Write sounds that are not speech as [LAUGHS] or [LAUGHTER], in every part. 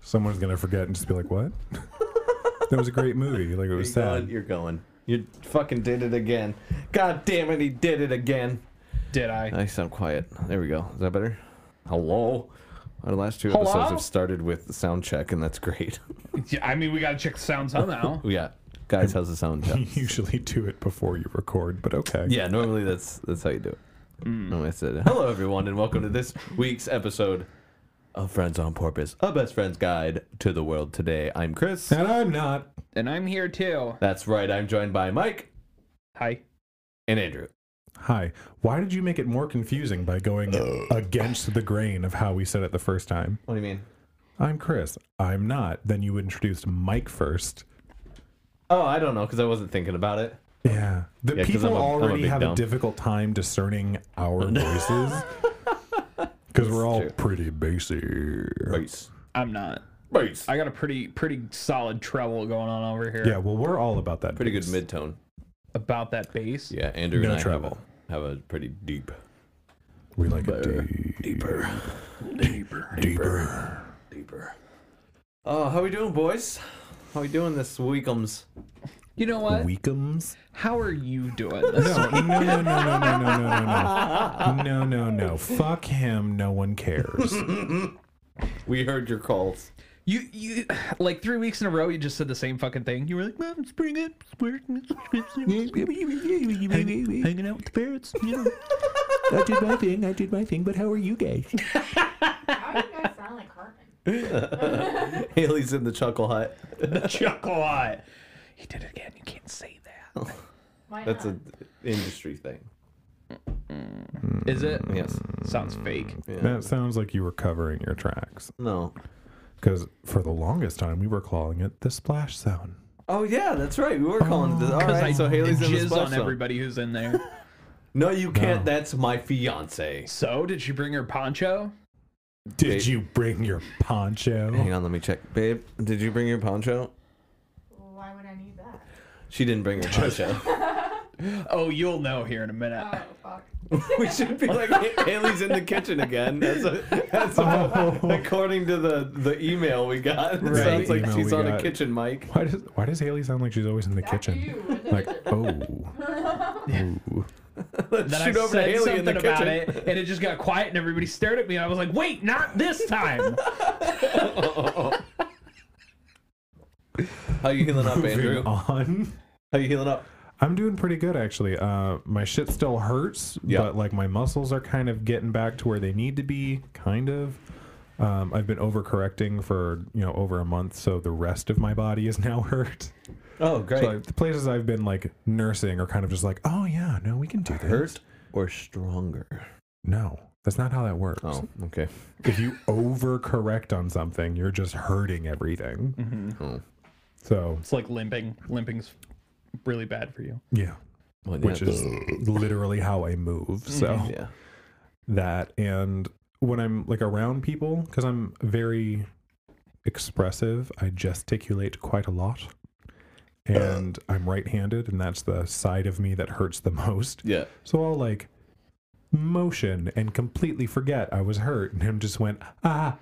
Someone's gonna forget and just be like, "What? [LAUGHS] that was a great movie. Like it was You're going, sad." you're going. You fucking did it again. God damn it, he did it again. Did I? I sound quiet. There we go. Is that better? Hello. Our last two Hello? episodes have started with the sound check, and that's great. [LAUGHS] Oh, Yeah, I mean, we gotta check the sound somehow. yeah, guys, how's the sound check? You [LAUGHS] usually do it before you record, but okay. [LAUGHS] yeah, normally that's that's how you do it. Normally I [LAUGHS] said, "Hello, everyone, and welcome to this week's episode of Friends on Porpoise, a best friend's guide to the world." Today, I'm Chris. And I'm not. and I'm here too. That's right. I'm joined by Mike Hi. and Andrew. Hi. Why did you make it more confusing by going against the grain of how we said it the first time? What do you mean? I'm Chris. I'm not. Then you introduced Mike first. Oh, I don't know, because I wasn't thinking about it. Yeah. The 'cause people I'm a- I'm a already big have dumb. a difficult time discerning [LAUGHS] our voices because we're all true. pretty basic. Bass. I'm not. Bass. I got a pretty pretty solid treble going on over here. Yeah, well, we're all about that. Pretty good bass. mid tone. About that bass. Yeah, Andrew No and I have travel. a- have a pretty deep. We like it deep, Deeper. Deeper. deeper. Deeper. Oh, how we doing, boys? How we doing this weekums? You know what? Weakums? How are you doing? [LAUGHS] This? No, no, no, no, no, no, no, no, no, no, no, no. Fuck him. No one cares. We heard your calls. [LAUGHS] You you like three weeks in a row you just said the same fucking thing. You were like, Mom, it's pretty good. It's weird. [LAUGHS] Hang- hanging out with the parents. You know. [LAUGHS] I did my thing. I did my thing. But how are you guys? Why do you guys sound like Cartman? Haley's in the chuckle hut. Chuckle lot. He did it again. You can't say that. Why That's not? an industry thing. Mm, Is it? Yes. Sounds fake. Yeah. That sounds like you were covering your tracks. No. Because for the longest time, we were calling it the splash zone. Oh yeah, that's right. We were calling. this. All right. So Haley's in the jizz splash on zone. everybody who's in there. [LAUGHS] No, you can't. No. That's my fiance. So, did she bring her poncho? Did you bring your poncho? Hang on, let me check, babe. Did you bring your poncho? Why would I need that? She didn't [LAUGHS] bring her poncho. Oh, you'll know here in a minute. Oh [LAUGHS] fuck. we should be like [LAUGHS] Haley's in the kitchen again. That's, a, that's Oh. what, according to the, the email we got. It Right. sounds like Email she's we on a got. kitchen mic. Why does Why does Haley sound like she's always in the kitchen? You. [LAUGHS] Like oh, Ooh. Let's Then shoot over I to said Haley in something the about kitchen. it, and it just got quiet, and everybody stared at me. And I was like, "Wait, not this [LAUGHS] time." How you healing up, Andrew? Moving on. How you healing up? I'm doing pretty good actually. Uh, my shit still hurts, Yeah. but like my muscles are kind of getting back to where they need to be, kind of. Um, I've been overcorrecting for you know over a month, so the rest of my body is [LAUGHS] now hurt. Oh, great. So I, the places I've been like nursing are kind of just like, oh yeah, no, we can do this. Hurt or stronger? No, that's not how that works. Oh, okay. If you overcorrect on something, you're just hurting everything. Oh. So It's like limping. Limping's really bad for you. yeah, Well, yeah, which is literally how I move. So. yeah. that and when i'm like around people because i'm very expressive i gesticulate quite a lot and i'm right-handed and that's the side of me that hurts the most Yeah. so i'll like motion and completely forget i was hurt and him just went ah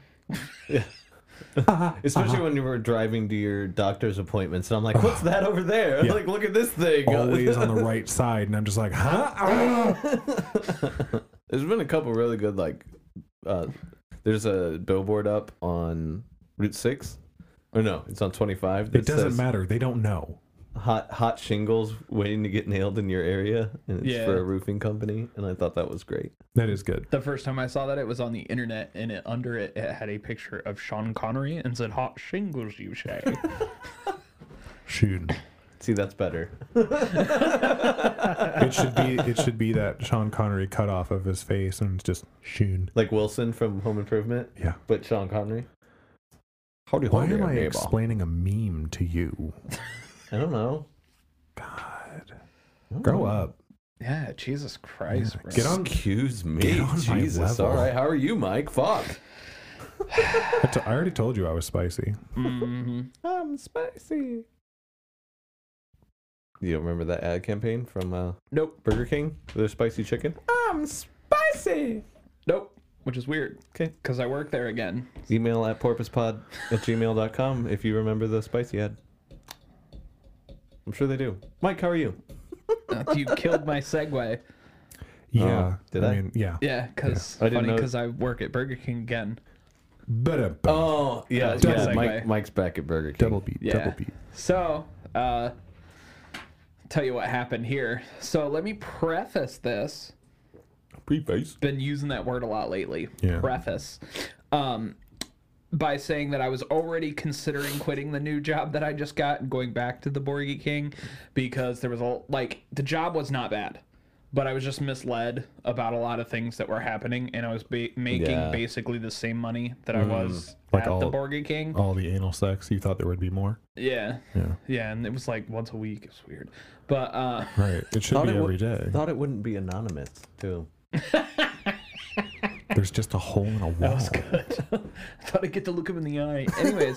Especially when you were driving to your doctor's appointments, and I'm like, "What's that over there? Yeah. [LAUGHS] Like, look at this thing." always on the right side and i'm just like huh Ah." There's been a couple really good like uh there's a billboard up on Route 6. Or no, it's on 25. it doesn't matter they don't know Hot hot shingles waiting to get nailed in your area and it's Yeah. for a roofing company and I thought that was great. that is good The first time I saw that, it was on the internet, and it, under it, it had a picture of Sean Connery and said, "Hot shingles, [LAUGHS] you say." shoot See, that's better. it should be it should be that sean connery cut off of his face and it's just shoot Like Wilson from Home Improvement, yeah but Sean Connery. Howdy Why howdy, am I neighbor. explaining a meme to you? I don't know. God. Grow up. yeah, Jesus Christ, bro. Get on. Excuse me. Get on my Jesus. level. All right, how are you, Mike? Fuck. I t- I already told you I was spicy. Mhm. I'm spicy. You don't remember that ad campaign from uh, Nope. Burger King? Their spicy chicken? I'm spicy. Nope. which is weird. Okay. Because I work there again. Email at porpoisepod at gmail.com if you remember the spicy ad. I'm sure they do. Mike, how are you? Uh, you killed my [LAUGHS] segue. Yeah. did I? mean, Oh, yeah. Yeah, because I didn't funny know- because I work at Burger King again. But Oh, yeah. That was yeah my Mike, segue. Mike's back at Burger King. double beat, Yeah. double beat. So, uh, tell you what happened here. So let me preface this. preface. Been using that word a lot lately. Yeah. Preface. Um, by saying that I was already considering quitting the new job that I just got and going back to the Borgie King because there was a like the job was not bad, but I was just misled about a lot of things that were happening, and I was ba- making Yeah. basically the same money that I was Mm. Like at the all- Borgie King. All the anal sex. You thought there would be more. Yeah, Yeah. yeah, and it was like once a week. It's weird, but uh, [LAUGHS] Right. It should Thought be it every would- day. Thought it wouldn't be anonymous, too. There's just a hole in a [LAUGHS] That wall was good. I thought I'd get to look him in the eye. Anyways,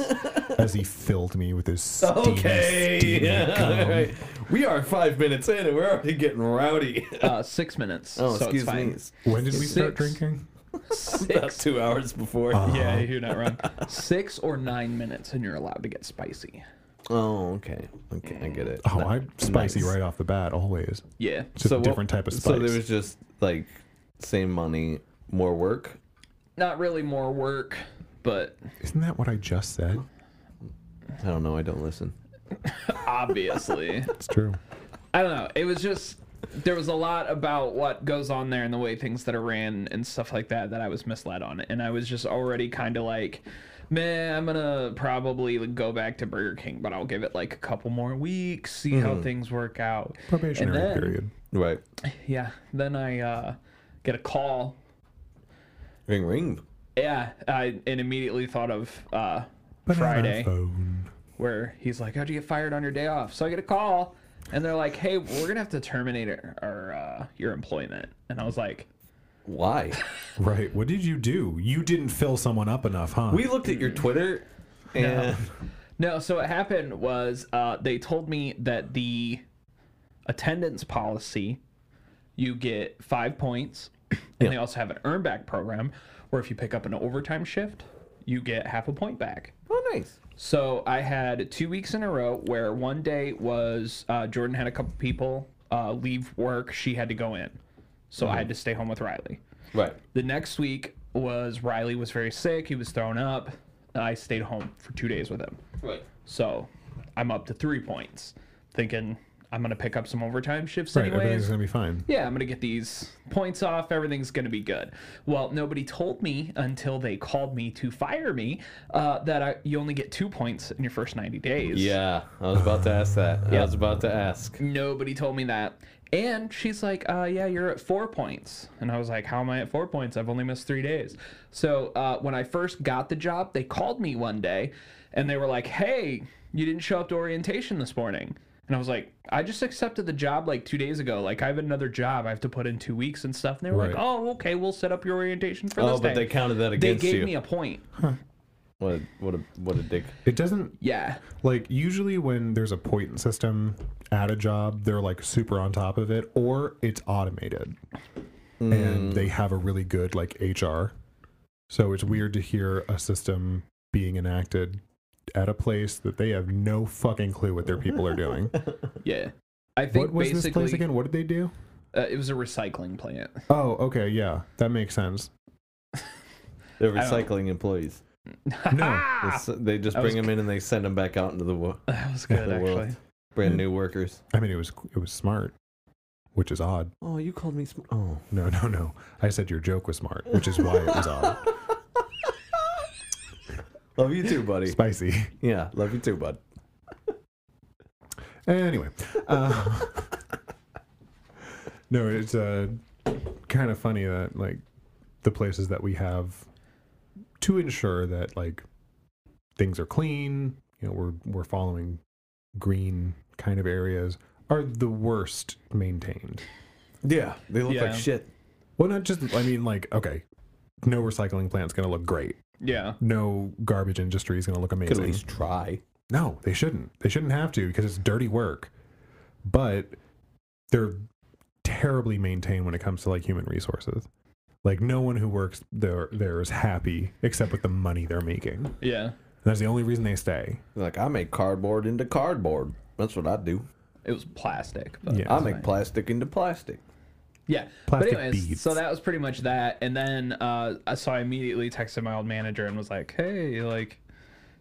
as he filled me with his [LAUGHS] steamy, [LAUGHS] Okay. steamy Yeah, gum. all [LAUGHS] right. We are five minutes in and we're already getting rowdy. [LAUGHS] uh, six minutes. Oh, so excuse it's fine. me. When did we start Six. drinking? About Six. two hours before. yeah, you're not wrong. Six or nine minutes, and you're allowed to get spicy. Oh, okay. Okay, I get it. Oh, I'm spicy nice. right off the bat, always. Yeah. It's just a what- different type of spice. So there was just like same money, more work. Not really more work, but Isn't that what I just said? I don't know. I don't listen. obviously. It's true. I don't know. It was just there was a lot about what goes on there and the way things that are ran and stuff like that that I was misled on, and I was just already kind of like, man, I'm gonna probably go back to Burger King, but I'll give it like a couple more weeks, see how things work out. Mm-hmm. Probationary then- period. Right. Yeah. Then I uh, get a call. Ring ring. Yeah, I and immediately thought of uh, Banana Friday. phone. where he's like, "How'd you get fired on your day off?" So I get a call, and they're like, "Hey, we're gonna have to terminate our, our uh, your employment." And I was like, Why? [LAUGHS] Right. What did you do? You didn't fill someone up enough, huh? we looked at your Twitter, and "No." So what happened was uh, they told me that the attendance policy, you get five points, and they also have an earn back program where if you pick up an overtime shift, you get half a point back. oh, nice. So I had two weeks in a row where one day was uh, Jordan had a couple people uh, leave work. She had to go in. So I had to stay home with Riley. Right. The next week was Riley was very sick. He was thrown up. I stayed home for two days with him. Right. So I'm up to three points, thinking I'm going to pick up some overtime shifts Right. Everything's anyways going to be fine. yeah, I'm going to get these points off. Everything's going to be good. Well, nobody told me until they called me to fire me uh, that I, you only get two points in your first 90 days. Yeah, I was about to ask that. I Yeah. was about to ask. Nobody told me that. And she's like, uh, yeah, you're at four points. And I was like, how am I at four points? I've only missed three days. So uh, when I first got the job, they called me one day and they were like, hey, you didn't show up to orientation this morning. And I was like, I just accepted the job like two days ago. Like, I have another job I have to put in two weeks and stuff. And they were like, Right. oh, okay, we'll set up your orientation for Oh, this but day. they counted that They against gave you. me a point. What? A, what a what a dick. It doesn't Yeah. Like usually when there's a point system at a job, they're like super on top of it, or it's automated, and they have a really good like HR. So it's weird to hear a system being enacted at a place that they have no fucking clue what their people are [LAUGHS] doing. Yeah. I think what was this basically place again? What did they do? Uh, it was a recycling plant. [LAUGHS] Oh, okay, yeah, that makes sense. They're I don't- recycling employees. No, They s- They just I bring was- them in and they send them back out into the wo- That [LAUGHS] was good, the world. actually. Hmm. Brand new workers. I mean it was it was smart, which is odd. Oh, you called me. Sm- oh, No, no, no. I said your joke was smart, which is why it [LAUGHS] was odd. love you too, buddy. Spicy. Yeah, love you too, bud. Anyway, uh, no, it's uh, kind of funny that like the places that we have to ensure that like things are clean, you know, we're we're following green kind of areas are the worst maintained. Yeah, they look Yeah. like shit. Well, not just I mean like okay, no recycling plant's gonna look great. Yeah. No garbage industry is gonna look Could at amazing. least try. No, they shouldn't. They shouldn't have to because it's dirty work. But they're terribly maintained when it comes to like human resources. Like no one who works there there is happy except with the money they're making. And Yeah. that's the only reason they stay. Like I make cardboard into cardboard. That's what I do. It was plastic. But uh, Yeah. I make plastic into plastic. Yeah. Plastic but anyways, beads. so that was pretty much that. And then uh I- so I immediately texted my old manager and was like, Hey, like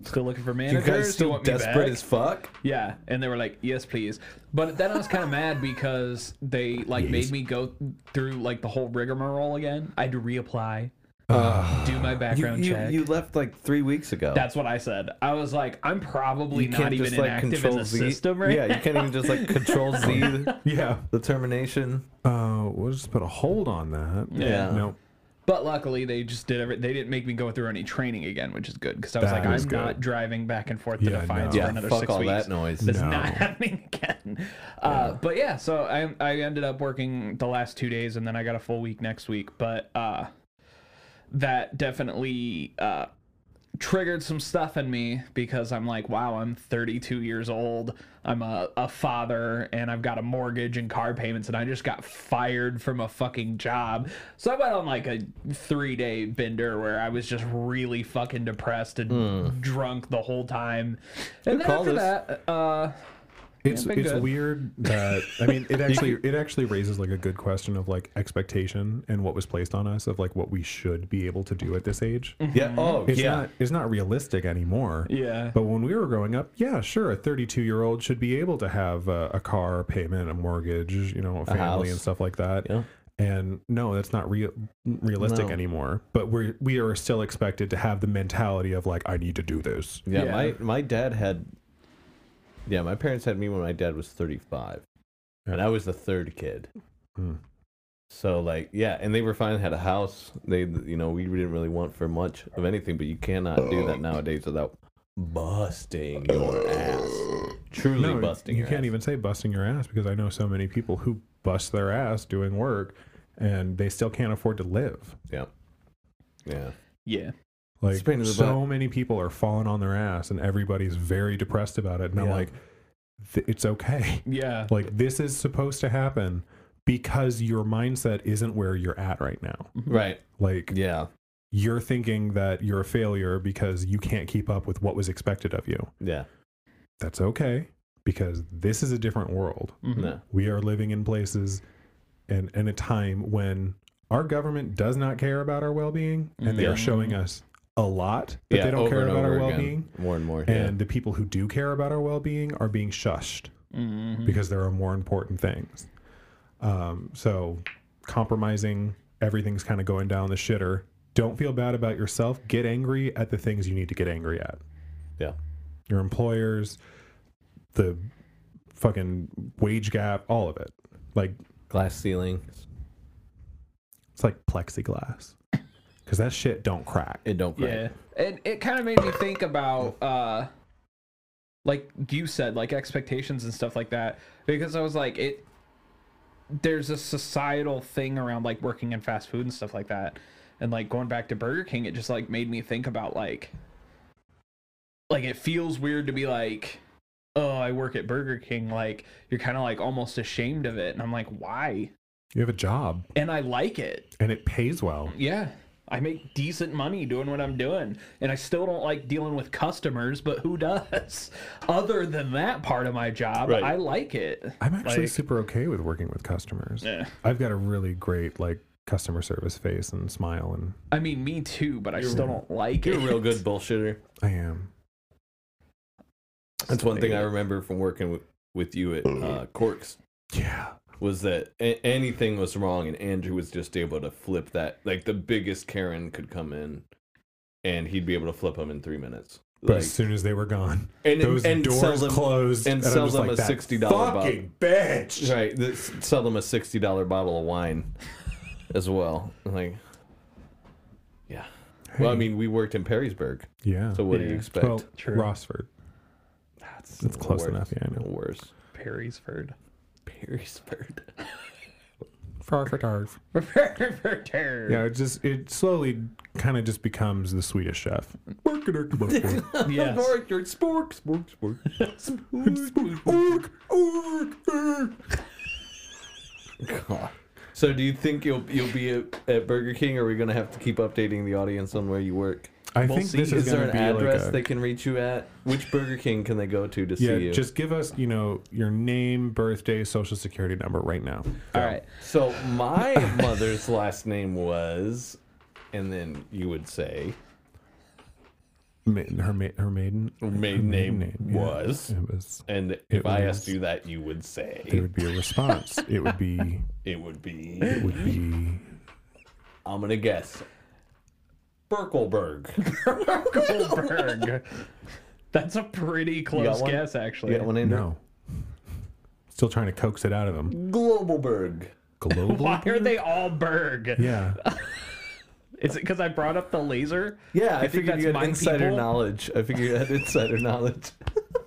still looking for You managers? guys still want me desperate back?" as fuck? Yeah, and they were like, "Yes, please." But then I was kind of mad because they like made me go through like the whole rigmarole again. I had to reapply, do my Uh, You, background you, check. you left like three weeks ago. That's what I said. I was like, "I'm probably you not even inactive in the system right Yeah, now." you can't even just like control Z [LAUGHS] the Yeah. termination. Uh, we'll just put a hold on that. Yeah. No. But luckily, they just did. Every, they didn't make me go through any training again, which is good because I was That like, is "I'm good. not driving back and forth to Yeah, Defiance no. for Yeah, another fuck six all weeks." that noise. That's No. not [LAUGHS] happening again. Uh, but yeah, so I I ended up working the last two days, and then I got a full week next week. But uh, that definitely uh, triggered some stuff in me because I'm like, wow, I'm 32 years old. I'm a, a father and I've got a mortgage and car payments and I just got fired from a fucking job. So I went on like a three day bender where I was just really fucking depressed and drunk the whole time. And then call after this. that, uh, It's been it's good. weird [LAUGHS] that I mean it actually it actually raises like a good question of like expectation and what was placed on us of like what we should be able to do at this age. Mm-hmm. Yeah. Oh, It's yeah. not it's not realistic anymore. Yeah. But when we were growing up, yeah, sure, a 32 year old should be able to have a, a car payment, a mortgage, you know, a house. family and stuff like that. Yeah. And no, that's not real realistic No. anymore. But we we are still expected to have the mentality of like I need to do this. Yeah, Yeah. my my dad had. Yeah, my parents had me when my dad was thirty five, and I was the third kid. Hmm. So like yeah, and they were fine. Had a house. They you know we didn't really want for much of anything, but you cannot do that nowadays without busting your ass. Truly No, busting. you your can't ass. even say busting your ass because I know so many people who bust their ass doing work and they still can't afford to live. Yeah. Yeah. yeah. Like It's a pain in the so many people are falling on their ass and everybody's very depressed about it. And I'm Yeah. like, th- it's okay. [LAUGHS] Yeah. Like this is supposed to happen because your mindset isn't where you're at right now. Right. Like Yeah. you're thinking that you're a failure because you can't keep up with what was expected of you. Yeah. That's okay because this is a different world. No. We are living in places and in a time when our government does not care about our well being and they Yeah. are showing us a lot that Mm-hmm. yeah. they don't over care and about over our well again. being. More and more. And the people who do care about our well being are being shushed Mm-hmm. because there are more important things. Um, so compromising, everything's kind of going down the shitter. Don't feel bad about yourself. Get angry at the things you need to get angry at yeah. yeah. your employers, the fucking wage gap, all of it. Like Glass ceiling. it's like plexiglass because that shit don't crack. It don't crack. Yeah. And it kind of made me think about uh like you said, like expectations and stuff like that. Because I was like, it there's a societal thing around like working in fast food and stuff like that. And like going back to Burger King, it just like made me think about like like it feels weird to be like oh i work at burger king like you're kind of like almost ashamed of it and i'm like why You have a job and i like it and it pays well. yeah. I make decent money doing what I'm doing. And I still don't like dealing with customers, but who does? [LAUGHS] Other than that part of my job, Right. I like it. I'm actually Like- super okay with working with customers. Yeah. I've got a really great like customer service face and smile, and I mean, me too, but I still don't like You're it. a real good bullshitter. I am. That's one thing I remember from working with, with you at Mm. uh, Corks Yeah. was that a- anything was wrong, and Andrew was just able to flip that. Like the biggest Karen could come in, and he'd be able to flip them in three minutes. But Like, as soon as they were gone, And- those and sell doors them- closed, and I'm sell just them a "That $60 bottle." fucking bitch. right, this, sell them a sixty dollar bottle of wine, as well. Like, yeah. Well, I mean, we worked in Perrysburg, Yeah. so what do you Yeah. expect? well, True. Rossford. That's It's close worse. enough. Yeah, I know. Worse, Perrysford. [LAUGHS] Perrysburg. Farfartarf. Perrysford. [LAUGHS] Yeah, it just it slowly kind of just becomes the Swedish chef. Ork, Yes. spork, spork, spork. [LAUGHS] ork, ork. God. [LAUGHS] So do you think you'll you'll be at, at Burger King, or are we gonna have to keep updating the audience on where you work? I think this is, is there an going to be like address a, they can reach you at? Which Burger King can they go to to yeah. see you? Just give us, you know, your name, birthday, social security number right now. All right. So [LAUGHS] my mother's last name was, and then you would say Ma- her ma- her maiden her maiden name, yeah. was, It was. and if I was- asked you that, you would say There would be a response. it would be. it would be. It would be. I'm gonna guess. [LAUGHS] Berkelberg. Goldberg. [LAUGHS] That's a pretty close one? guess, You actually. got one in No. Still trying to coax it out of him. Globalberg. Global. [LAUGHS] Why are they all Berg? Yeah. Is it because I brought up the laser? Yeah, I think figured that's you had mine insider people? knowledge. I figured [LAUGHS] you had insider knowledge.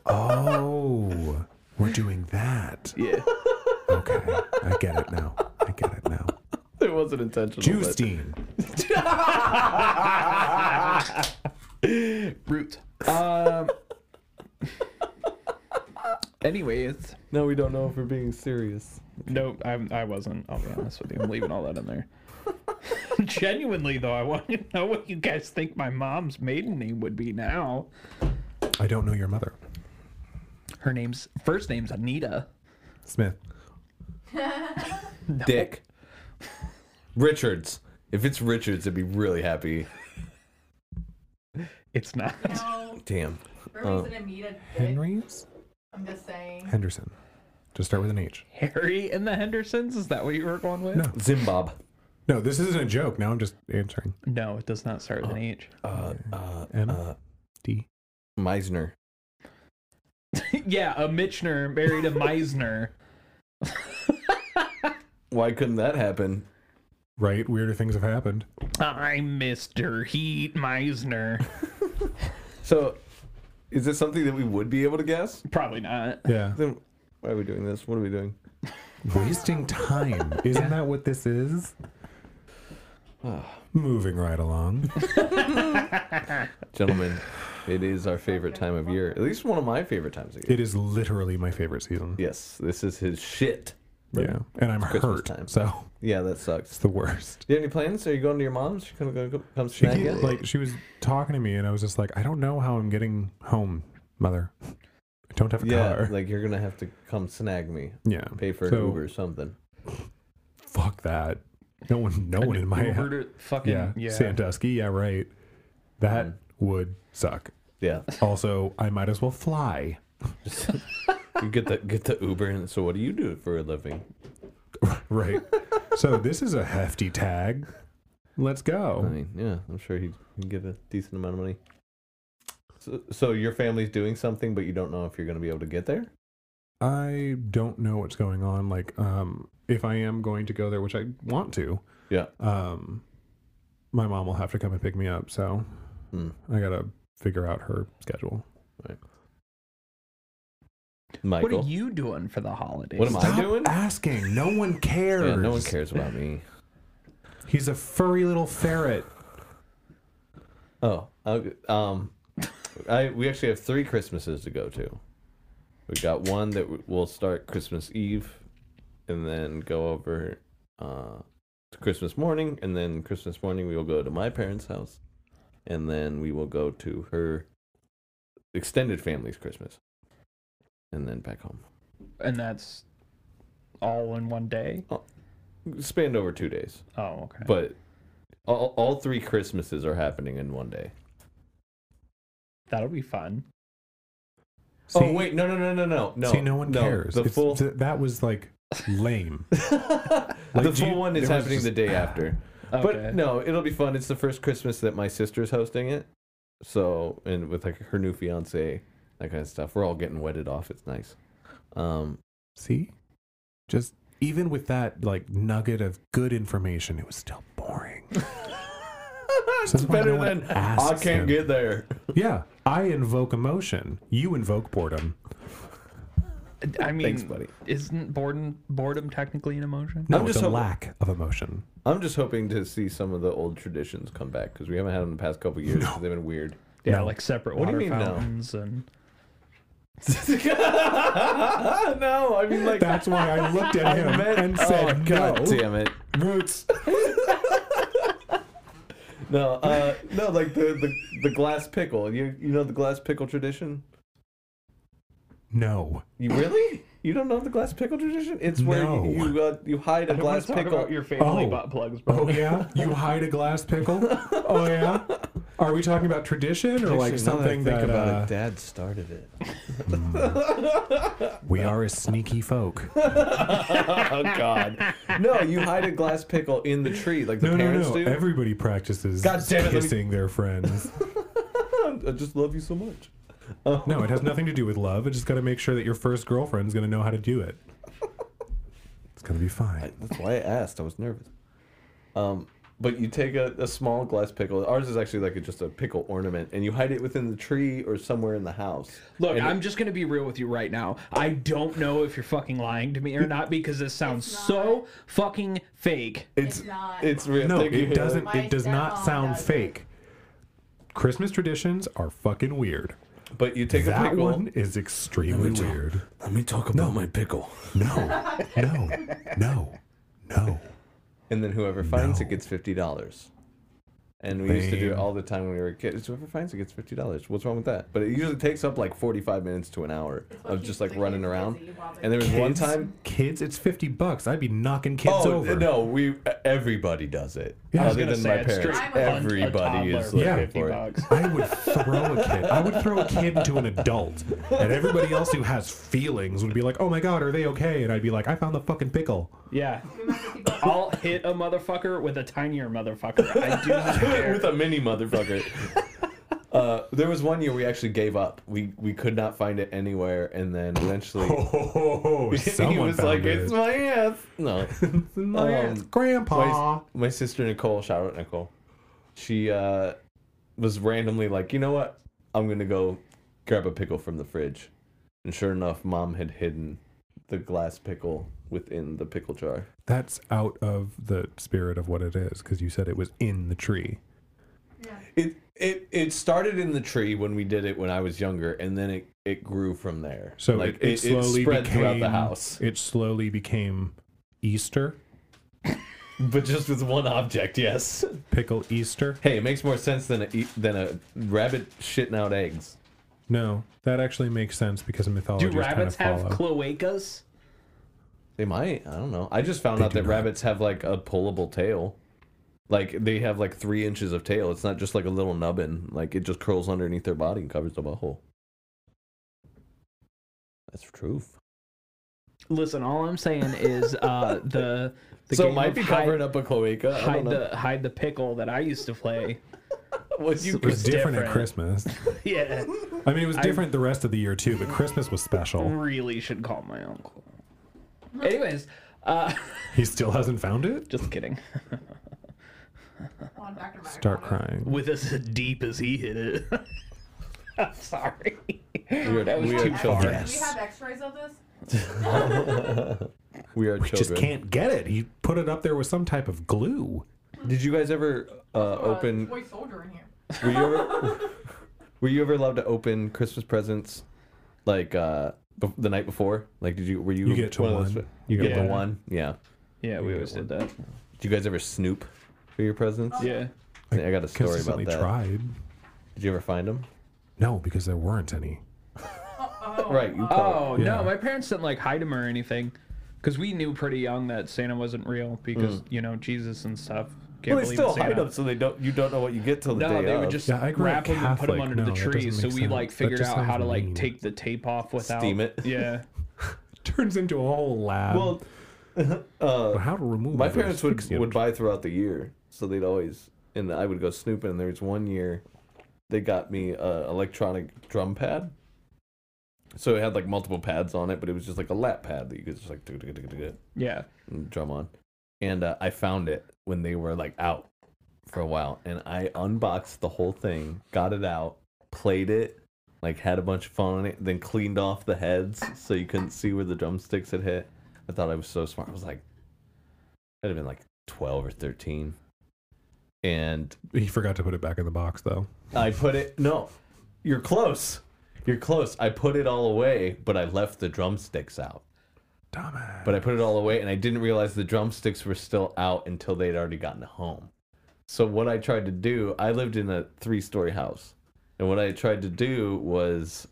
Oh, we're doing that. Yeah. Okay, I get it now. I get it now. It wasn't intentional. but- Justein. Root. Um. [LAUGHS] anyways, No, we don't know if we're being serious. no, I'm, I wasn't. I'll be honest with you. I'm leaving all that in there. [LAUGHS] Genuinely, though, I want to know what you guys think my mom's maiden name would be now. I don't know your mother. Her name's first name's Anita. Smith. Dick. Richards. If it's Richards, I'd be really happy. It's not. [LAUGHS] No, Damn. for Oh. reason Anita did. Henry's? I'm just saying. Henderson. Just start with an H. Harry and the Hendersons. Is that what you were going with? No. Zimbab. No, this isn't a joke. Now I'm just answering. No, it does not start with an H. Uh, uh, M. uh, D. Meisner. [LAUGHS] yeah, a Mitchner married a Meisner. Why couldn't that happen? Right? Weirder things have happened. I'm Mr. Heat Meisner. So, is this something that we would be able to guess? Probably not. Yeah. Then why are we doing this? What are we doing? Wasting time. [LAUGHS] Isn't that what this is? [SIGHS] Moving right along. Gentlemen, it is our favorite time of year. At least one of my favorite times of year. It is literally my favorite season. Yes, this is his shit. Yeah. And I'm Christmas hurt. time. So Yeah, that sucks. it's the worst. Do you have any plans? Are you going to your mom's? You gonna go, go come She snag keep- you? like she was talking to me, and I was just like, I don't know how I'm getting home, mother. I don't have a Yeah, car. like you're gonna have to come snag me, yeah, pay for an So, Uber or something. Fuck that. No one, no one in my Ubered house. it- fucking Yeah, yeah. Sandusky. Yeah, right. That would suck. Yeah, Also, I might as well fly. [LAUGHS] you get the get the Uber, and so what do you do for a living? Right. so this is a hefty tag. Let's I go. mean, yeah, I'm sure he'd, he'd get a decent amount of money. So, so your family's doing something, but you don't know if you're gonna be able to get there. I don't know what's going on. Like, um, if I am going to go there, which I want to, Yeah, um, my mom will have to come and pick me up. So Hmm. I gotta figure out her schedule. What Michael. are you doing for the holidays? What am I doing? asking. No one cares. [LAUGHS] Yeah, no one cares about me. He's a furry little ferret. Oh, okay, um, [LAUGHS] I we actually have three Christmases to go to. We got one that w- will start Christmas Eve, and then go over uh, to Christmas morning, and then Christmas morning we will go to my parents' house, and then we will go to her extended family's Christmas, and then back home. And that's all in one day. Spanned over two days, Oh, okay. but all all three Christmases are happening in one day. That'll be fun. oh wait, no, no, no, no, no, no. See, no one cares. The It's- full th- that was like [LAUGHS] lame. the do full you- one is there was happening just- the day [SIGHS] after. Okay. But no, it'll be fun. It's the first Christmas that my sister's hosting it. So and with like her new fiance, that kind of stuff. We're all getting wedded off. It's nice. Um, [LAUGHS] See, just even with that like nugget of good information, it was still boring. it's why better no one than I asks can't him." get there. [LAUGHS] yeah, I invoke emotion. You invoke boredom. I mean, Thanks, buddy. isn't boredom boredom technically an emotion? No, I'm it's just a hoping- lack of emotion. I'm just hoping to see some of the old traditions come back because we haven't had them the past couple years. 'cause They've been [LAUGHS] weird. [LAUGHS] Yeah, No. like separate What do water you mean, no? fountains and no, I mean like That's why I looked at him meant- and oh, [LAUGHS] said, God "No." damn it. Roots. no, uh, no, like the, the the glass pickle. You you know the glass pickle tradition? No. You really? You don't know the glass pickle tradition? It's where No. you you, uh, you hide a I don't wanna glass talk pickle. about your family Oh. butt plugs, bro. Oh yeah, you hide a glass pickle. Oh yeah. Are we talking about tradition or like Actually, now that I something that, think about uh, it, Dad started it. Hmm. we are a sneaky folk? [LAUGHS] oh God! No, you hide a glass pickle in the tree, like the No, no, parents no. do. Everybody practices God damn it, let me- kissing their friends. [LAUGHS] I just love you so much. No, it has nothing to do with love. It's just got to make sure that your first girlfriend's going to know how to do it. It's going to be fine. That's why I asked. I was nervous. Um, but you take a, a small glass pickle. Ours is actually like a, just a pickle ornament, and you hide it within the tree or somewhere in the house. Look, And I'm just gonna be real with you right now. I don't know if you're fucking lying to me or not because this sounds It's not. so fucking fake. It's It's not. it's real. No, Thank you, it Haley. doesn't. My It does not stepmom sound does it. fake. Christmas traditions are fucking weird. But you take a That pickle. one is extremely don't. weird. Let me talk about my pickle. No, no, no, no. and then whoever finds it No. gets fifty dollars. And we used to do it Lame. all the time when we were kids. Whoever finds it gets fifty dollars. What's wrong with that? But it usually takes up like forty-five minutes to an hour what of keeps just like the running kids around. busy while they- And there was one Kids- time. kids, it's fifty bucks. I'd be knocking kids oh over. no, we everybody does it. Yeah. I was Other gonna than say, my it's parents, straight punt a everybody toddler is for looking Yeah. 50 for [LAUGHS] it. [LAUGHS] bucks. I would throw a kid. I would throw a kid into an adult, and everybody else who has feelings would be like, "Oh my god, are they okay?" And I'd be like, "I found the fucking pickle." Yeah. Remember people- [LAUGHS] I'll hit a motherfucker with a tinier motherfucker. I [LAUGHS] do not care. with a mini motherfucker. [LAUGHS] Uh, there was one year we actually gave up. We we could not find it anywhere, and then eventually Oh, ho, ho, ho, [LAUGHS] he someone was found like, it. "It's Um, my ass." No, my ass. grandpa. my, my sister Nicole, shout out Nicole. She uh, was randomly like, you know what? I'm gonna go grab a pickle from the fridge, and sure enough, mom had hidden the glass pickle within the pickle jar. That's out of the spirit of what it is because you said it was in the tree. yeah. It it it started in the tree when we did it when I was younger, and then it it grew from there. So Like, it, it slowly spread became throughout the house, It slowly became Easter but just with one object. Yes. [LAUGHS] pickle Easter. Hey, it makes more sense than a e- than a rabbit shitting out eggs. No, that actually makes sense because mythology Do kind of rabbits have follow. cloacas? They might. I don't know. I just found out do that not. rabbits have like a pullable tail. Like they have like three inches of tail. It's not just like a little nubbin. Like it just curls underneath their body and covers the butthole. That's truth. Listen, all I'm saying is uh, [LAUGHS] the the so it game might of be hide, covering up a cloaca. I don't hide know. the hide the pickle that I used to [LAUGHS] play. What you it was It's different, different. at Christmas. [LAUGHS] yeah, I mean, it was different the rest of the year too, but Christmas was special. really should call my [LAUGHS] uncle. Anyways, uh, He still hasn't found it. [LAUGHS] just kidding. On Dr. Mike Start Connor. crying. [LAUGHS] With as deep as he hit it. [LAUGHS] I'm sorry. we are, That was we too are X- children. far. Do we have x-rays of this? We are We children. just can't get it. He put it up there with some type of glue. Did you guys ever uh, Or a open? toy soldier in here. Were you ever [LAUGHS] were you ever allowed to open Christmas presents like uh bef- the night before? Like did you were you You get to of those- one. You get the Yeah. one. Yeah. Yeah, we always did that. Did you guys ever snoop for your presents? Yeah. I, think I got a story about Consistently that. tried. Did you ever find them? No, because there weren't any. [LAUGHS] Oh, Right. You call Oh Yeah. no, my parents didn't like hide him or anything, because we knew pretty young that Santa wasn't real because Mm. you know Jesus and stuff. Can't believe in Santa. so they don't. You don't know what you get till No, they would just Yeah, I grew up wrap them and put them Catholic. under No, the that tree. So doesn't we make like sense. That figured just out how sounds to like mean. take the tape off without Steam it. Yeah, Turns into a whole lab. Well, [LAUGHS] uh, But how to remove my it is parents would fixing it. would buy throughout the year, so they'd always and I would go snooping. And there was one year, they got me a electronic drum pad. So it had like multiple pads on it, but it was just like a lap pad that you could just like tick, tick, tick, tick, tick, yeah. and drum on. And uh, I found it when they were like out for a while, and I unboxed the whole thing, got it out, played it, like had a bunch of fun on it, then cleaned off the heads so you couldn't see where the drumsticks had hit. I thought I was so smart. I was like, I'd have been like twelve or thirteen, and He forgot to put it back in the box though. I put it. No, you're close. You're close. I put it all away, but I left the drumsticks out. Dumbass. but I put it all away and I didn't realize the drumsticks were still out until they'd already gotten home. So what I tried to do, I lived in a three-story house. And what I tried to do was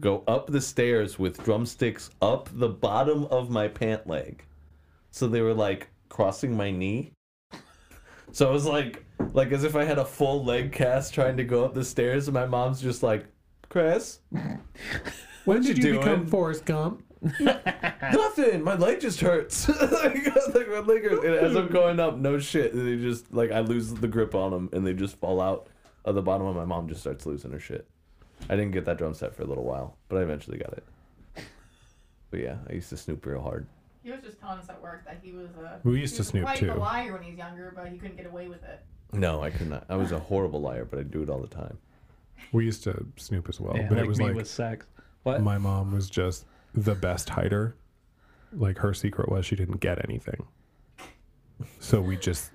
go up the stairs with drumsticks up the bottom of my pant leg. So they were like crossing my knee. [LAUGHS] So I was like like as if I had a full leg cast trying to go up the stairs and my mom's just like, "Chris, when did you you become doing? Forrest Gump? Nothing. My leg just hurts. [LAUGHS] like, like, my leg hurts. And [LAUGHS] as I'm going up, no shit. And they just like I lose the grip on them, and they just fall out of the bottom. And my mom just starts losing her shit. I didn't get that drum set for a little while, but I eventually got it. But yeah, I used to snoop real hard. He was just telling us at work that he was a. We used he to was snoop, quite too. a liar when he was younger, but he couldn't get away with it. No, I could not. I was a horrible liar, but I do it all the time. We used to snoop as well, Yeah, Oh, but like it was me like with sex. What? my mom was just the best hider. Like her secret was she didn't get anything, so we just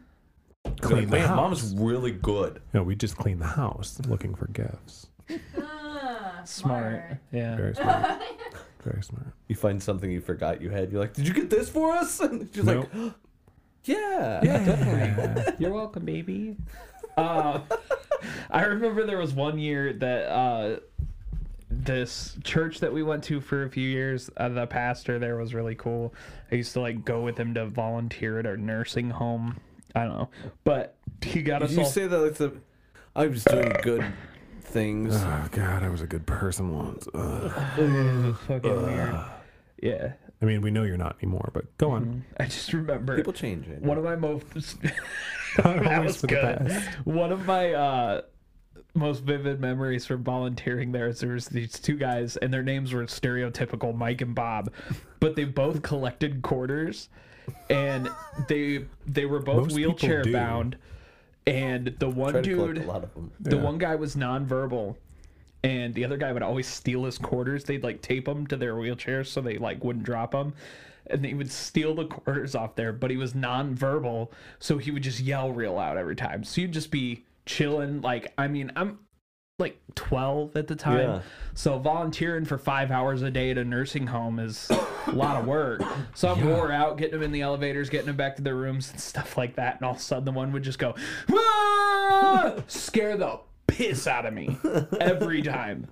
cleaned the Man, house. mom's really good. No, we just cleaned the house looking for gifts. Ah, Smart. Yeah. Very smart. Very smart. You find something you forgot you had. You're like, "Did you get this for us?" [LAUGHS] And she's Nope. like, [GASPS] "Yeah." Yeah. You're welcome, baby. [LAUGHS] Uh, I remember there was one year that uh, this church that we went to for a few years, uh, the pastor there was really cool. I used to like go with him to volunteer at our nursing home. I don't know, but he got us You all. say that like the, I was doing good things. oh God, I was a good person once. Ugh. [SIGHS] fucking weird. Yeah, I mean, we know you're not anymore, but go on. I just remember People change it. one of my most. [LAUGHS] [LAUGHS] that Always was for the good. best. One of my uh, most vivid memories from volunteering there is there was these two guys, and their names were stereotypical Mike and Bob, but they both collected quarters, and they they were both Most people wheelchair do. bound, and the one Try to collect dude a lot of them. the Yeah. one guy was nonverbal, and the other guy would always steal his quarters. They'd like tape them to their wheelchairs so they like wouldn't drop them, and they would steal the quarters off there. But he was nonverbal, so he would just yell real loud every time. So you'd just be chilling. Like I mean, I'm like 12 at the time, Yeah. so volunteering for five hours a day at a nursing home is a lot of work. So I'm wore out, getting them in the elevators, getting them back to their rooms and stuff like that. And all of a sudden, the one would just go, "Whoa!" scare the piss out of me every time.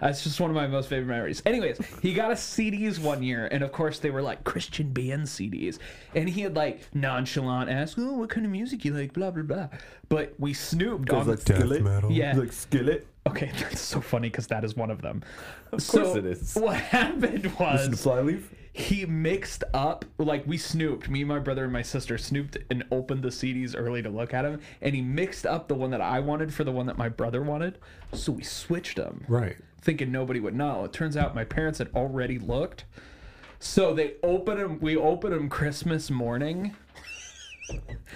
That's just one of my most favorite memories. Anyways, he got us CDs one year, and of course they were like Christian band CDs. And he had like nonchalant asked, "Oh, what kind of music you like?" Blah blah blah. But we snooped on like Death Skillet? metal. Yeah. Like skillet. Okay, [LAUGHS] that's so funny because that is one of them. Of course it is. What [LAUGHS] Listen happened to was Flyleaf. he mixed up, like we snooped, me, my brother, and my sister snooped and opened the CDs early to look at them, and he mixed up the one that I wanted for the one that my brother wanted. So we switched them, Right. thinking nobody would know. It turns out my parents had already looked. So they open them. We open them Christmas morning,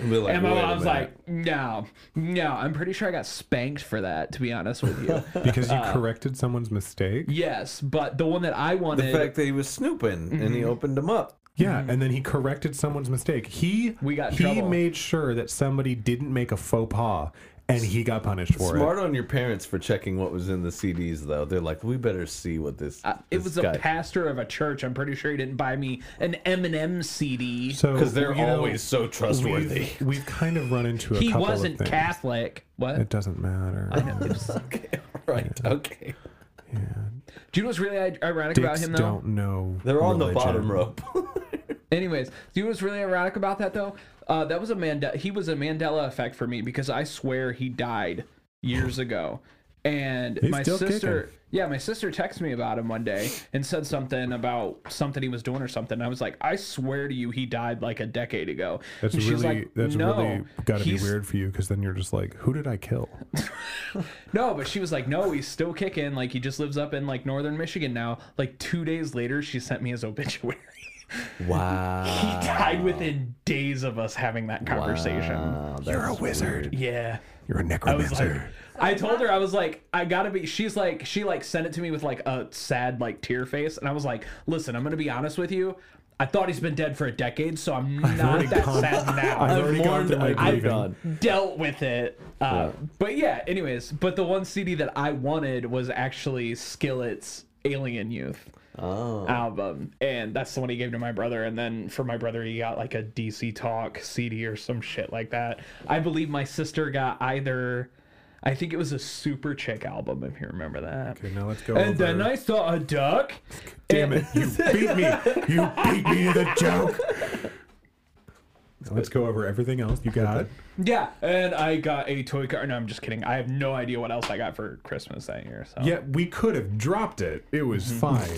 And they're like, and my "Wait a mom's minute." like, "No, no, I'm pretty sure I got spanked for that." To be honest with you, [LAUGHS] Because you corrected someone's mistake. Yes, but the one that I the wanted. fact that he was snooping and mm-hmm. he opened them up. Yeah, and then he corrected someone's mistake. He We got in he trouble. made sure that somebody didn't make a faux pas, and he got punished for Smart on your parents for checking what was in the CDs, though. They're like, we better see what this. uh, it this was a pastor of a church. I'm pretty sure he didn't buy me an Eminem CD. it. So because they're you know, always so trustworthy. We've, we've kind of run into a he couple wasn't of things. Catholic. It What? doesn't matter. [LAUGHS] okay, right. Okay, Do you know what's really i- ironic about Dicks him though? don't know. they're on the religion. bottom rope. [LAUGHS] Anyways, do you know what's really ironic about that though? Uh, that was a Mandela. He was a Mandela effect for me because I swear he died [GASPS] years ago. And He's my still sister, kicking. yeah, my sister texted me about him one day and said something about something he was doing or something. I was like, I swear to you, he died like a decade ago. That's and she really was like, that's no, really got to be he's- weird for you because then you're just like, who did I kill? No, but she was like, no, he's still kicking. Like he just lives up in like northern Michigan now. Like two days later, she sent me his obituary. [LAUGHS] Wow, he died within days of us having that conversation. You're a wizard. Yeah. You're a I was like, necromancer. I told her I was like, I gotta be. She's like, she like sent it to me with like a sad like tear face, and I was like, listen, I'm gonna be honest with you. I thought he's been dead for a decade, so I'm not already that gone- sad [LAUGHS] I've now. already gone mourned- through my I've grieving. done. dealt with it. Uh, But yeah, anyways, but the one CD that I wanted was actually Skillet's Alien Youth Oh. album, and that's the one he gave to my brother. And then for my brother, he got like a DC Talk CD or some shit like that. I believe my sister got either. I think it was a Super Chick album, if you remember that. Okay, now let's go. And over. then I saw a duck. Damn it! You beat me. You beat me to the joke. Now let's go over everything else. You got it. [LAUGHS] Yeah, and I got a toy car. No, I'm just kidding. I have no idea what else I got for Christmas that year. So Yeah, we could have dropped it. It was fine.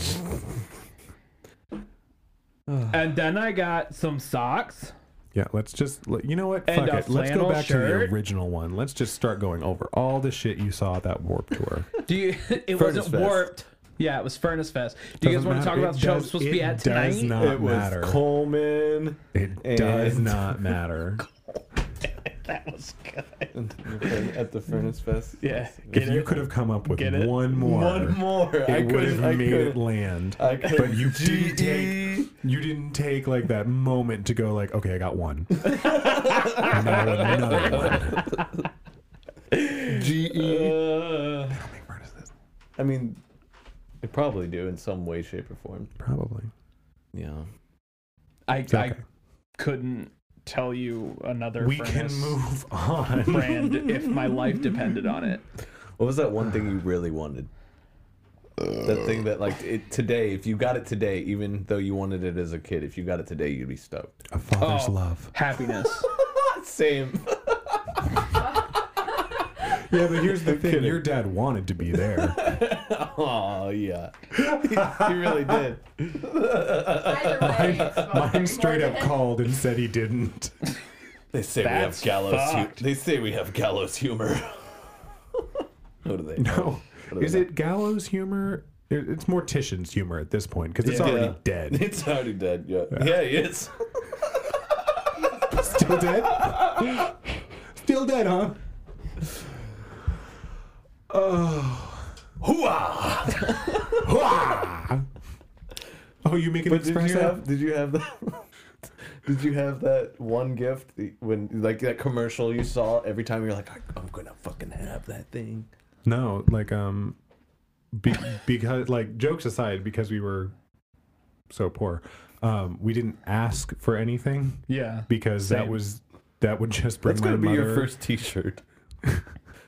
and then I got some socks. Yeah, let's just. let- You know what? And Fuck a it. Let's go flannel back to shirt. the original one. Let's just start going over all the shit you saw at that warp tour. [LAUGHS] Do you? It Furnace wasn't Fest. warped. Yeah, it was Furnace Fest. Do you guys Doesn't want matter. to talk It about the show I'm does- supposed to be it at tonight? does not it was matter. Coleman. It does And- not matter. [LAUGHS] That was good. [LAUGHS] At the Furnace Fest. Yeah, if you could have come up with Get it? one more, One more. I it would could have I E made could, it land. I could. But you didn't GE. take. You didn't take like that moment to go like, okay, I got one. [LAUGHS] and then I [LAUGHS] want another one. GE. Uh, How many furnaces? I mean, they probably do in some way, shape, or form. Probably. Yeah. I It's okay. I couldn't tell you another. we Furnace can move [LAUGHS] on. brand if my life depended on it. What was that one thing you really wanted? That thing that like it, today, if you got it today, even though you wanted it as a kid, if you got it today, you'd be stoked. A father's Oh. love. Happiness. Ah, [LAUGHS] Same. Yeah, [LAUGHS] but here's the thing: kidding. your dad wanted to be there. Oh [LAUGHS] yeah, he really did. [LAUGHS] Either way, it's about Mine three straight more up [LAUGHS] days. called and said he didn't. [LAUGHS] They say That's we have gallows. Hu- fucked. they say we have gallows humor. [LAUGHS] what do they? No, What is about- it gallows humor? It- It's mortician's humor at this point because it's Yeah. [LAUGHS] already dead. It's already dead. Yeah, yeah, he is. Still dead. [LAUGHS] Still dead, huh? Oh. Hooah! Hua! Oh, you make an But did express you app? have? Did you have that? [LAUGHS] Did you have that one gift that- when, like, that commercial you saw every time you're like, I'm gonna fucking have that thing? No, like um, be, because like jokes aside, because we were so poor, um, we didn't ask for anything Yeah. because that Same. was that would just bring That's my gonna be mother your first [LAUGHS] T-shirt.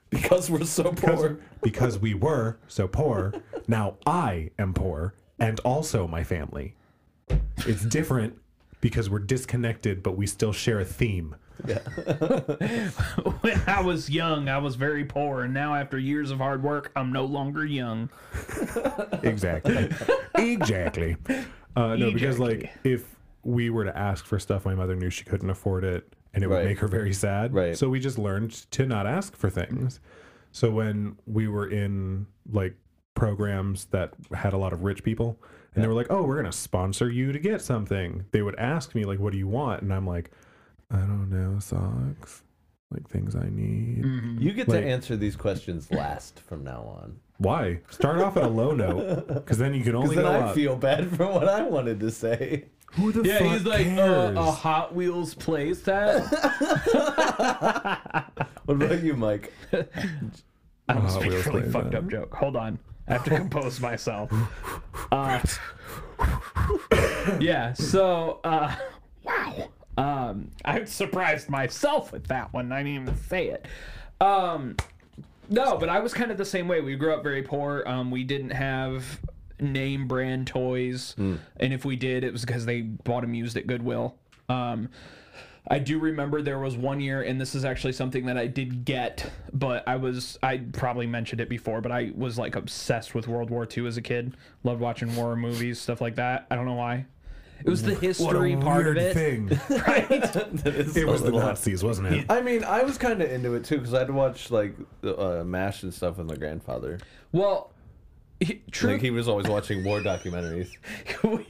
because we're so because, poor. [LAUGHS] because we were so poor. Now I am poor, and also my family. It's different because we're disconnected, but we still share a theme. When I was young, I was very poor, and now after years of hard work, I'm no longer young. [LAUGHS] exactly exactly uh, no because like Exactly. if we were to ask for stuff my mother knew she couldn't afford it and it would Right. make her very sad Right. so we just learned to not ask for things so when we were in like programs that had a lot of rich people and they were like oh we're gonna sponsor you to get something they would ask me like what do you want and i'm like i don't know socks like things i need You get Like- to answer these questions last from now on. why start off at a low note because then you [LAUGHS] can only Because go then I up feel bad [LAUGHS] for what I wanted to say. who the Yeah, fuck he's like uh, cares? a Hot Wheels playset. What about you, Mike? I was Hot a Wheels really playset. fucked up joke. Hold on, I have to compose myself. Uh, [COUGHS] yeah. So, uh, wow. Um, I surprised myself with that one. I didn't even say it. Um, No, but I was kind of the same way. We grew up very poor. Um, we didn't have name brand toys, Hmm. and if we did, it was because they bought them used at Goodwill. Um, I do remember there was one year, and this is actually something that I did get, but I was I probably mentioned it before, but I was like obsessed with World War II as a kid. Loved watching war movies, stuff like that. I don't know why. It was the history part of it. [LAUGHS] thing. [LAUGHS] [LAUGHS] It was the Nazis, wasn't it? I mean, I was kind of into it too because I'd watch like uh, Mash and stuff with my grandfather. Well, he, true. [LAUGHS] Like he was always watching war documentaries.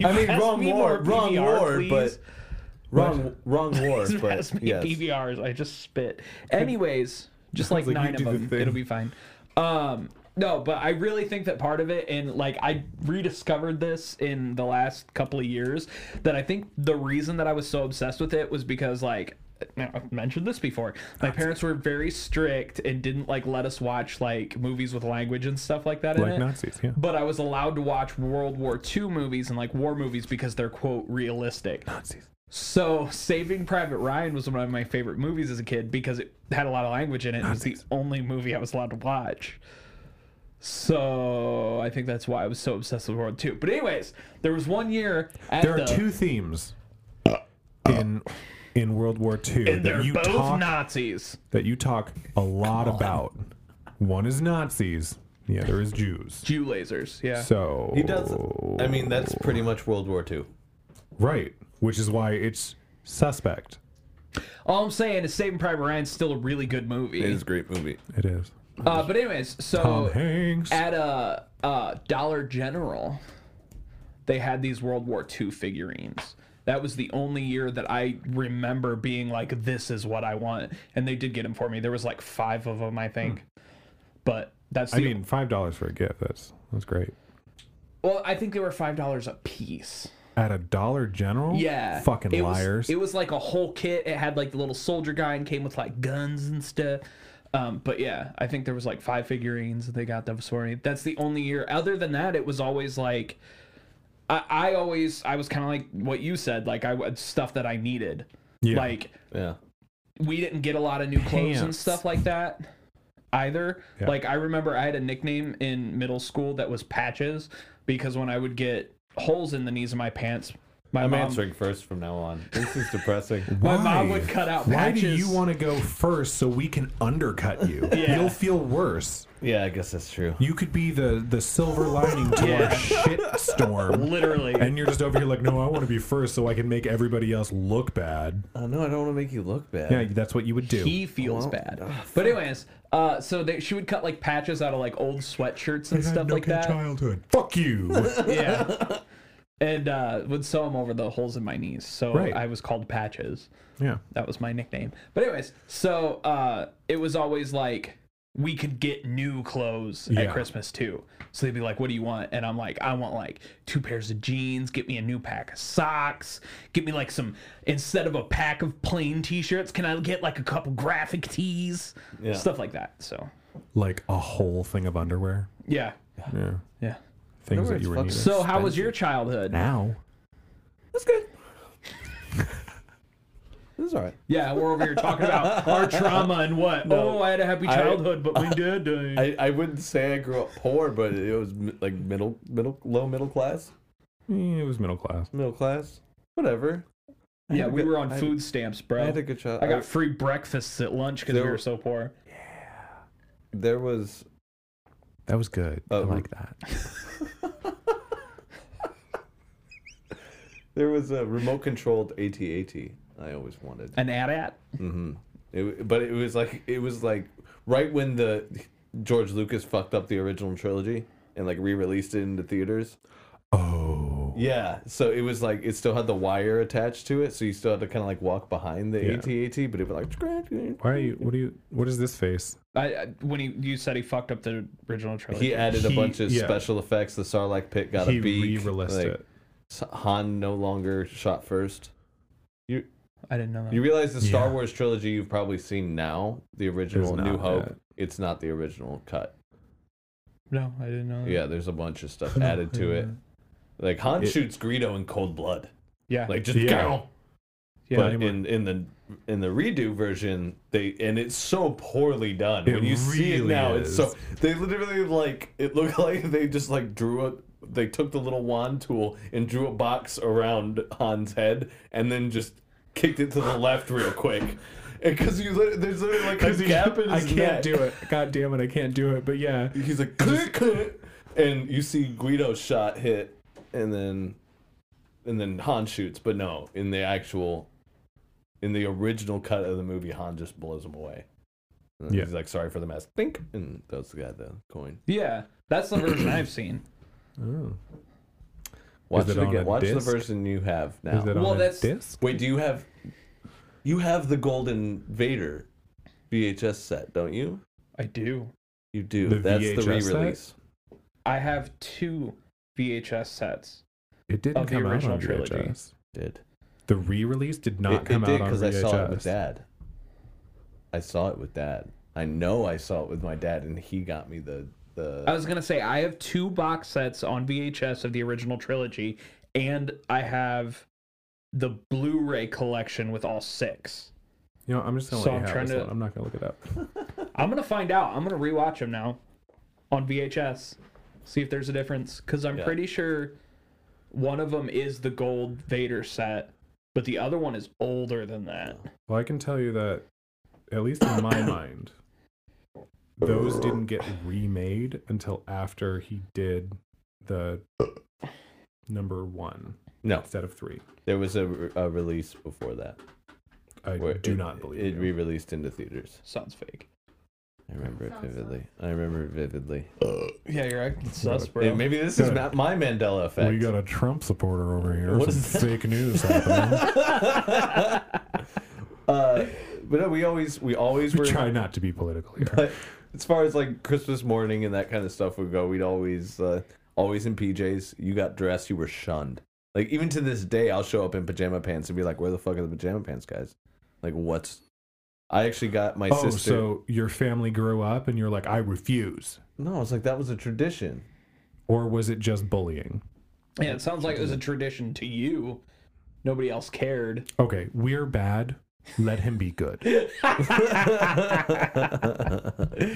I mean, wrong war, wrong war, but wrong, What? wrong war. [LAUGHS] Just but ask me yes. PBRs. I just spit. [LAUGHS] Anyways, just like, like, you nine do of the them. thing. It'll be fine. Um, no, but I really think that part of it, and like I rediscovered this in the last couple of years, that I think the reason that I was so obsessed with it was because like now, I've mentioned this before. My parents were very strict and didn't like let us watch like movies with language and stuff like that. in Like it. Nazis, yeah. But I was allowed to watch World War II movies and like war movies because they're quote [LAUGHS] realistic. Nazis. So Saving Private Ryan was one of my favorite movies as a kid because it had a lot of language in it. and It was the only movie I was allowed to watch. So I think that's why I was so obsessed with World War II. But anyways, there was one year at There are the, two themes Uh, in in World War II and that they're you both talk Nazis. that you talk a lot about. One is Nazis, the other is Jews. Jew lasers. Yeah. So He does. I mean, that's pretty much World War II. right, which is why it's suspect. All I'm saying is Saving Private Ryan's still a really good movie. a great movie. It is. Oh, Uh, but anyways, Tom so Hanks. at a, a Dollar General, they had these World War II figurines. That was the only year that I remember being like, "This is what I want," and they did get them for me. There was like five of them, I think. But that's the Hmm. I mean, five dollars for a gift. That's that's great. well, I think they were five dollars a piece. At a Dollar General. Yeah, Fucking it was- liars. it was like a whole kit. It had like the little soldier guy and came with like guns and stuff. Um, but yeah, I think there was like five figurines that they got that was for me. That's the only year. Other than that, it was always like, I, I always I was kind of like what you said, like I had stuff that I needed. Yeah. Like Yeah. we didn't get a lot of new clothes and Pants. stuff like that either. Yeah. Like I remember I had a nickname in middle school that was Patches because when I would get holes in the knees of my pants, my I'm mom answering first from now on. This is depressing. My Why? mom would cut out Why patches. do you want to go first so we can undercut you? [LAUGHS] Yeah. You'll feel worse. [LAUGHS] yeah, I guess that's true. You could be the the silver lining to Yeah. our shit storm. literally? And you're just over here like, no, I want to be first so I can make everybody else look bad. Uh, no, I don't want to make you look bad. Yeah, that's what you would do. he feels Well, bad. but anyways, uh, so they, she would cut like patches out of like old sweatshirts and I had stuff no like good that. childhood. Fuck [LAUGHS] you. Yeah. and uh, would sew them over the holes in my knees. So Right. I was called Patches. yeah. That was my nickname. But anyways, so uh, it was always like we could get new clothes Yeah. at Christmas too. So they'd be like, "What do you want?" And I'm like, "I want like two pairs of jeans. Get me a new pack of socks. Get me like some instead of a pack of plain t-shirts. Can I get like a couple graphic tees? Yeah. Stuff like that." So Like a whole thing of underwear. yeah, Yeah. yeah. Things Underwear that you is were fucking- needing. So how was your childhood? now. That's good. [LAUGHS] this is all right. Yeah, we're over here talking about our trauma [LAUGHS] and what. oh, I had a happy I- childhood, but my dad died. I, I wouldn't say I grew up poor, but it was mi- like middle, middle, low middle class, Eh, it was middle class. middle class, whatever. I yeah, had a we good- were on I had- food stamps, bro. I had a good shot. I got free breakfasts at lunch because we There- were so poor. There was That was good. Oh. I like that. there was a remote controlled AT-AT I always wanted. An ad at? hmm It, but it was like it was like right when the George Lucas fucked up the original trilogy and like re-released it into theaters. Oh. Yeah, so it was like it still had the wire attached to it, so you still had to kind of like walk behind the Yeah. AT-AT, but it was like scratch. Why are you? What do you? What is this face? I, I when he you said he fucked up the original trilogy. He added a He- bunch of yeah. special effects. The Sarlacc pit got he a beak. re-released like, it. S- Han no longer shot first. I didn't know that. You realize the Star Yeah. Wars trilogy you've probably seen now, the original Is not New Hope, that. it's not the original cut. no, I didn't know that. Yeah, there's a bunch of stuff added to it. Like Han It- shoots Greedo in cold blood. Yeah. Like just Yeah. go. yeah. but I'm a- in, in the in the redo version, they and it's so poorly done. It when you see it really now, it's so is. they literally like it looked [LAUGHS] like they just like drew a they took the little wand tool and drew a box around Han's head and then just kicked it to the left real quick. [LAUGHS] Because you lit- there's literally like a gap in I his can't neck. do it. God damn it! I can't do it. But yeah, He's like click, click, and you see Guido's shot hit, and then and then Han shoots, but no, in the actual in the original cut of the movie, Han just blows him away. And then Yeah. He's like, sorry for the mess. Think and that's the guy the coin. yeah. That's the version I've seen. oh. Watch it it, on a again. Watch disc? the version you have now. is it Well, on a that's- disc? Wait, do you have you have the golden Vader VHS set, don't you? I do. You do. The that's the VHS set? re-release. I have two VHS sets. It didn't of the come out original on trilogy. VHS. Did The re-release did not it, come it did out on because VHS. I saw it with dad. I saw it with dad. I know I saw it with my dad, and he got me the I Uh, the. was gonna say I have two box sets on VHS of the original trilogy, and I have the Blu-ray collection with all six. You know, I'm just gonna So let you I'm have trying this to- one. I'm not gonna look it up. I'm gonna find out. I'm gonna rewatch them now on VHS, see if there's a difference. Because I'm Yeah. pretty sure one of them is the gold Vader set, but the other one is older than that. Well, I can tell you that, at least in my mind, those didn't get remade until after he did the number one No, instead of three. there was a, re- a release before that. I where do it- not believe it you. re-released into theaters. Sounds fake. I remember it Sounds so. vividly. I remember it vividly. Yeah, you're acting sus, bro. Yeah, maybe this is Good. not my Mandela effect. we got a Trump supporter over here. What Some is that? fake [LAUGHS] news happening. uh, but no, we always we always we were try not to be political here. but as far as like Christmas morning and that kind of stuff would go, we'd always uh, always in PJs. You got dressed, you were shunned. Like even to this day, I'll show up in pajama pants and be like, "Where the fuck are the pajama pants, guys? Like what's?" I actually got my oh, sister. so your family grew up and you're like, I refuse. No, it's like that was a tradition. Or was it just bullying? yeah, it sounds like it was a tradition to you. Nobody else cared. Okay, we're bad. Let him [LAUGHS] be good.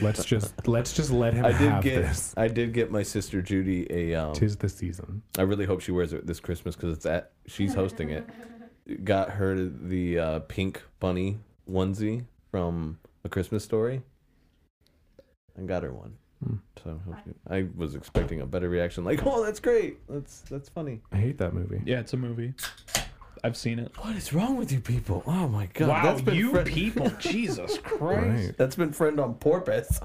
Let's just let's just let him I did have get this. I did get my sister Judy a um, Tis the season. I really hope she wears it this Christmas because it's at she's hosting it. Got her the uh, pink bunny onesie from A Christmas Story, and got her one. So I hope she- I was expecting a better reaction, like, "Oh, that's great! That's that's funny." I hate that movie. Yeah, it's a movie. I've seen it. What is wrong with you people? Oh my god! Wow, that's been you friend- [LAUGHS] people, Jesus Christ! Right. that's been friend on porpoise.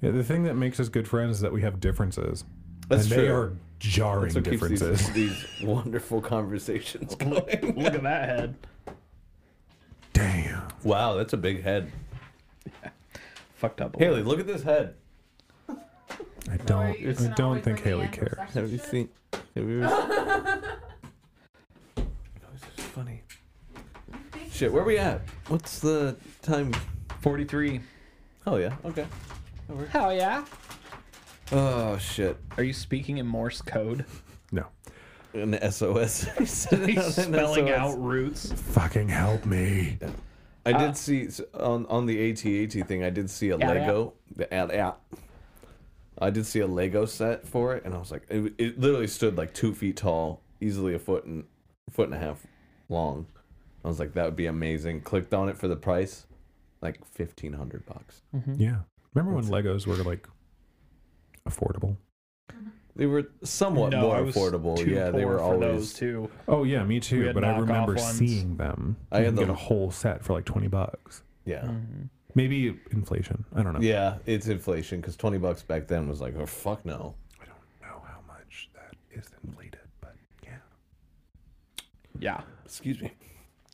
Yeah, the thing that makes us good friends is that we have differences. That's and true. they are jarring That's what keeps differences. [LAUGHS] these, these wonderful [LAUGHS] conversations going. Look at that head. Damn. wow, that's a big head. Fucked up. a Haley, look at this head. I don't I don't think Haley cares. Have you seen? Have you [LAUGHS] ever seen? is funny. Shit, where we at? What's the time? little. 43. Oh yeah, okay. Hell yeah. Oh shit, Are you speaking in Morse code? No. an [LAUGHS] SOS. He [LAUGHS] said Are it you on an spelling SOS. out roots? Fucking help me. I did see s- on on the ATAT thing. I did see a Uh, Yeah, Lego. The ad app. I did see a Lego set for it, and I was like, it, it literally stood like two feet tall, easily a foot and foot and a half long. I was like, that would be amazing. Clicked on it for the price, like fifteen hundred bucks. Yeah. Remember when Legos were like affordable? They were somewhat No, more I was affordable. too Yeah, they poor were for always. those two. Oh yeah, me We too. had But I knockoff remember ones. seeing them. I I had had get the- a whole set for like twenty bucks. Yeah, Mm. Maybe inflation. I don't know. yeah, it's inflation because twenty bucks back then was like, oh fuck no. I don't know how much that is inflated, but yeah. Yeah. Excuse me.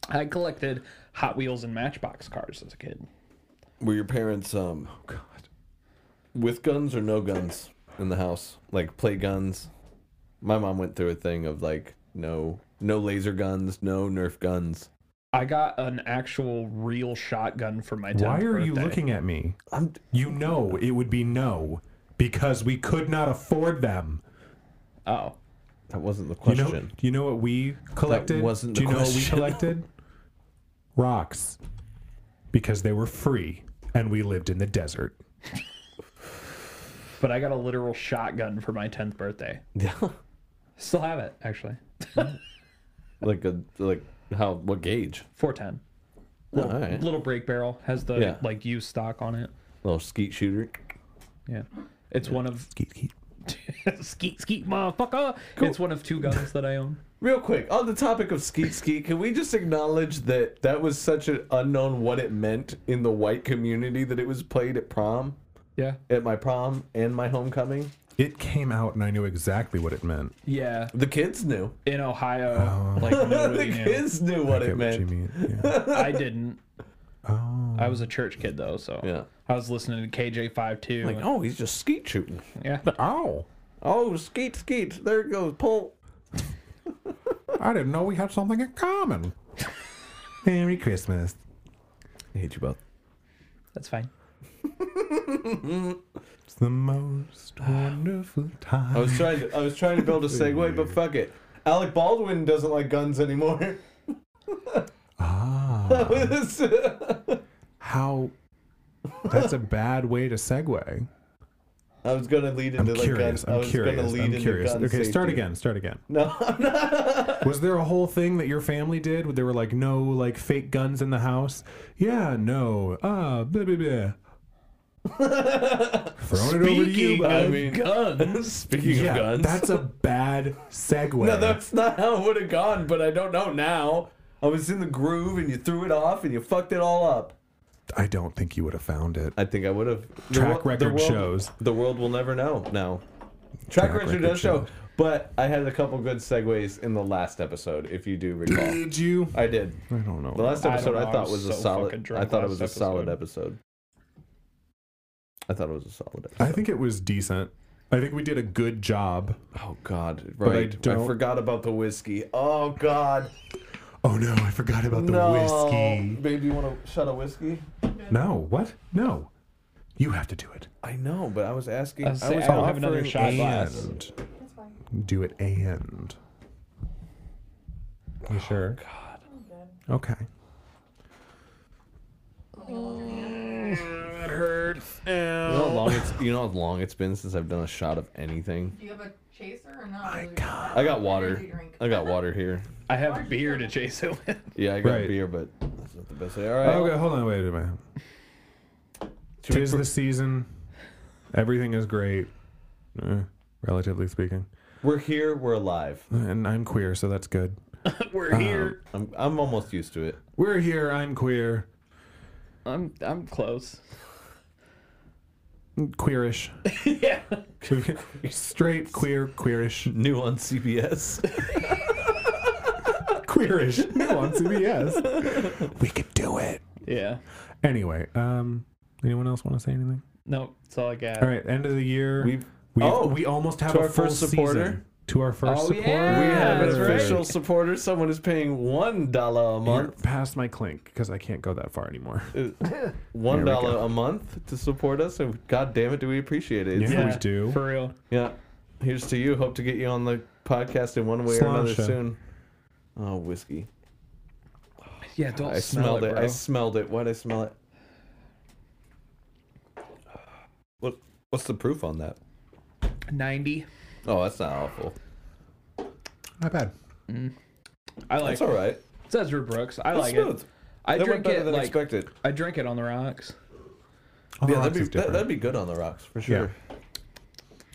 I collected Hot Wheels and Matchbox cars as a kid. Were your parents um Oh, God. with guns or no guns in the house? Like play guns. My mom went through a thing of like no no laser guns, no Nerf guns. I got an actual real shotgun for my 10th Why are you birthday. looking at me? I'm You know it would be no because we could not afford them. Oh. that wasn't the You know, question. you know what we collected? wasn't Do the you know question. what we [LAUGHS] collected? Rocks. Because they were free and we lived in the desert. But I got a literal shotgun for my 10th birthday. [LAUGHS] Yeah. Still have it, actually. like a like how what gauge? 410. all right. Little break barrel. Has the Yeah. like used stock on it. Little skeet shooter. Yeah. It's one of [LAUGHS] Skeet, skeet. skeet skeet motherfucker. It's one of two guns that I own. Real quick, on the topic of skeet skeet, can we just acknowledge that that was such an unknown what it meant in the white community that it was played at prom, Yeah. at my prom and my homecoming? It came out and I knew exactly what it meant. Yeah. The kids knew. In Ohio, [LAUGHS] like the nobody knew. kids knew what I it get what you meant. mean. [LAUGHS] Yeah. I didn't. Oh. I was a church kid though, so Yeah. I was listening to KJ five two. Like, oh, he's just skeet shooting. Yeah. Ow. Oh, skeet, skeet. There it goes. Pull. I didn't know we had something in common. Merry Christmas. I hate you both. That's fine. It's [SIGHS] the most wonderful time. I was trying. To, I was trying to [LAUGHS] build a segue, but fuck it. Alec Baldwin doesn't like guns [LAUGHS] anymore. ah, how? That's a bad way to segue. [LAUGHS] I was gonna lead into I'm like guns. curious. I I'm was gonna curious. lead I'm into curious. gun Okay, start safety. again. Start again. [LAUGHS] No, I'm not. Was there a whole thing that your family did where there were like no like fake guns in the house? Yeah, no. Ah, blah blah blah. Throwing it over to you. bud. I mean, guns. [LAUGHS] Speaking yeah, of guns, that's a bad segue. no, that's not how it would have gone. But I don't know now. I was in the groove, and you threw it off, and you fucked it all up. I don't think you would have found it. I think I would have. The Track wor- the record world- shows. The world will never know now. Track, record, record does show. shows. But I had a couple good segues in the last episode, if you do recall. Did you? I did. I don't know. The last I don't episode I, know, I thought was was a so fucking solid. drunk I thought it last was a solid episode. episode. I thought it was a solid episode. I think it was decent. I think we did a good job. Oh God! I Right, I, don't- forgot about the whiskey. Oh God! Oh no, I forgot about the no, whiskey. baby, you want to shut a whiskey? No, what? No. You have to do it. I know, but I was asking. I I, was saying, was I don't have another offering shot a- glass. And That's fine. do it and. You sure? I'm good. Okay. That hurts. You know, how long it's, you know how long it's been since I've done a shot of anything. Do you have a chaser or not? I I got water. I [LAUGHS] got water here. I have beer to chase it with. [LAUGHS] Yeah, I got Right. beer, but that's not the best way. All right. Okay, hold on. Wait a minute. Should we Tis pro- the season. Everything is great, eh, relatively speaking. We're here. We're alive. And I'm queer, so that's good. Uh-huh. We're here. I'm, I'm almost used [LAUGHS] to it. We're here. I'm queer. I'm [LAUGHS] I'm close. [LAUGHS] Queerish. yeah. Straight, queer, queerish. New on CBS. Queerish. No, on CBS. We could do it. Yeah. Anyway, um, anyone else want to say anything? Nope. That's all I got. All right, end of the [LAUGHS] year. We've- we Oh, we almost have to a our full first supporter. season. To our first Oh, supporter. yeah, we have an that's right. official supporter. Someone is paying one dollar a You're month. Uh, past my clink because I can't go that far [LAUGHS] anymore. [LAUGHS] One There we go. dollar a month to support us, and god damn it, do we appreciate it? It's- Yeah. we do. For real. Yeah. Here's to you. Hope to get you on the podcast in one way or another Sláinte. soon. Oh, whiskey. Yeah, don't I smell smelled it. bro. I smelled it. Why'd I smell it? What? What's the proof on that? 90. Oh, that's not awful. Not bad. I like That's all right. It's Ezra Brooks. I That's like smooth. it. I that went drink better it than like expected. I drink it on the rocks. Although yeah, ours that'd be is that, different. that'd be good on the rocks for sure.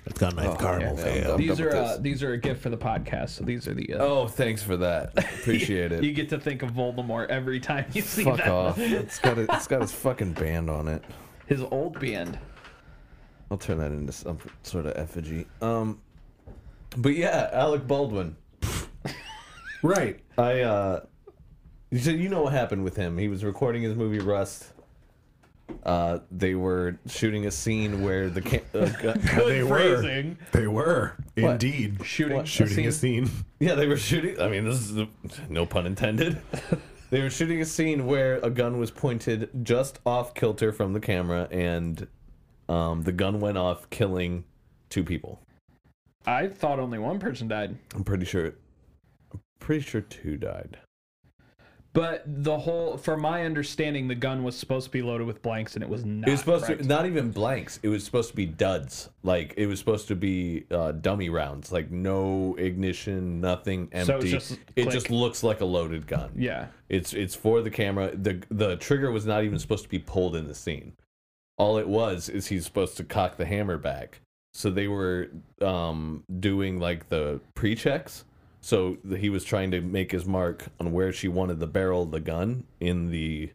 It's got a nice caramel Oh, I'm These done are with uh, this. these are a gift for the podcast. So these are the uh, Oh, thanks for that. [LAUGHS] Appreciate it. You get to think of Voldemort every time you see Fuck that. off. It's got it, it's got his fucking band on it. His old band. I'll turn that into some sort of effigy. Um, but yeah, Alec Baldwin. Right. I uh, so you know what happened with him? He was recording his movie Rust. Uh, they were shooting a scene where the ca- uh, gu- they phrasing. were. They were indeed Shooting a shooting a scene. yeah they were shooting. I mean, this is the, no pun [LAUGHS] intended. they were shooting a scene where a gun was pointed just off kilter from the camera, and um, the gun went off, killing two people. I thought only one person died. I'm pretty sure. I'm pretty sure two died. But the whole, from my understanding, the gun was supposed to be loaded with blanks, and it was not. It was supposed correct. to not even blanks. It was supposed to be duds. Like it was supposed to be uh, dummy rounds. Like no ignition, nothing empty. So it's just it just click. looks like a loaded gun. Yeah. It's it's for the camera. The the trigger was not even supposed to be pulled in the scene. All it was is he's supposed to cock the hammer back. So they were um, doing like the pre checks. So the, he was trying to make his mark on where she wanted the barrel of the gun in the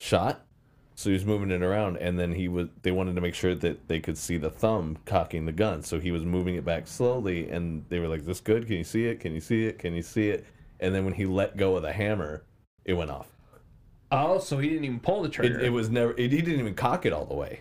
shot. So he was moving it around, and then he was. They wanted to make sure that they could see the thumb cocking the gun. So he was moving it back slowly, and they were like, "This good? Can you see it? Can you see it? Can you see it?" And then when he let go of the hammer, it went off. Oh, so he didn't even pull the trigger. It, it was never. It, he didn't even cock it all the way.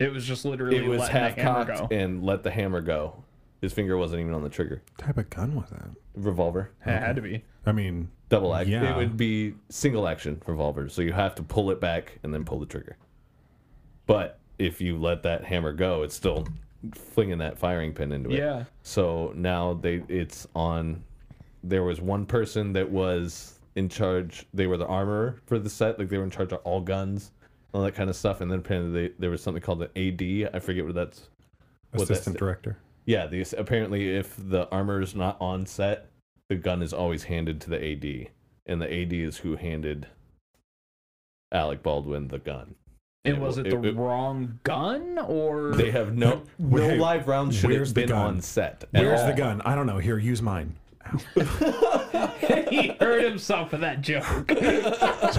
It was just literally It was letting the half hammer go. cocked and let the hammer go, His finger wasn't even on the trigger. What type of gun was that? Revolver. It had to be. I mean, Double action. Yeah. It would be single action revolver. So you have to pull it back and then pull the trigger. But if you let that hammer go, it's still flinging that firing pin into it. Yeah. So now they it's on. There was one person that was in charge. They were the armorer for the set. Like they were in charge of all guns, all that kind of stuff. And then apparently they, there was something called an AD. I forget what that's. Well, that's assistant it. director. Yeah. These apparently if the armorer's not on set, the gun is always handed to the AD, and the AD is who handed Alec Baldwin the gun. And It was wa- it, the it- it- wrong gun [LAUGHS] or They have [LAUGHS] no no Wait, live rounds should where's have the been gun? on set. at Where's the all. gun? I don't know. Here, use mine. [LAUGHS] [LAUGHS] he hurt himself with that joke? Son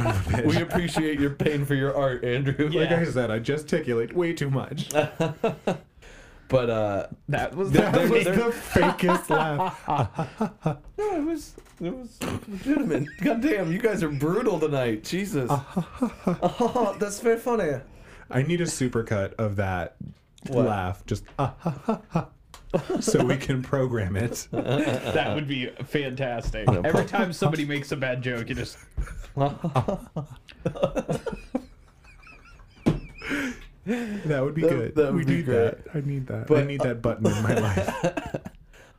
of a bitch. We appreciate your pain for your art, Andrew. Like Yeah. I said, I gesticulate way too much. [LAUGHS] But uh, That was That the That was they're- the fakest laugh. no, it was it was legitimate. Goddamn, you guys are brutal tonight. [LAUGHS] Jesus. [LAUGHS] Oh, that's very funny. I need a supercut of that laugh. Just ah, ha, ha, ha, so we can program it. [LAUGHS] that would be fantastic. Every time somebody makes a bad joke, you just That would be That- good. that would we be need great. that. I need that. I But- need that button in my life. [LAUGHS]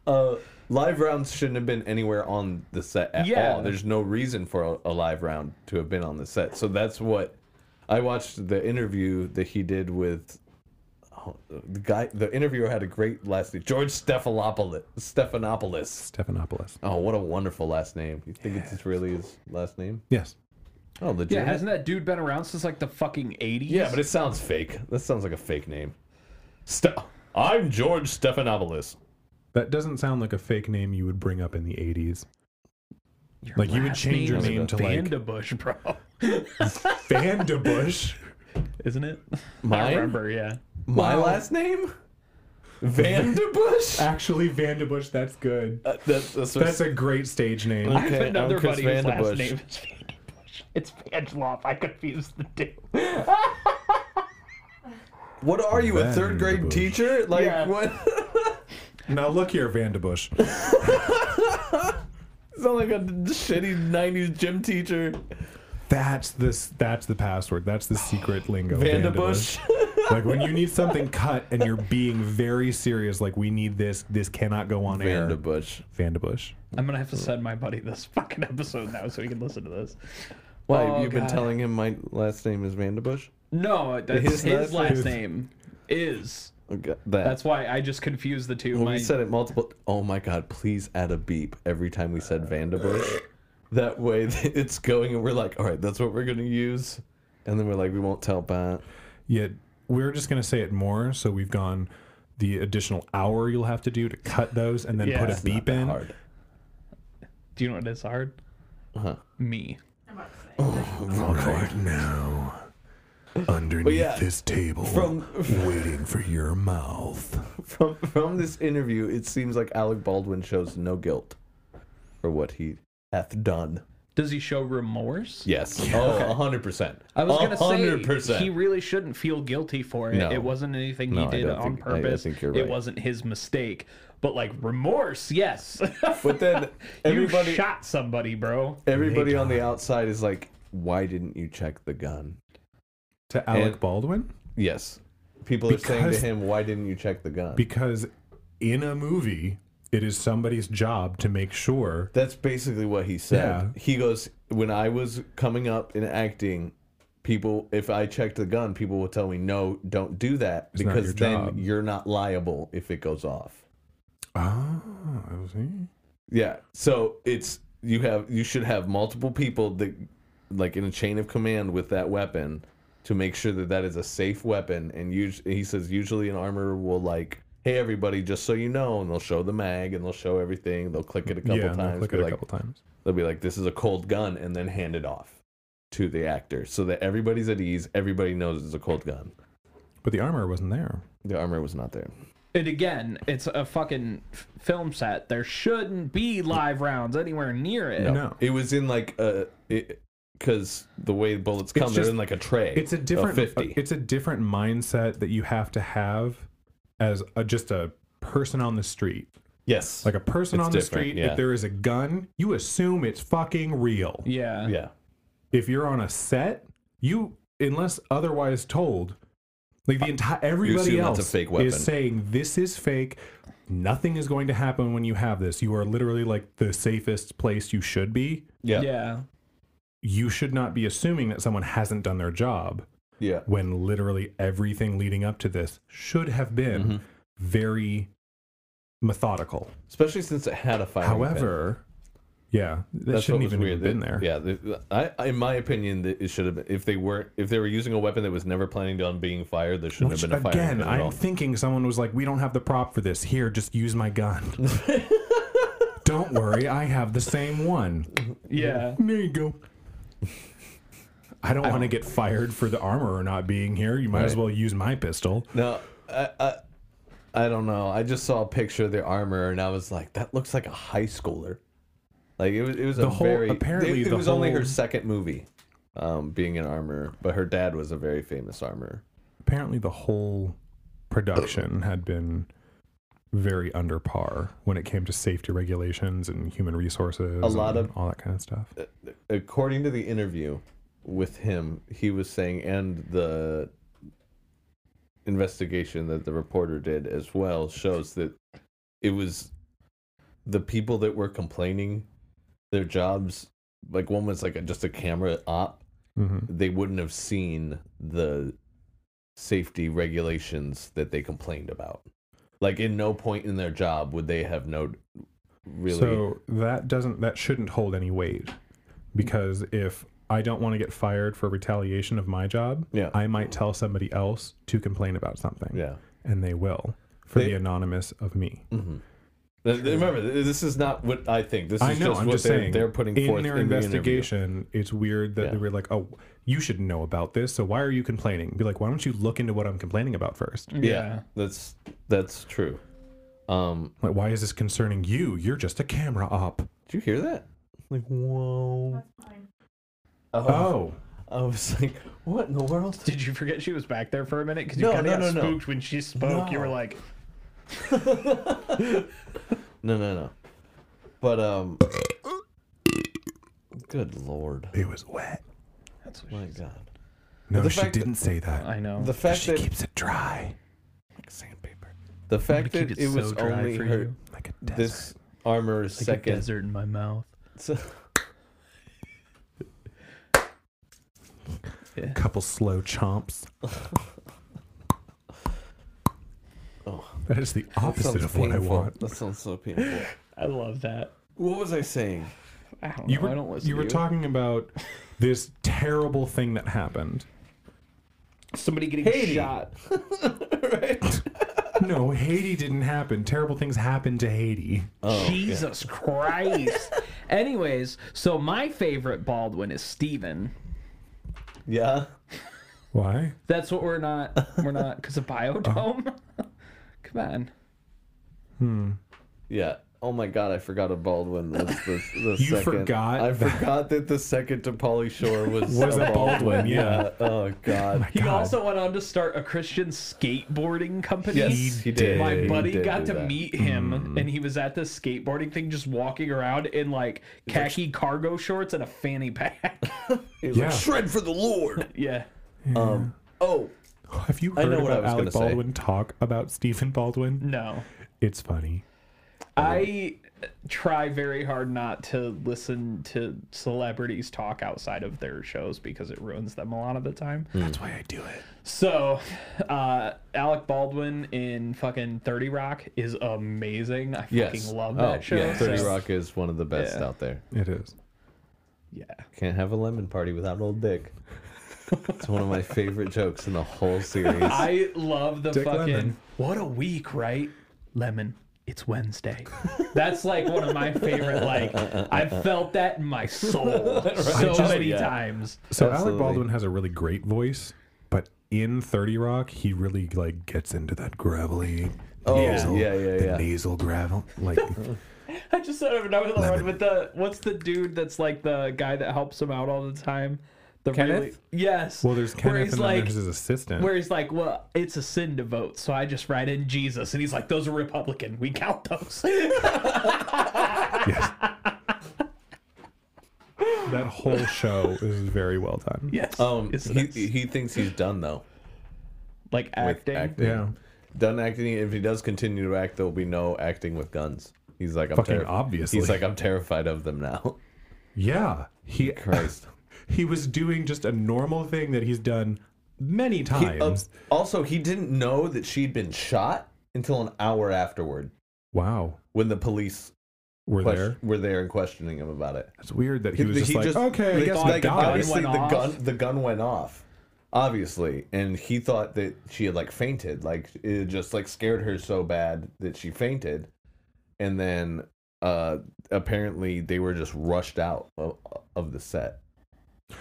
Uh, live rounds shouldn't have been anywhere on the set at Yeah. all. There's no reason for a, a live round to have been on the set. So that's what I watched the interview that he did with oh, the guy. The interviewer had a great last name, George Stephanopoulos. Stephanopoulos. Stephanopoulos. Oh, what a wonderful last name. You think it's really his last name? Yes. Oh, legit. yeah. Hasn't that dude been around since like the fucking eighties? Yeah, but it sounds fake. That sounds like a fake name. Ste- I'm George Stephanopoulos. That doesn't sound like a fake name you would bring up in the 80s. like, you would change your name to, like- [LAUGHS] Vandebush, bro. [LAUGHS] Vandebush. Isn't it? [LAUGHS] I Mine? remember. Yeah. My last name? Vanderbush? Actually, Vandebush, that's good. Uh, that's, that's, what- That's a great stage name. I have Okay, I'm another Chris buddy whose last Vandebush. name is Vandebush. It's Vangeloff. I confused the two. [LAUGHS] what are you, a third grade Vanderbush. teacher? Like, Yeah. what? Now, look here, Vandebush. Sound like a shitty 90s gym teacher. That's this. That's the password. That's the secret lingo. Vanderbush. [LAUGHS] Vandebush. like when you need something cut and you're being very serious, like we need this. This cannot go on air. [LAUGHS] Vanderbush. Vanderbush. I'm gonna have to send my buddy this fucking episode now so he can listen to this. Why, Oh, you've been God. telling him my last name is Vanderbush? No, that's his, His last last name is. Okay, that. That's why I just confused the two. Well, My- we said it multiple. Oh my god! Please add a beep every time we said [LAUGHS] Vanderbush. That way [LAUGHS] it's going, and we're like, all right, that's what we're gonna use. And then we're like, we won't tell Pat. Yet we're just gonna say it more. So we've gone the additional hour you'll have to do to cut those and then Yeah. put a It's beep that in. hard. Do you know what is hard? Huh. Me. I'm about to [LAUGHS] say. Right now, underneath yeah, this [LAUGHS] table, from- waiting for your mouth. From from this interview, it seems like Alec Baldwin shows no guilt for what he hath done. Does he show remorse? Yes. Oh, hundred percent. I was gonna hundred say he percent. really shouldn't feel guilty for it. No. It wasn't anything No, he I did don't on think- I- I purpose. think you're It right. wasn't his mistake. But like remorse, yes. [LAUGHS] [LAUGHS] But then you everybody, shot somebody, bro. everybody on the outside is like, why didn't you check the gun? To Alec And- Baldwin, Yes. People are saying to Because- him, why didn't you check the gun? because in a movie, it is somebody's job to make sure That's basically what he said. He goes, When I was coming up in acting, people, if I checked the gun, people would tell me, No, don't do that not because your then job." you're not liable if it goes off. Oh, I see. Yeah. So it's, you have, you should have multiple people that, like in a chain of command with that weapon to make sure that that is a safe weapon. And us- he says, usually an armorer will, like, Hey everybody! Just so you know, and they'll show the mag, and they'll show everything. They'll click it a couple yeah, and I'll times. click be it a like, couple times. They'll be like, this is a cold gun, and then hand it off to the actor so that everybody's at ease. Everybody knows it's a cold gun. But the armor wasn't there. The armor was not there. And again, it's a fucking f- film set. There shouldn't be live rounds anywhere near it. No. It was in like a. Because the way bullets come, just- they're in like a tray. It's a of different. uh, 50. It's a different mindset that you have to have as a, just a person on the street. Yes. Like a person It's on the different, street, yeah. if there is a gun, you assume it's fucking real. Yeah. yeah. If you're on a set, you unless otherwise told, like the entire everybody assume that's else a fake weapon. is saying this is fake. Nothing is going to happen when you have this. You are literally like the safest place you should be. Yeah. Yeah. Yeah. You should not be assuming that someone hasn't done their job Yeah. when literally everything leading up to this should have been Mhm. very methodical. Especially since it had a fire. However, yeah, that That's shouldn't what was even weird. have been They- there. Yeah, the- I, I- in my opinion, that it should have been if they were if they were using a weapon that was never planning on being fired. There shouldn't Which, have been a fire. again, pin at I'm all. thinking someone was like, "We don't have the prop for this. Here, just use [LAUGHS] my gun." don't worry, I have the same one. Yeah. There you go. I don't want to get fired for the armorer not being here. You might as Right. well use my pistol. no, I, I I don't know. I just saw a picture of their armor and I was like, that looks like a high schooler. Like it was it was a The whole- very apparently it, it the was only her whole- second movie, um, being an armor, but her dad was a very famous armor. Apparently, the whole production had been very under par when it came to safety regulations and human resources. A lot and of- all that kind of stuff. according to the interview with him, he was saying, and the investigation that the reporter did as well shows that it was the people that were complaining their jobs like one was like a, just a camera op Mhm. they wouldn't have seen the safety regulations that they complained about like in no point in their job would they have no really So that doesn't that shouldn't hold any weight because if I don't want to get fired for retaliation of my job, Yeah. I might tell somebody else to complain about something. yeah And they will for They- the anonymous of me. Th- th- Remember, th- this is not what I think. This is I know, just I'm what just they're, saying they're putting in forth their in the interview. investigation, it's weird that Yeah. they were like, Oh, you should know about this, so why are you complaining? Be like, why don't you look into what I'm complaining about first? yeah, that's that's true. Um, Like, why is this concerning you? You're just a camera op. did you hear that? Like whoa! That's fine. Oh. I was like, what in the world? Did you forget she was back there for a minute? Because No, you kind no, of no, got no. spooked when she spoke. You were No. like, No, no, no. But um, good lord, It was wet. "That's what my she god! No, the she fact that- didn't say that. I know." The fact Oh. she that keeps it dry. like sandpaper. The fact that keep it, it so was dry only for her you. Like a this armor's second desert in my mouth. [LAUGHS] couple slow [LAUGHS] chomps. Oh. That is the opposite Sounds of what I painful. want. That sounds so painful. I love that. What was I saying? I don't You know. were, I don't listen. you to were talking about this terrible thing that happened. Somebody getting Haiti. shot. No, Haiti didn't happen. Terrible things happened to Haiti. Oh, Jesus [LAUGHS] Christ. Anyways, so my favorite Baldwin is Steven. Yeah. Why? That's what we're not. We're not because of Biodome. [LAUGHS] Come on. Yeah. Oh my god, I forgot a Baldwin was the, [LAUGHS] the You second. forgot I that- forgot that the second to Polly Shore was, Was a a [LAUGHS] Baldwin, Yeah. Oh god. [LAUGHS] He God. also went on to start a Christian skateboarding company. Yes, he did. My He buddy did got do to that. Mm-hmm. meet him, and he was at this skateboarding thing, just walking around in like khaki cargo shorts and a fanny pack. [LAUGHS] He was like, Yeah. shred for the Lord. yeah. Um. Oh. [LAUGHS] Have you I heard know what I about was Alec gonna say. Baldwin talk about Stephen Baldwin? No. It's funny. I try very hard not to listen to celebrities talk outside of their shows because it ruins them a lot of the time. Hmm. That's why I do it. So, uh, Alec Baldwin in fucking 30 Rock is amazing. I Yes. fucking love Oh, that show. Yeah. Thirty so- Rock is one of the best Yeah. out there. It is. Yeah. Can't have a lemon party without old Dick. It's one of my favorite jokes in the whole series. [LAUGHS] I love the Dick fucking. Lemon. What a week, right? Lemon. It's Wednesday. That's like one of my favorite. Like I felt that in [LAUGHS] my soul so Oh, many yeah. times. So Absolutely. Alec Baldwin has a really great voice, but in Thirty Rock, he really like gets into that gravelly Oh, nasal, yeah, yeah, the yeah. nasal gravel. Like, I just thought of another one with the what's the dude that's like the guy that helps him out all the time? The Kenneth? really- yes. [LAUGHS] Well, there's where Kenneth he's and like, then there's his assistant. where he's like, well, it's a sin to vote, so I just write in Jesus, and he's like, those are Republican. We count those. [LAUGHS] Yes. that whole show is very well done. yes. Um, Yes, it he, is. he thinks he's done though. like acting. acting. Yeah. Done acting. If he does continue to act, there will be no acting with guns. He's like, I'm Fucking terri- obviously. He's like, I'm terrified of them now. [LAUGHS] Yeah. He Christ. he was doing just a normal thing that he's done many He- um, [LAUGHS] times. also, he didn't know that she'd been shot until an hour afterward wow. when the police We're quest- there. were there and questioning him about it. It's weird that he was just like, okay, I they guess thought we that got it. was- obviously Gun the went gun off. the gun went off, obviously, and he thought that she had like fainted, like it just like scared her so bad that she fainted, and then uh apparently they were just rushed out of, of the set.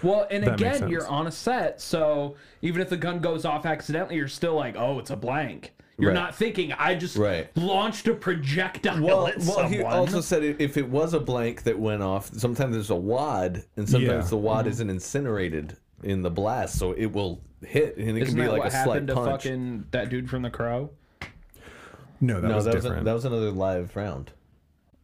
Well, and That makes again, you're sense. on a set, so even if the gun goes off accidentally, you're still like, oh, it's a blank. You're Right. not thinking, I just Right. launched a projectile Well, at well someone. he also said i- if it was a blank that went off, sometimes there's a wad, and sometimes Yeah. the wad isn't incinerated in the blast, so it will hit, and it Isn't can be that like what a slight happened to punch. fucking that dude from The Crow? No, that no, was that was, a, different. that was another live round.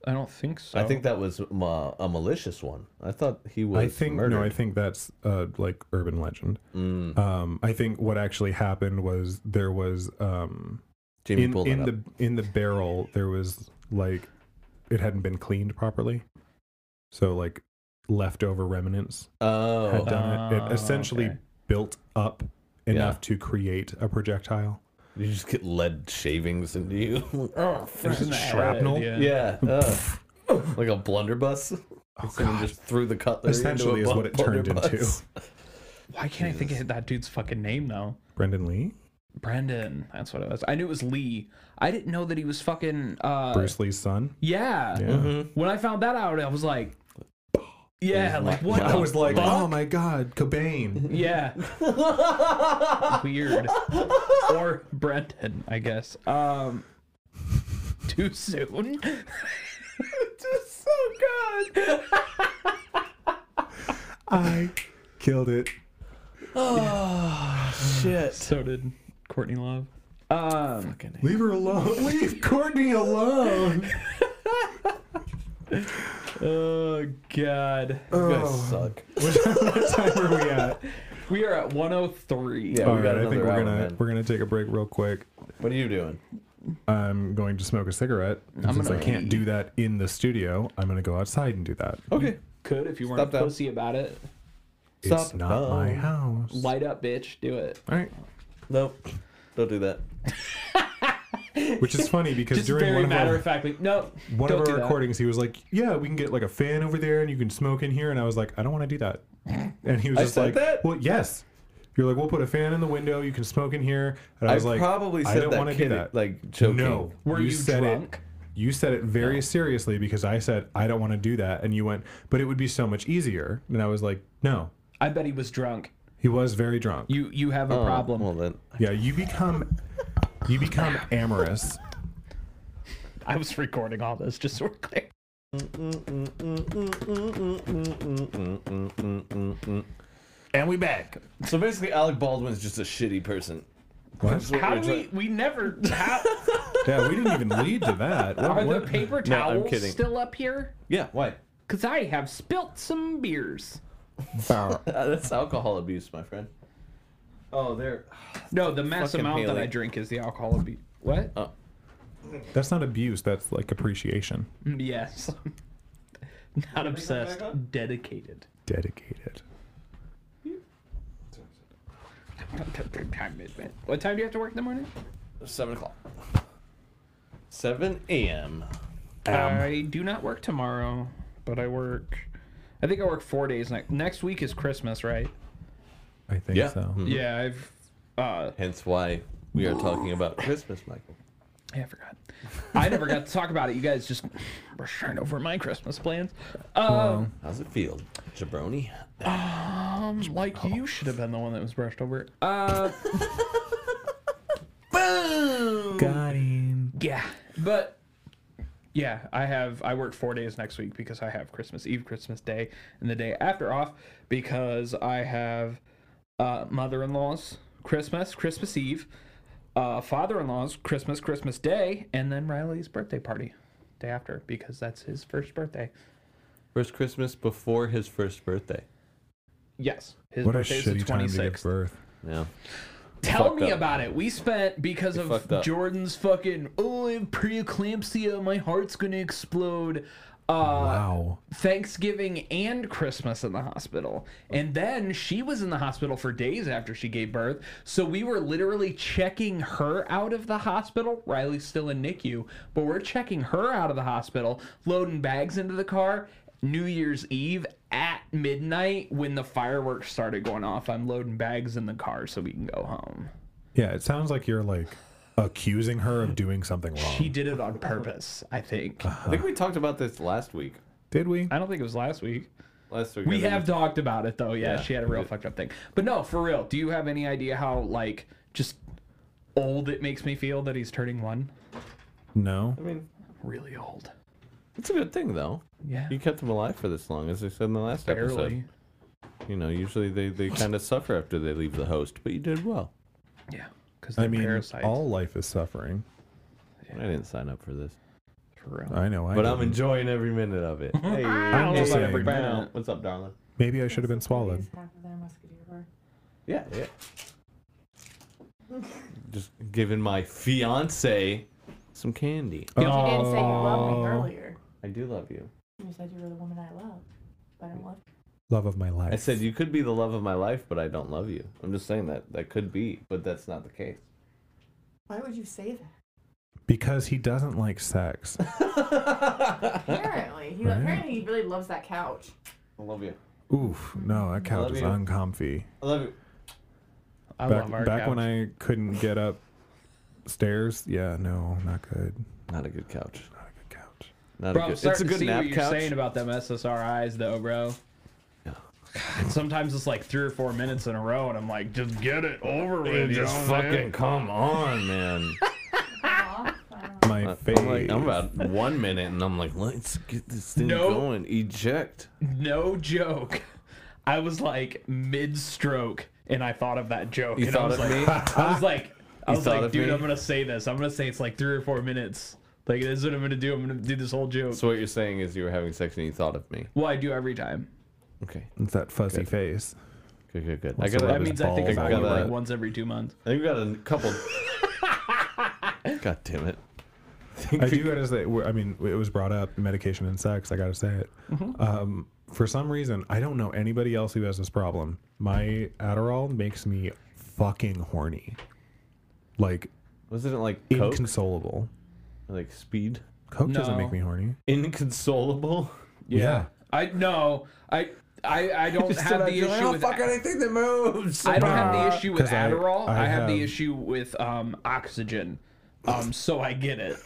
I don't think so. I think that was ma- a malicious one. I thought he was I think murdered. Mm, no, I think that's uh, like urban legend. Um, I think what actually happened was there was um, Jamie in, pulled in it the in the barrel there was like it hadn't been cleaned properly, so like leftover remnants up. Oh, [LAUGHS] had done it. It Oh, essentially okay. built up enough to create a projectile. you just get lead shavings into you. [LAUGHS] oh, It's in the head, shrapnel? yeah. [LAUGHS] yeah, ugh. like a blunderbuss. [LAUGHS] Someone just threw the cutlery. Oh, Essentially into is a what it turned into. blunderbuss. [LAUGHS] Why can't I think of that dude's fucking name though? [LAUGHS] Brendan Lee, Brendan. That's what it was. I knew it was Lee. I didn't know that he was fucking. Uh, Bruce Lee's son. Yeah. Yeah. When I found that out, I was like, yeah, like what? I the was like, fuck? oh my god, [LAUGHS] Cobain. Yeah. Weird. Or Brenton, I guess. Um too soon. [LAUGHS] Just so good. I killed it. Shit. So did Courtney Love. Um Leave her alone. [LAUGHS] Leave Courtney alone. [LAUGHS] Oh god. Oh. You Oh. guys suck. what time are we at? We are at 103. Yeah, All we got right, I think another we're hour, gonna man. we're gonna take a break real quick. What are you doing? I'm going to smoke a cigarette. And since I gonna can't pee. do that in the studio, I'm gonna go outside and do that. Okay. Could if you weren't Stop that. pussy about it. It's Stop. not my house. Light up, bitch. Do it. All right. Nope. Don't do that. Which is funny because Just during very one of matter our of factly. No. one don't of do our that. recordings, he was like, "Yeah, we can get like a fan over there, and you can smoke in here." And I was like, "I don't want to do that." And he was I just said like, that? "Well, yes." You're like, "We'll put a fan in the window. You can smoke in here." And I I, was like, probably "I said don't that want to do kid that." like joking. no, Were you, said drunk? it. You said it very seriously because I said I don't want to do that, and you went, "But it would be so much easier." And I was like, "No." I bet he was drunk. He was very drunk. You you have a Oh, problem. Well then, yeah, you become, you become amorous. I was recording all this just so we're clear. And we back. so basically, Alec Baldwin's just a shitty person. [LAUGHS] What? How we're do we? trying- [LAUGHS] We never. How, Yeah, we didn't even lead to that. What- are the what- paper No, I'm towels kidding. still up here? Yeah, why? Cause I have spilt some beers. Uh, that's alcohol abuse, my friend. Oh, there. No, the mass Fucking amount that Haley. I drink is the alcohol abuse. What? Oh, That's not abuse. That's like appreciation. Mm, yes. [LAUGHS] Not obsessed. Dedicated. Dedicated. What time do you have to work in the morning? Seven o'clock. Seven a.m. Um, I do not work tomorrow, but I work. I think I work four days next. Next week is Christmas, right? I think Yeah. so. Mhm. Yeah, I've. Uh, Hence why we are talking about Christmas, Michael. Yeah, I forgot. I never got to talk about it. You guys just were sharing over my Christmas plans. Um, How's it feel, jabroni? um, like you should have been the one that was brushed over. Uh, Boom. Got him. yeah, but Yeah, I have. I work four days next week because I have Christmas Eve, Christmas Day, and the day after off because I have uh, mother-in-law's Christmas, Christmas Eve, uh, father-in-law's Christmas, Christmas Day, and then Riley's birthday party day after because that's his first birthday. First Christmas before his first birthday. Yes, his What a birthday is shitty the time to give twenty-sixth. birth. Yeah. Tell Fucked me up. about it. We spent because fucked of up. Jordan's fucking oh, I have preeclampsia, my heart's gonna explode. Uh, Wow. Thanksgiving and Christmas in the hospital. And then she was in the hospital for days after she gave birth. So we were literally checking her out of the hospital. Riley's still in NICU, but we're checking her out of the hospital, loading bags into the car. New Year's Eve at midnight when the fireworks started going off. I'm loading bags in the car so we can go home. Yeah, it sounds like you're like accusing her of doing something wrong. She did it on purpose, I think. I think we talked about this last week. Did we? I don't think it was last week. Last week. I We think have talked about it though. Yeah, Yeah. she had a real fucked up thing. But no, for real. Do you have any idea how like just old it makes me feel that he's turning one? No. I mean, Really old. it's a good thing though. Yeah. You kept them alive for this long, as I said in the last Barely. episode. You know, usually they, they kind of suffer after they leave the host, but you did well. Yeah. Because they're I mean, parasites. all life is suffering. I didn't sign up for this, For real. I know. I but I'm didn't. enjoying every minute of it. [LAUGHS] Hey, I'm hey, enjoying every bow. minute. What's up, darling? Maybe I should have been swallowed. Half of their musketeer bar. Yeah, yeah. Just giving my fiance some candy. You didn't say you loved me Oh. earlier. I do love you. You said you were the woman I love, but I don't love you. Love of my life. I said you could be the love of my life, but I don't love you. I'm just saying that that could be, but that's not the case. Why would you say that? because he doesn't [LAUGHS] like sex. [LAUGHS] Apparently, he Right. apparently he really loves that [LAUGHS] couch. I love you. Oof. No, that couch Love is you. uncomfy. I love you. I back love our back when couch. I couldn't get up stairs. Yeah. No, not good. Not a good couch. Not a good couch. Not Bro, a I'm good. It's a starting to good see nap what you're couch. saying about them SSRIs though, bro. God, sometimes it's like three or four minutes in a row, and I'm like, just get it over with. you know, man. come on, [LAUGHS] man. Aw, My Uh, face. I'm like, I'm about one minute, and I'm like, let's get this thing No. going. Eject. No joke. I was like mid stroke and I thought of that joke. You and thought I was of like, me? I was like, [LAUGHS] I You was thought like, of dude, me? I'm gonna say this. I'm gonna say it's like three or four minutes. Like this is what I'm gonna do. I'm gonna do this whole joke. So what you're saying is you were having sex and you thought of me. well, I do every time. Okay. It's that fuzzy face. Good, good, good. I What's got. the That That was means I think balls about all you over. like once every two months. I think we got a couple. [LAUGHS] God damn it. I do gotta say, we're- I mean, it was brought up medication and sex. I gotta say it. Um, for some reason, I don't know anybody else who has this problem. My Adderall makes me fucking horny, like Wasn't it like coke? inconsolable. like speed? Coke doesn't No. make me horny. Inconsolable? Yeah. I no. I I [LAUGHS] I don't Just have the imagine, issue I "Oh, don't with "Oh, fuck anything that moves. I don't have the issue with 'Cause I- Adderall. I, I have, the have- issue with um oxygen. Um, so I get it.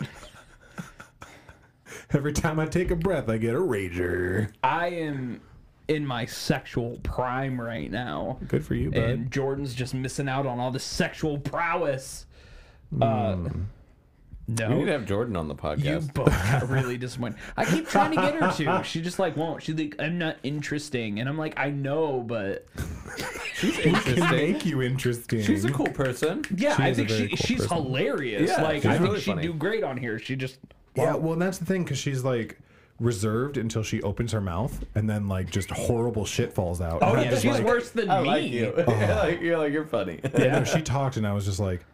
Every time I take a breath, I get a rager. I am in my sexual prime right now. Good for you, bud. and Jordan's just missing out on all the sexual prowess. Uh, We need to no, have Jordan on the you podcast. both got really disappointed. I keep trying to get her to. She just like won't. She's like, I'm not interesting, and I'm like, I know, but She's Can interesting. make you interesting. She's a cool person. yeah, She I is a think she very cool she's person. hilarious. Yeah, like she's I think really she'd funny. do great on here. She just Yeah, well, and that's the thing because she's like reserved until she opens her mouth, and then like just horrible shit falls out. oh And I'm yeah, just she's like- worse than I me. like [LAUGHS] you. [LAUGHS] like, you're like, you're funny. [LAUGHS] No, she talked, and I was just like,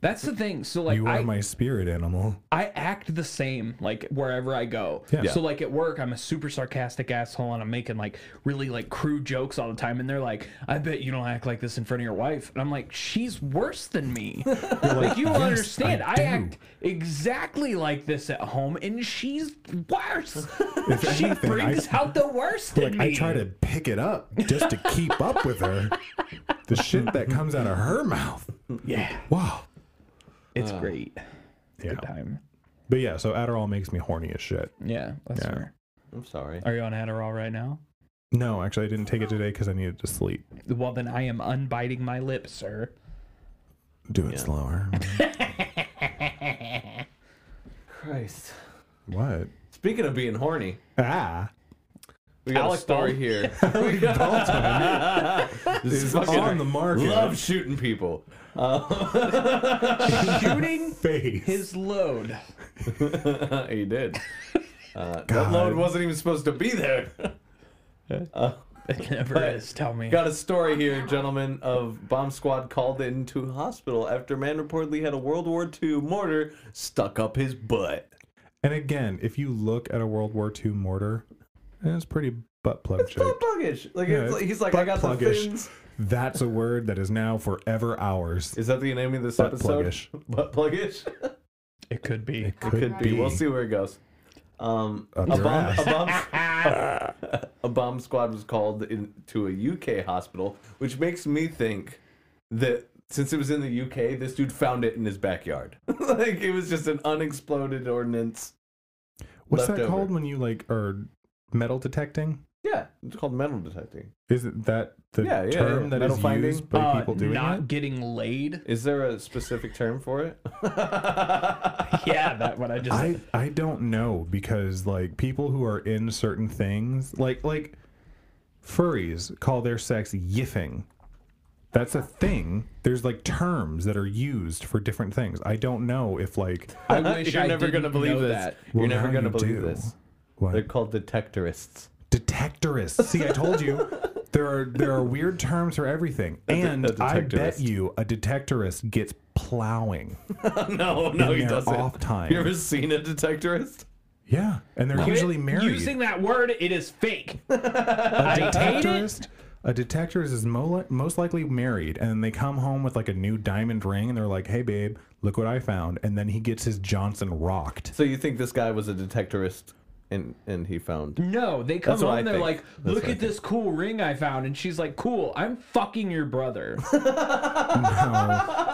That's the thing. So like "You are I, my spirit animal." I act the same like wherever I go. Yeah. So like at work, I'm a super sarcastic asshole, and I'm making like really like crude jokes all the time. And they're like, "I bet you don't act like this in front of your wife." And I'm like, "She's worse [LAUGHS] than me. like you don't "Yes, I understand. I, do." act exactly like this at home, and she's worse. [LAUGHS] If she anything, I- brings out the worst in Like me. I try to pick it up just to keep up with her. The shit that comes out of her mouth. yeah, Wow. it's great. uh, Yeah. Good time. But yeah, so Adderall makes me horny as shit. Yeah, that's Yeah. fair. I'm sorry. Are you on Adderall right now? No, actually, I didn't take it today because I needed to sleep. Well, then I am unbiting my lip, sir. Do it slower. Christ. What? Speaking of being horny, Ah. we got Alec a story Baldwin. here. Alec [LAUGHS] Baldwin this is on the market. Love shooting people. [LAUGHS] Shooting Face. his load. he did. Uh, that God. load wasn't even supposed to be there. [LAUGHS] It [LAUGHS] never But- is. Tell me. Got a story here, gentlemen, of bomb squad called into hospital after man reportedly had a World War II mortar stuck up his butt. and again, if you look at a World War II mortar, it's pretty butt plug It's butt shaped. pluggish. Like, Yeah, it's like- it's he's like, I got butt the pluggish. fins. That's a word that is now forever ours. Is that the name of this Butt episode? pluggish. Butt pluggish. It could be. It could, could be. be. We'll see where it goes. Um, A a, bomb, draft. a, [LAUGHS] [LAUGHS] bomb, a bomb squad was called into a UK hospital, which makes me think that since it was in the UK, this dude found it in his backyard. [LAUGHS] like it was just an unexploded ordnance. What's left that over. called when you like are metal detecting? Yeah, it's called metal detecting. Isn't that the Yeah, yeah, term yeah. that is Metal finding. used by Uh, people doing not it? getting [LAUGHS] laid. Is there a specific term for [LAUGHS] it? Yeah, that what I just. I, I don't know because like people who are in certain things like like furries call their sex yiffing. That's a thing. There's like terms that are used for different things. I don't know if like I wish You're I never didn't gonna believe know this. that. You're Well, never now gonna you believe do. this. They're what called [LAUGHS] detectorists. detectorists. See, I [LAUGHS] told you there are there are weird terms for everything. And a I bet detectorist. you a detectorist gets [LAUGHS] plowing. no, no, In he their doesn't. off time. You ever seen a detectorist? Yeah, and they're usually married. Using that word, it is [LAUGHS] fake. a hate it. detectorist a detectorist is mo- li- most likely married and they come home with like a new diamond ring and they're like hey babe look what i found and then he gets his johnson rocked So you think this guy was a detectorist, and and he [LAUGHS] found? No, they come That's what home. I They're think. like, That's "Look what I at this cool ring I found," and she's like, "Cool, I'm fucking [LAUGHS] your brother." No,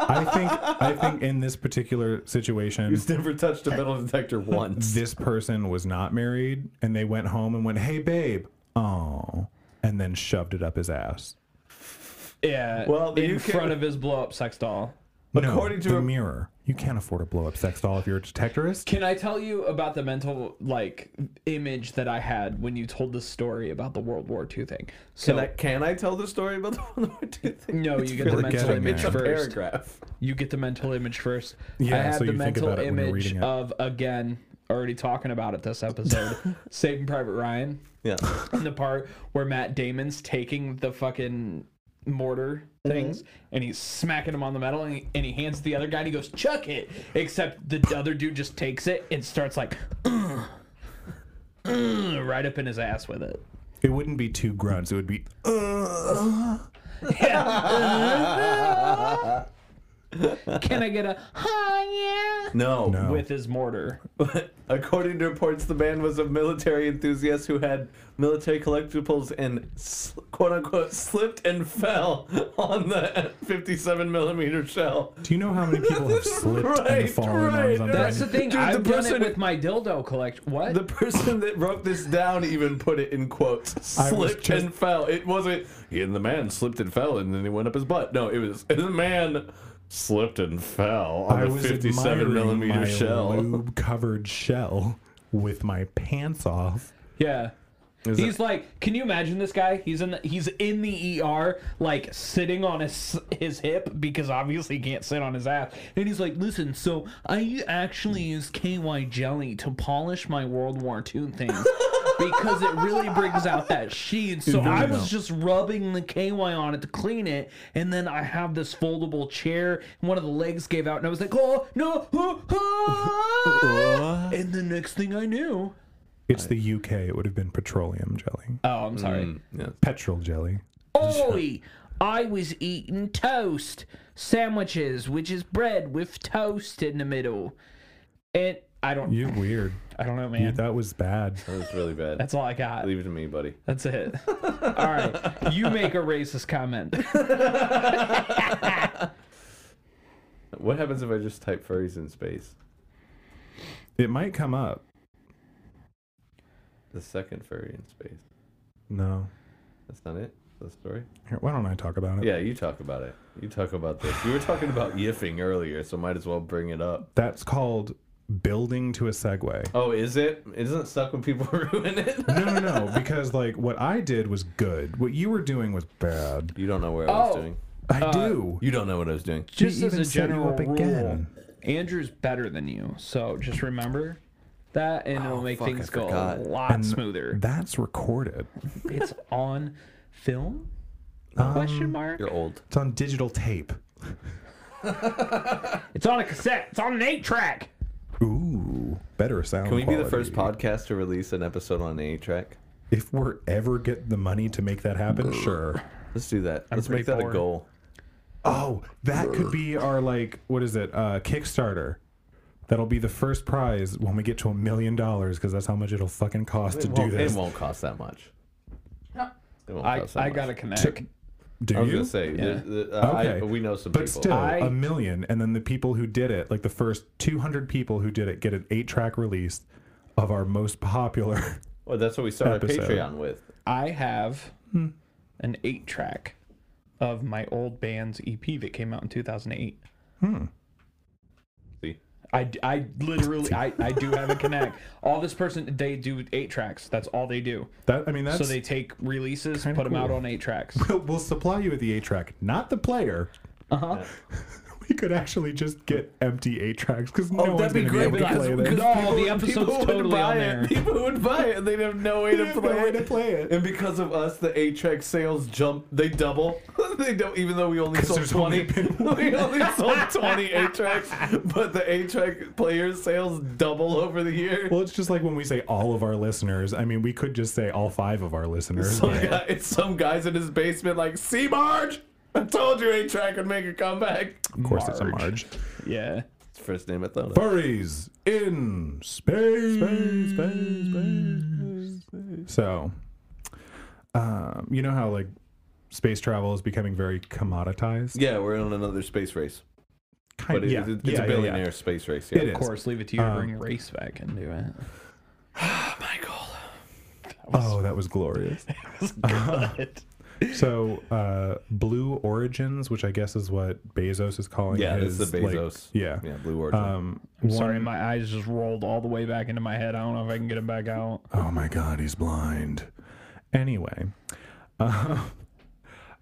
i think i think in this particular situation He's never touched a metal detector [LAUGHS] once. this person was not married and they went home and went hey babe oh and then shoved it up his ass Yeah. Well, the in UK front of his blow up sex doll. according According to to the a- mirror you can't afford a blow-up sex doll if you're a detectorist Can I tell you about the mental like image that I had when you told the story about the World War II thing? So Can I, can I tell the story about the [LAUGHS] World War II thing? no, you get the really mental getting image It's a there. first. paragraph. You get the mental image first. Yeah, I had so the you think mental about it when you're image reading it. of again already talking about it this episode, [LAUGHS] Saving Private Ryan. [LAUGHS] Yeah. in the part where Matt Damon's taking the fucking mortar things and he's smacking him on the metal and he, and he hands it to the other guy and he goes chuck it except the other dude just takes it and starts like [CLEARS THROAT] "Ugh, ugh," right up in his ass with it it wouldn't be two grunts it would be "Ugh." can i get a oh yeah No. No. with his mortar According to reports, the man was a military enthusiast who had military collectibles and sl- quote unquote slipped and fell on the 57 millimeter shell. Do you know how many people [LAUGHS] have slipped Right, and fallen right, on something? that's the thing Dude, the i've done person- it with my dildo collect what The person that wrote this down even put it in quotes. I was Slipped just- and fell. It wasn't. He and the man slipped and fell, and then he went up his butt. No, it was [LAUGHS] the man slipped and fell on I the was 57 admiring millimeter my shell. lube covered shell with my pants off. Yeah. he's like, can you imagine this guy? He's in the, he's in the ER, like sitting on his his hip because obviously he can't sit on his ass. And he's like, listen, so I actually use KY jelly to polish my World War II things because it really brings out that sheen. So really I was helps. just rubbing the KY on it to clean it, and then I have this foldable chair. And one of the legs gave out, and I was like, oh no! [LAUGHS] oh, oh." and the next thing I knew, It's the UK. It would have been petroleum jelly, oh, I'm sorry. petrol jelly. Oi! I was eating toast sandwiches, which is bread with toast in the middle. And I don't, You're [LAUGHS] weird. I don't know, Dude, man. that was bad. That was really bad. That's all I got. Leave it to me, buddy. [LAUGHS] That's it. All right, you make a racist comment. What happens if I just type furries in space? It might come up. The second furry in space. No. That's not it. The story. Here, why don't I talk about it? Yeah, you talk about it. You talk about this. You were talking about yiffing earlier, so might as well bring it up. That's called building to a segue. Oh, is it? Isn't it suck when people [LAUGHS] ruin it? No, no, [LAUGHS] no. Because like what I did was good. What you were doing was bad. You don't know where I was Oh. doing. I do. You don't know what I was doing. Just We as a even set you general up rule, again. Andrew's better than you, so just remember that, and it'll make Oh, fuck, things I go a forgot. lot smoother. That's recorded. it's on film? Question mark. Um, You're old. It's on digital tape. It's on a cassette. It's on an eight track. Ooh, better sound. Can we be the quality. first podcast to release an episode on A track? If we're ever get the money to make that happen, sure. Let's do that. Let's pretty make that bored. a goal. Oh, that could be our like what is it? Uh Kickstarter. That'll be the first prize when we get to a million dollars because that's how much it'll fucking cost to it do won't, this. It won't cost that much. [LAUGHS] No. It won't I, cost that I much. gotta connect. Do I was you? gonna say, Yeah. the- the- uh, I- Okay. we know some but people. still, I- a million, and then the people who did it, like the first 200 people who did it, get an eight-track release of our most popular. [LAUGHS] well, that's what we started Episode. Patreon with. I have an eight track of my old band's EP that came out in 2008. See, I, I literally I, I do have a connect. All this person they do eight tracks. That's all they do. That I mean, that's so they take releases, put them out cool. on eight tracks. we'll supply you with the eight-track, not the player. Uh Uh-huh. huh. [LAUGHS] We could actually just get empty eight-tracks Oh, because no one's going to be able to because- play because- this. No, the episode's totally buy on it. there. People would buy it. They'd have no way They to have no play, way it. to play it. And because of us, the eight track sales jump. They double. [LAUGHS] they don't. Even though we only 'Cause sold there's twenty, [LAUGHS] only we only sold twenty eight tracks. But the eight track player sales double over the year. Well, it's just like when we say all of our listeners. I mean, we could just say all five of our listeners. Some but- guy, it's some guys in his basement like, see Marge? I told you eight track would make a comeback. of course, it's a Marge. Marge. [LAUGHS] Yeah. It's the first name I thought of. Furries in space. Space, space, space, So, um, you know how like space travel is becoming very commoditized. Yeah, we're in another space race. Kind But it, yeah, it- it's a yeah, yeah, yeah. billionaire space race. It Yeah. is. Of course, leave it to you to bring race back into it. Michael. Oh, that was glorious. Good. so, uh, Blue Origins, which I guess is what Bezos is calling. Yeah, his, it's the like- Bezos. yeah. Yeah, Blue Origin. Um, I'm sorry, my eyes just rolled all the way back into my head. I don't know if I can get it back out. Oh my God, he's blind. Anyway, [LAUGHS] uh,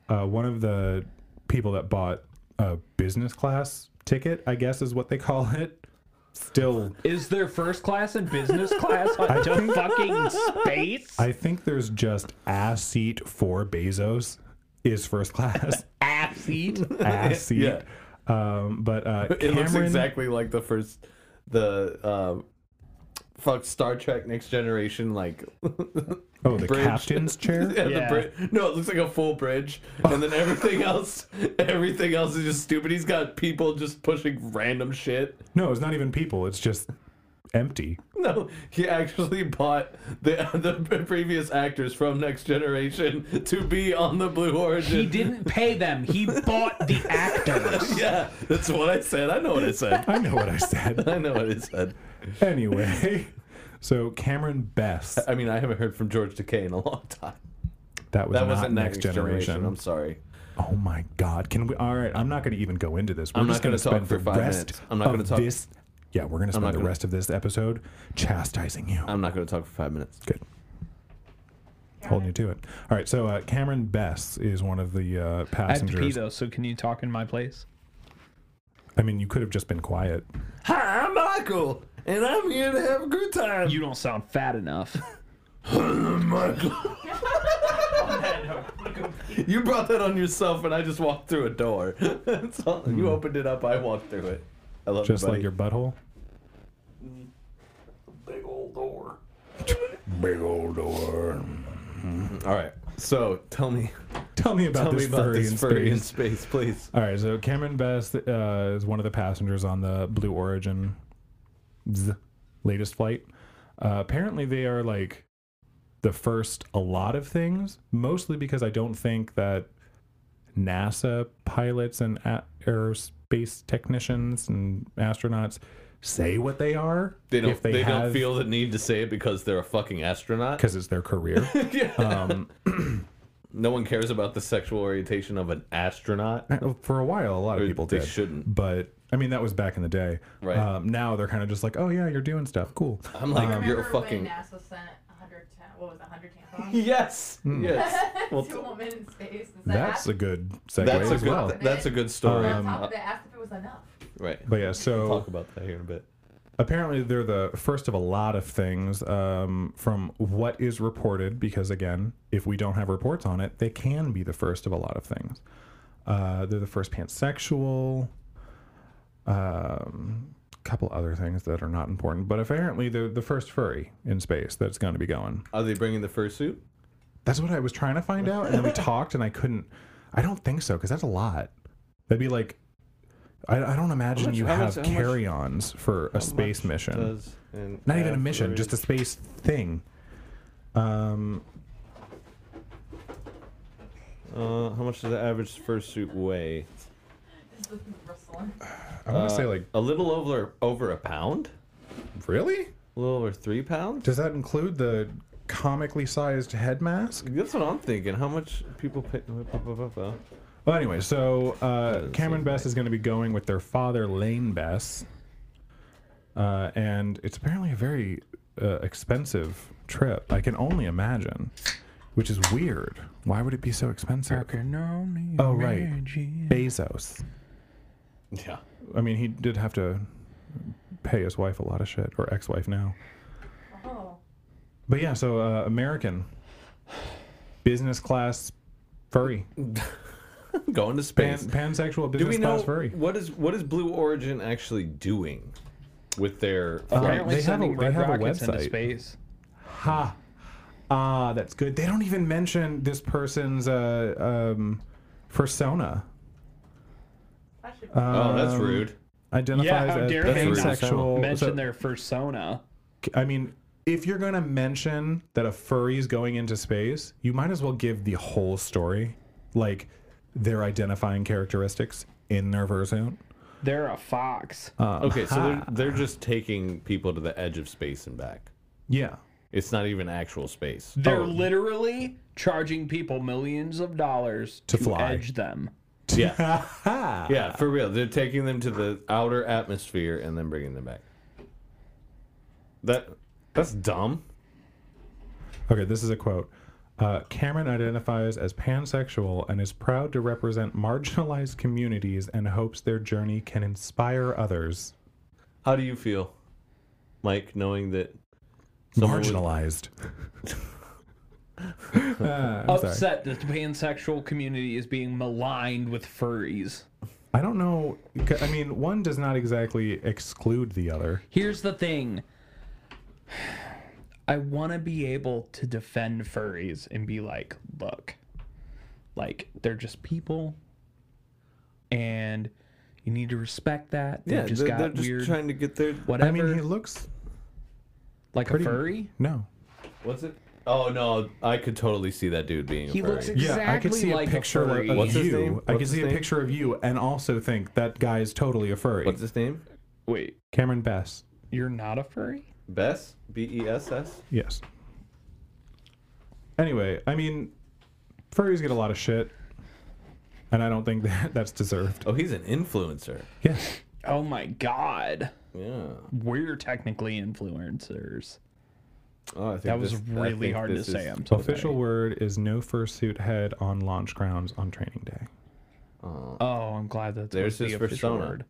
uh, one of the people that bought a business class ticket, I guess is what they call it, still. Is there first class and business [LAUGHS] class on to think- fucking space? I think there's just ass seat for Bezos is first [LAUGHS] class. [LAUGHS] Ass seat. ass seat. Yeah. Um, but uh, it Cameron, looks exactly like the first, the, um, fuck, Star Trek Next Generation, like, [LAUGHS] oh, the bridge. [LAUGHS] captain's chair. Yeah, Yeah. The bri- no, it looks like a full bridge, and then [LAUGHS] everything else, everything else is just stupid. He's got people just pushing random shit. No, it's not even people. It's just empty. No, he actually bought the [LAUGHS] the previous actors from Next Generation to be on the Blue Origin. He didn't pay them. He bought the [LAUGHS] actors. Yeah, that's what I said. I know what I said. [LAUGHS] I know what I said. I know what I said. anyway, so Cameron Best. I mean, I haven't heard from George Takei in a long time. That was That not wasn't next, generation. I'm sorry. Oh my God! Can we? All right, I'm not going to even go into this. We're I'm just not gonna going to spend talk for the five rest minutes. I'm not of gonna talk- this. Yeah, we're going to spend not the gonna- rest of this episode chastising you. I'm not going to talk for five minutes. Good, holding you to it. All right, so uh, Cameron Bess is one of the uh, I have to pee passengers. though, so can you talk in my place? I mean, you could have just been quiet. [LAUGHS] Oh, Hi, I'm Michael, and I'm here to have a good time. You don't sound fat enough. [LAUGHS] Michael. you brought that on yourself, and I just walked through a door. [LAUGHS] That's all. You opened it up. I walked through it. I love Just you, buddy. like your butthole. big old door. Big old door. All right. So tell me, Tell me about tell me this about furry this in furry in space. space, [LAUGHS] please. All right, so Cameron Best uh, is one of the passengers on the Blue Origin z- latest flight. Uh, apparently, they are like the first a lot of things, mostly because I don't think that NASA pilots and a- aerospace technicians and astronauts say what they are. They don't. if They, don't feel the need to say it because they're a fucking astronaut. [LAUGHS] because it's their career. Yeah. Um, No one cares about the sexual orientation of an astronaut. Uh, For a while, a lot of Or people they did. shouldn't. But I mean, that was back in the day. Right. Um, now they're kind of just like, oh yeah, you're doing stuff. Cool. I'm like, Remember you're a fucking. When NASA sent 100 ta- what was it, 100 [LAUGHS] tampons [LAUGHS] Yes. Yes. Well, [LAUGHS] to a woman in space? Is that That's ask- a good segue that's a as good. well. th- That's a good story. on Um, top of it, asked if it was enough. right. But yeah, so Talk about that here in a bit. apparently they're the first of a lot of things um, from what is reported because again if we don't have reports on it they can be the first of a lot of things uh, they're the first pansexual um, couple other things that are not important but apparently they're the first furry in space that's going to be going Are they bringing the fursuit? that's what i was trying to find out and [LAUGHS] then we talked and i couldn't i don't think so because that's a lot that'd be like i, I don't imagine much- you how have much- how much- carry-ons for a space mission Does an not even a mission, just a average- space thing. Um, Uh, how much does the average fursuit weigh? This is [LAUGHS] Bristling. I want to say like A little over over a pound. really? A little over three pounds. Does that include the comically sized head mask? That's what I'm thinking. How much people pay? [LAUGHS] Well, anyway, so uh, Doesn't Cameron seem Bess right. is going to be going with their father, Lane Bess, uh, and it's apparently a very uh, expensive trip. I can only imagine, which is weird. Why would it be so expensive? Oh, right. Bezos. Yeah. I mean, he did have to pay his wife a lot of shit, or ex-wife now. Oh, But yeah, so uh, American business class furry [LAUGHS] Going to Pan, space. pansexual Do business we know class furry. what is what is Blue Origin actually doing with their? Apparently they have a- sending they red have a rockets into website. space. Ha. Ah, that's good. They don't even mention this person's uh, um, persona. that should Um, oh, that's rude. Identifies Yeah, how as dare they not pansexual. Mention Oh, so- their persona. I mean, if you're gonna mention that a furry's going into space, you might as well give the whole story, like their identifying characteristics in their fursuit. They're a fox. Oh. Okay, so they're they're just taking people to the edge of space and back. [LAUGHS] Yeah. It's not even actual space. They're literally charging people millions of dollars To to, fly. edge them. [LAUGHS] Yeah, Ha. yeah, for real. They're taking them to the outer atmosphere and then bringing them back. That that's dumb. Okay, this is a quote. Uh, Cameron identifies as pansexual and is proud to represent [LAUGHS] marginalized communities and hopes their journey can inspire others. How do you feel, Mike, knowing that someone was- Marginalized. Ah, I'm sorry. Upset that the pansexual community is being maligned with furries. I don't know. I mean, one does not exactly exclude the other. Here's the thing. [SIGHS] I want to be able to defend furries and be like, look, like they're just people, and you need to respect that. They yeah, just they're, got they're just weird, trying to get their whatever, I mean, he looks like a pretty- furry. no. What's it? Oh no, I could totally see that dude being a He furry. looks Yeah, I could Exactly see like a a picture of furry. you. What's his name? I could What's see his a name? picture of you and also think that guy is totally a furry. What's his name? Wait, Cameron Bess. you're not a furry? Bess? B E S S? Yes. Anyway, I mean, furries get a lot of shit, and I don't think [LAUGHS] that that's deserved. Oh, he's an influencer. Yes. Oh my god, Yeah. we're technically influencers. Oh, I think That was this- I really think hard to this say. is- I'm sorry. Official word is no fursuit head on launch grounds on training day. Oh, I'm glad that's There's what's the his official persona. word.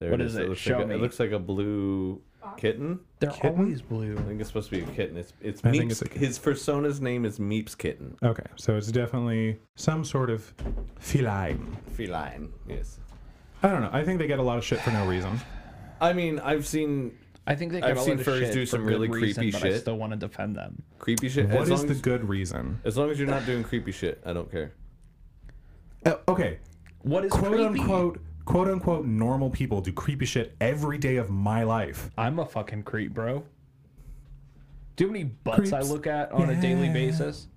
There What it is It it? looks, Show like a, me. it looks like a blue kitten. They're Kitten? always blue. I think it's supposed to be a kitten. It's it's I Meeps. think it's a kitten. His persona's name is Meeps Kitten. Okay, so it's definitely some sort of feline. Feline. Yes. I don't know. I think they get a lot of shit for no reason. I mean, I've seen I think they I've got a lot seen of furries shit do for some good really reason, creepy but I shit. still want to defend them. creepy shit. What as is long the as, good reason? as long as you're not doing creepy shit, I don't care. Uh, okay, What is quote creepy? unquote, quote unquote, normal people do creepy shit every day of my life. I'm a fucking creep, bro. Do you know how many butts I Creeps. look at on a daily Yeah. basis?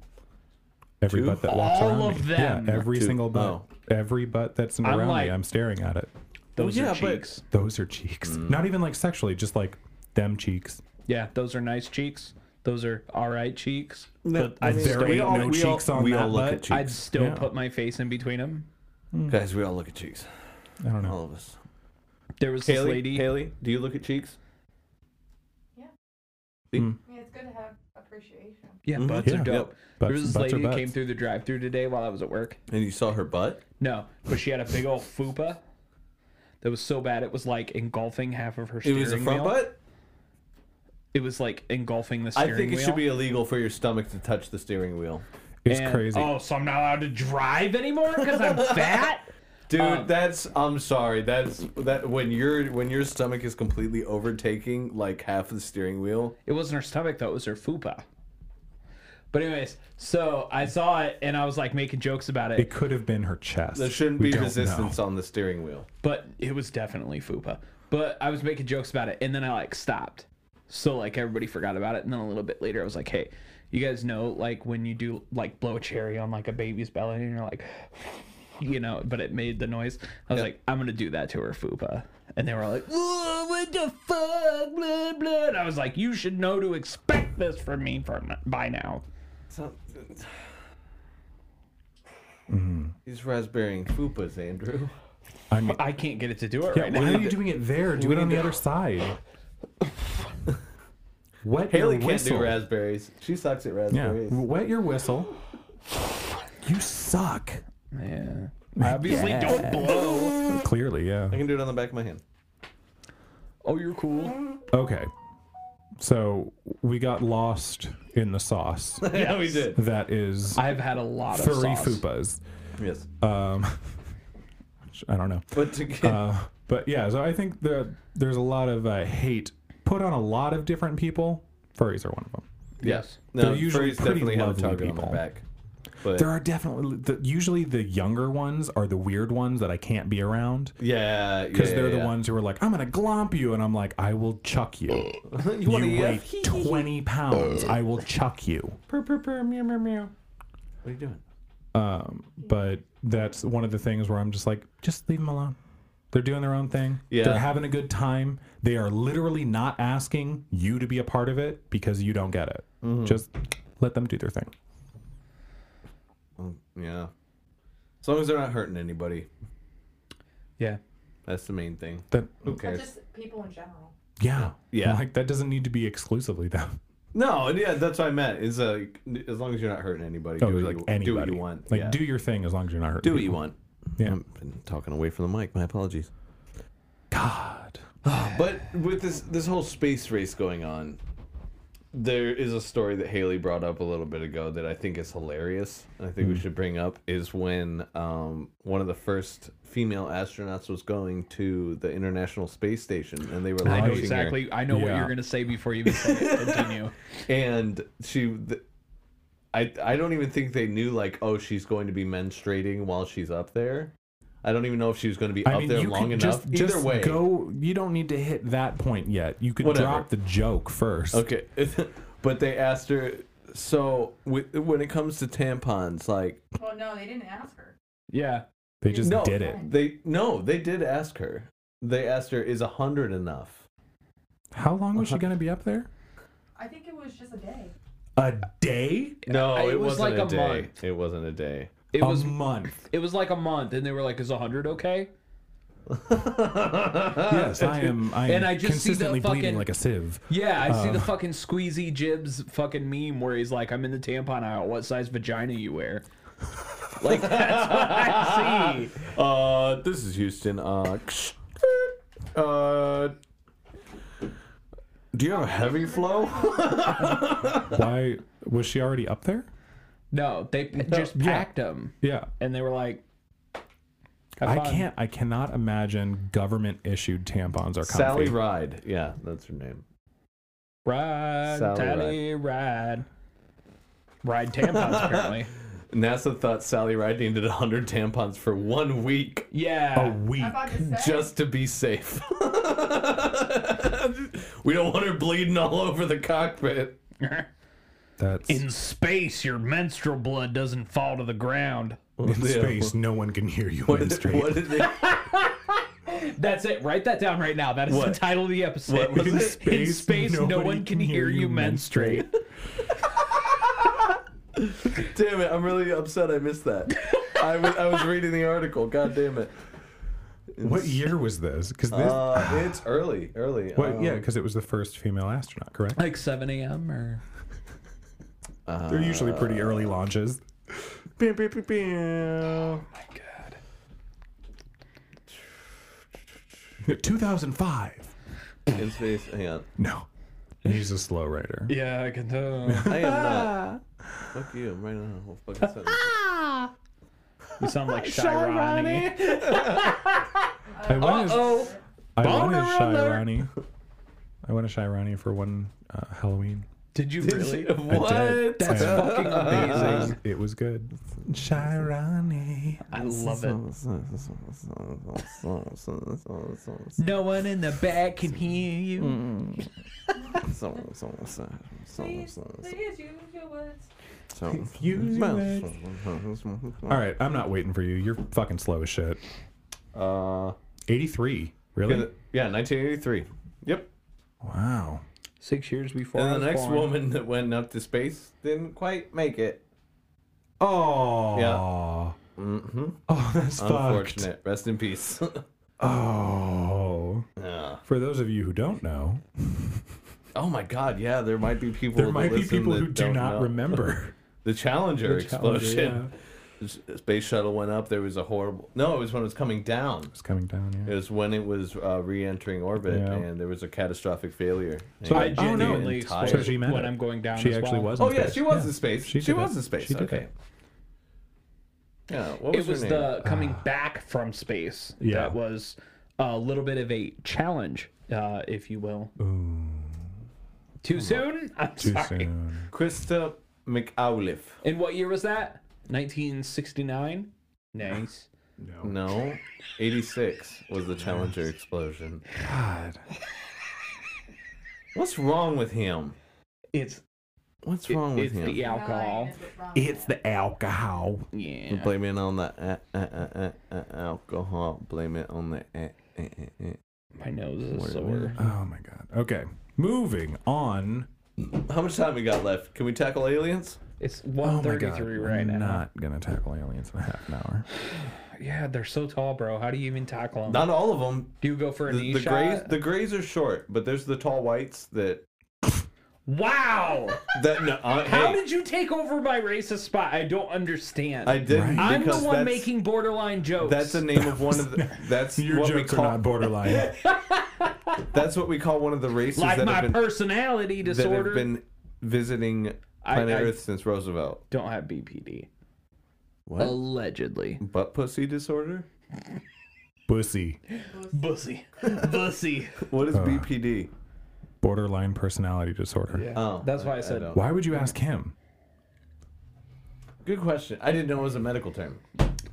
Every Two? butt that walks All around of me. them. Yeah, every Two. single butt. Oh. Every butt that's around me, like- I'm staring at it. Those yeah, are but- cheeks. Mm. Those are cheeks. Not even like sexually, just like them cheeks. Yeah, those are nice cheeks. Those are all right cheeks. No, but I I'd mean, There still, we ain't all- no we all- cheeks on we that all look at butt. cheeks. I'd still Yeah. put my face in between them. Guys, we all look at cheeks. I don't know. All of us. There was this Haley, lady. Haley, do you look at cheeks? I mean, it's good to have appreciation. Yeah, Mhm. butts Yeah. are dope. Butts- there was this butts are lady that came butts. through the drive-through today while I was at work. And you saw her butt? No, but she had a big old fupa that was so bad it was like engulfing half of her It steering was the front wheel. butt? It was like engulfing the I steering think it wheel. should be illegal for your stomach to touch the steering wheel. It's And- crazy. Oh, so I'm not allowed to drive anymore because [LAUGHS] I'm fat? Dude, Um, that's I'm sorry. That's that when your when your stomach is completely overtaking like half of the steering wheel. It wasn't her stomach though; it was her fupa. But anyways, so I saw it and I was like making jokes about it, It could have been her chest. There shouldn't We be don't resistance know. on the steering wheel. but it was definitely fupa. But I was making jokes about it, and then I like stopped. So like everybody forgot about it, and then a little bit later I was like, "Hey, you guys know like when you do like blow a cherry on like a baby's belly, and you're like, [LAUGHS] you know," but it made the noise. I was Yeah. like, "I'm gonna do that to her fupa," and they were like, "Whoa, what the fuck, blah blah." And I was like, "You should know to expect this from me from by now." He's raspberrying fupas, Andrew. I mean, I can't get it to do it yeah, right why now. are you doing it there? Do We it on need the to- [LAUGHS] other side. Wet [LAUGHS] Haley your can't whistle. do raspberries. She sucks at Yeah, raspberries. wet your whistle. You suck. Yeah. I obviously don't blow. Clearly, yeah. I can do it on the back of my hand. Oh, you're cool. Okay. So we got lost in the sauce. yeah, we did. that is I've had a lot of furry sauce. fupas. Yes. Um, [LAUGHS] which I don't know. [LAUGHS] But to get, Uh, but yeah, so I think the, there's a lot of uh, hate put on a lot of different people. Furries are one of them. Yes. no, they're usually furries pretty definitely have a lovely target on people. their back. But There are definitely the, usually the younger ones are the weird ones that I can't be around yeah, because yeah, they're yeah, the yeah. ones who are like, "I'm gonna glomp you," and I'm like, "I will chuck you. [LAUGHS] you you want to weigh eat? 20 pounds. I will chuck you." Purr, purr, purr, meow, meow, meow. What are you doing? Um, but that's one of the things where I'm just like, just leave them alone. They're doing their own thing. Yeah. They're having a good time. They are literally not asking you to be a part of it because you don't get it. Mm-hmm. Just let them do their thing. Mm, Yeah. As long as they're not hurting anybody, Yeah. that's the main thing. That Who But cares? just people in general. yeah. Yeah. Like that doesn't need to be [LAUGHS] exclusively them. No, and yeah, that's what I meant. Is uh, as long as you're not hurting anybody, Oh, do, like what you, anybody. do what you want. Like yeah. do your thing as long as you're not hurting. do what you people. want. Um, Yeah. I've been talking away from the mic. My apologies. God. But with this this whole space race going on, there is a story that Haley brought up a little bit ago that I think is hilarious. And I think we should bring up is when um, one of the first female astronauts was going to the International Space Station, and they were I know launching her. Oh, exactly. I know what Yeah. you're gonna say before you even say it. [LAUGHS] Continue. and she th- I, I don't even think they knew like oh she's going to be menstruating while she's up there i don't even know if she was going to be I up mean, there you long could enough just, either just way go. You don't need to hit that point yet. You could Whatever. drop the joke first. okay [LAUGHS] but they asked her so with, when it comes to tampons like Well, no, they didn't ask her. Yeah. They just No. did it. they no they did ask her they asked her is a hundred enough How long was she Uh-huh. going to be up there? I think it was just a day. A day? no I- it, it was wasn't like a, a day month. it wasn't a day It a was. month. It was like a month, and they were like, "Is hundred okay?" Yes, I am. I am uh, And I just see the consistently bleeding fucking- like a sieve. Yeah, I Uh. see the fucking squeezy jibs fucking meme where he's like, "I'm in the tampon aisle. What size vagina you wear?" Like that's what I see. Uh, this is Houston. Uh, uh, do you have a heavy flow? Why was she already up there? No, they p- just packed them, Yeah, and they were like, have I fun. can't. I cannot imagine government issued tampons are comfy. Sally Ride. Yeah, that's her name. Ride, Sally tally, ride. Ride [LAUGHS] tampons, apparently. NASA thought Sally Ride needed 100 tampons for one week a Yeah. week. I'm about to say. just to be safe. [LAUGHS] we don't want her bleeding all over the cockpit. Oh. [LAUGHS] That's in, In space, your menstrual blood doesn't fall to the ground. Yeah. space. No one can hear you What did, menstruate. what [LAUGHS] did they, That's it. Write that down right now. That is What? [LAUGHS] the title of the episode. What was in it? space, no, one can hear you menstruate. [LAUGHS] Damn it! I'm really upset. I missed that. I was I was reading the article. God damn it! [LAUGHS] What year was this? Because this, Uh, it's early, early. what, um, yeah, because it was the first female astronaut, correct? Like 7 a.m. or Um, Uh-huh. They're usually pretty early launches. Bam, bam, bam, bam. my god. 2005. in space. Hang on. No, he's a slow writer. Yeah, I can tell. [LAUGHS] I am not. Fuck you! I'm right on a whole fucking [LAUGHS] sentence. You sound like Shy Ronnie. [LAUGHS] I want to Oh, I want boner to shy alert. Ronnie. I want to shy Ronnie for one uh, Halloween. did you really? What? I did. That's I- fucking amazing. It was good. Shy Ronnie. I love it. [LAUGHS] No one in the back can hear you. Please, Oh, please use your words. All right, I'm not waiting for you. You're fucking slow as shit. Uh, 83, really? yeah, 1983. Yep. Wow. Six years before. I And was the next born. woman that went up to space didn't quite make it. Oh. Mm-hmm. Oh, that's fucked. Unfortunate. Rest in peace. [LAUGHS] Oh. Yeah. For those of you who don't know, Oh my God! Yeah, there might be people. there that might be listen people that who do don't not know. [LAUGHS] remember. the Challenger The Challenger, explosion. [LAUGHS] The Space shuttle went up. There was a horrible. No, it was when it was coming down. It's coming down, It yeah. was when it was uh, re-entering orbit, Yeah. and there was a catastrophic failure. So And I I- oh, no. genuinely Entire- explode So she meant when it. I'm going down. She as actually well. was. In Oh yeah, space. she was in space. She, did was it. in space. She did okay. it. Yeah. What was It was her name? the coming back from space. Yeah. That was a little bit of a challenge, uh, if you will. Too soon? I'm Too sorry. soon. Krista McAuliffe. And what year was that? 1969? Nice. [LAUGHS] No. No, 86 was the Challenger explosion. God. What's wrong with him? It's What's it- wrong with it's him? the uh, alcohol. Nine is wrong. the alcohol. Yeah. Blame it on the uh, uh, uh, uh, uh, alcohol. Blame it on the. Uh, uh, uh, uh. My nose is Word. sore. Oh my god. Okay. Moving on. How much time we got left? Can we tackle aliens? It's Oh 133 my god. right I'm now. Not gonna tackle aliens in a half an hour. Yeah, they're so tall, bro. How do you even tackle them? Not all of them. do you go for a knee The, the shot? grays, the grays are short, but there's the tall whites that Wow! [LAUGHS] that. No, uh, How hey, did you take over my racist spot? I don't understand. I did Right. I'm the because one that's- making borderline jokes. That's the name of one of [LAUGHS] the. That's Your what we jokes are call. not [LAUGHS] borderline. That's what we call one of the races like that my have been personality that disorder. have been visiting I- planet I- Earth since Roosevelt. Don't have BPD. What? Allegedly. Butt pussy disorder? Bussy. [LAUGHS] Bussy. Bussy. What is BPD? Borderline personality disorder. Oh, That's why I I said don't. Why would you ask him? Good question. I didn't know it was a medical term.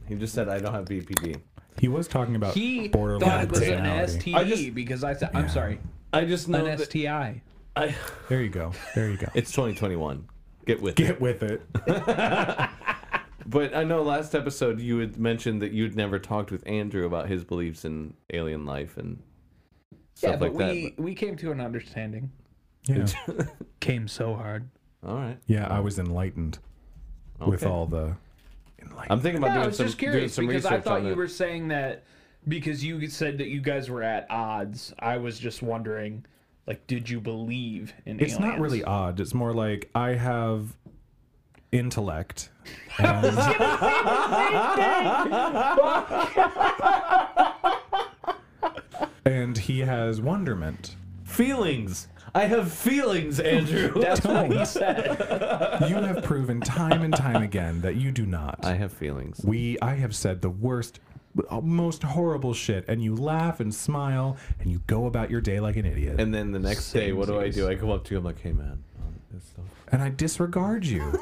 He just said I don't have BPD. He was talking about he thought borderline it was an personality. STD I just- because I said, I'm sorry, I just know an that STI. I, There you go. There you go. it's 2021. Get with it. Get with [LAUGHS] it. But I know last episode you had mentioned that you'd never talked with Andrew about his beliefs in alien life and stuff Yeah, but like we, we came to an understanding. Yeah. Came so hard. that. All right. Yeah, I was enlightened with Okay. all the enlightened. I'm thinking about I doing, was some, just doing curious some because research I thought on you it. were saying that because you said that you guys were at odds. I was just wondering, like, did you believe in It's not aliens? really [GASPS] odd. It's more like I have intellect. and- [LAUGHS] and he has wonderment. Feelings. I have [LAUGHS] feelings, Andrew. That's what he said. You have proven time and time again that you do not. [LAUGHS] I have feelings. we I have said the worst most horrible shit and you laugh and smile and you go about your day like an idiot. And, And then the next day, what do I do? I come up to you. I'm like, hey man, um, it's so I disregard you.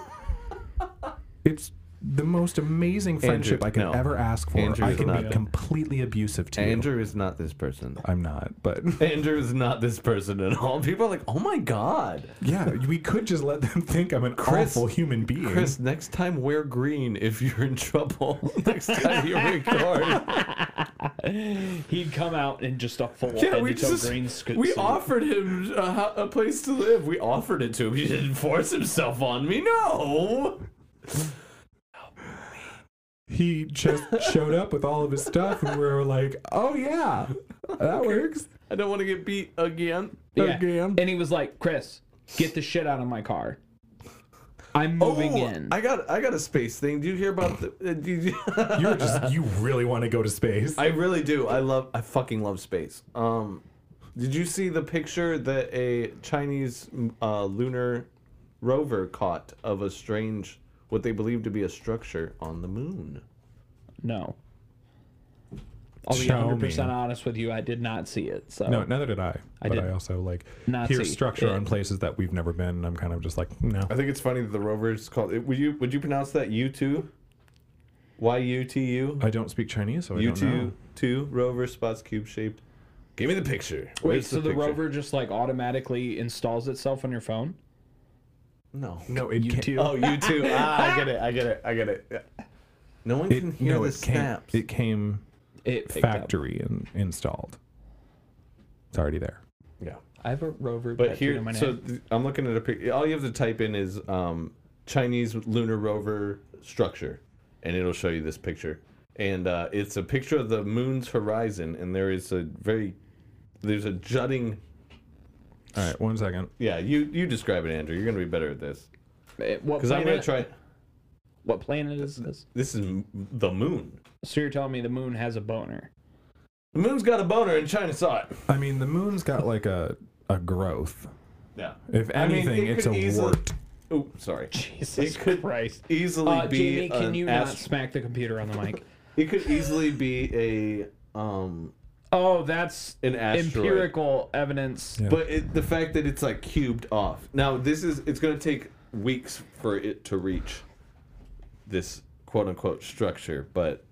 it's the most amazing friendship I could no. ever ask for. Andrew I is can be not- completely abusive to you. Andrew is not this person. I'm not, [LAUGHS] but Andrew is not this person at all. [LAUGHS] People are like, oh my god. yeah, we could just let them think I'm an Chris- awful human being. Chris, next time wear green if you're in trouble. [LAUGHS] next time you [LAUGHS] record. [GASPS] He'd come out in just a full Yeah, head we to toe just green suit. we offered him a, ho- a place to live. We offered it to him. He didn't force himself on me. No. He just showed up with all of his stuff, and we were like, "Oh yeah, that works." I don't want to get beat again. Yeah. Again. And he was like, Chris, get the shit out of my car. I'm Oh, moving in. I got I got a space thing. Do you hear about the? uh, do you- [LAUGHS] You were just you really want to go to space. I really do. I love. I fucking love space. Um, did you see the picture that a Chinese uh, lunar rover caught of a strange, what they believe to be a structure on the moon? no. I'll be Show 100 percent me. honest with you. I did not see it. So No, neither did I. I but did I also like not hear see structure it. on places that we've never been, and I'm kind of just like, no. I think it's funny that the rover is called. it- Would you would you pronounce that U two? Y U T U. I don't speak Chinese, so I U don't know. two two rover spots cube shaped. Give me the picture. wait. Where's So the, picture? rover just like automatically installs itself on your phone? No. No, it can't. too. Oh, you too. Ah, I get it. I get it. I get it. Yeah. No one can It, hear no, the it came, snaps. it came It picked up. factory and installed. It's already there. yeah. I have a rover. But tattooed here, on my so neck. th- I'm looking at a picture. All you have to type in is um, Chinese lunar rover structure, and it'll show you this picture. And uh, it's a picture of the moon's horizon, and there is a very, there's a jutting. All right, one second. Yeah, you you describe it, Andrew. You're gonna be better at this Eh, what because I'm planet? gonna try. What planet is this? This is m- the moon. So you're telling me the moon has a boner? [LAUGHS] The moon's got a boner, and China saw it. I mean, the moon's got like a a growth. Yeah. If I mean, anything, it it's a could easily- wart. Oh, sorry. Jesus It could Christ. Easily Uh, be Jamie, can an you not ast- smack the computer on the mic? It could easily be a um oh, that's an asteroid. empirical evidence. Yeah. But it, the fact that it's like cubed off. Now this is it's going to take weeks for it to reach this quote unquote structure, but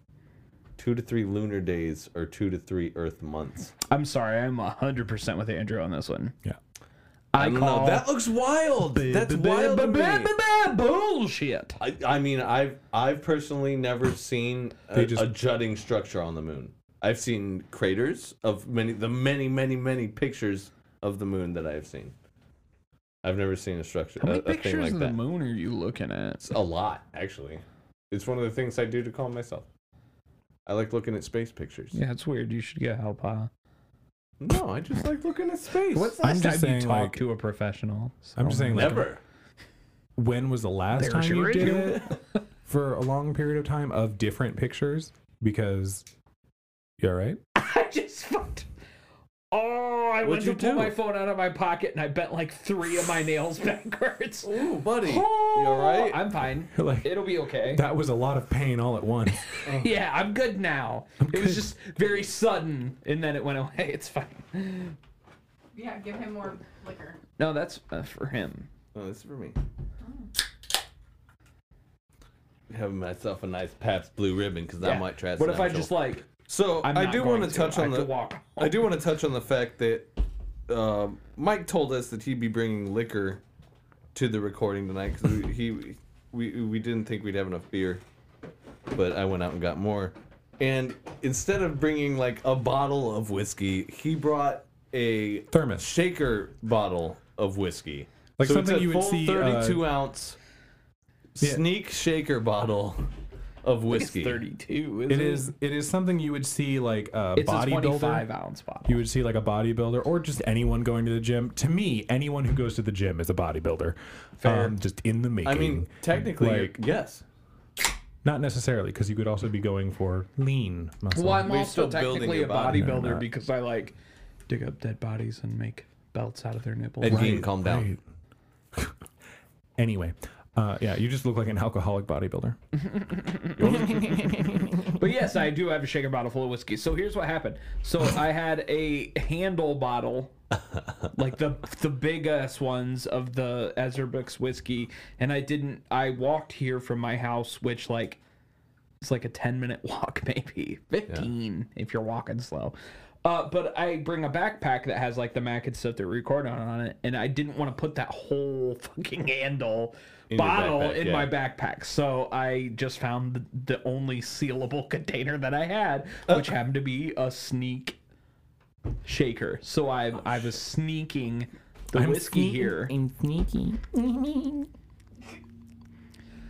two to three lunar days or two to three Earth months. I'm sorry, I'm 100% with Andrew on this one. Yeah. I, don't call know. That looks wild. That's wild. to me. bullshit. I, I mean, I've I've personally never seen They a, just- a jutting structure on the moon. I've seen craters of many the many many many pictures of the moon that I've seen. I've never seen a structure. How many a, a thing pictures like of the that. moon are you looking at? It's a lot, actually. It's one of the things I do to calm myself. I like looking at space pictures. Yeah, it's weird. You should get help, huh? No, I just like looking at space. What's the I'm last just time you saying, talked like- to a professional? I'm just saying, like, Never. when was the last There's time your you did issue. it? For a long period of time of different pictures, because you all right? [LAUGHS] [LAUGHS] I just fucked. Oh, I What'd you went to pull do? my phone out of my pocket and I bent like three of my nails [LAUGHS] backwards. Ooh, buddy. You Oh, alright? I'm fine. You're like It'll be okay. that was a lot of pain all at [LAUGHS] once. Yeah, I'm good now. it was just very sudden, and then it went away. [LAUGHS] It's fine. Yeah, give him more liquor. No, that's uh, for him. Oh, this is for me. Having myself a nice Pabst Blue Ribbon because I Yeah. might try. What if I Sancho. just like? So I'm I not do going want to touch I on have to the. walk. I do want to touch on the fact that um, Mike told us that he'd be bringing liquor to the recording tonight because we, he we we didn't think we'd have enough beer, but I went out and got more. And instead of bringing like a bottle of whiskey, he brought a Thermos. shaker bottle of whiskey, Like it's something a you would full see, uh, thirty-two ounce Yeah. sneak shaker bottle of [LAUGHS] whiskey. Thirty-two. It is it is something you would see like a It's a bodybuilder. twenty-five ounce bottle. You would see like a bodybuilder or just anyone going to the gym. To me, anyone who goes to the gym is a bodybuilder. Fair. Um, just in the making. I mean, technically, Like- yes. Not necessarily, because you could also be going for lean muscle. well, I'm We're still also building technically a your body. No, bodybuilder not- because I like dig up dead bodies and make belts out of their nipples. Ed Gein, calm down. Right. [LAUGHS] anyway, uh, yeah, you just look like an alcoholic bodybuilder. But yes, I do have a shaker bottle full of whiskey. So here's what happened. So I had a handle bottle, like the the big ass ones of the Ezerbrook's whiskey, and I didn't. I walked here from my house, which like it's like a ten minute [LAUGHS] walk, maybe fifteen if you're walking slow. Uh, but I bring a backpack that has like the Mac and stuff that we record on on it, and I didn't want to put that whole [LAUGHS] fucking handle your bottle backpack, in yeah. my backpack. So I just found the, the only sealable [LAUGHS] container that I had, Uh. which happened to be a sneak shaker. So I Oh, I was sneaking the whiskey here.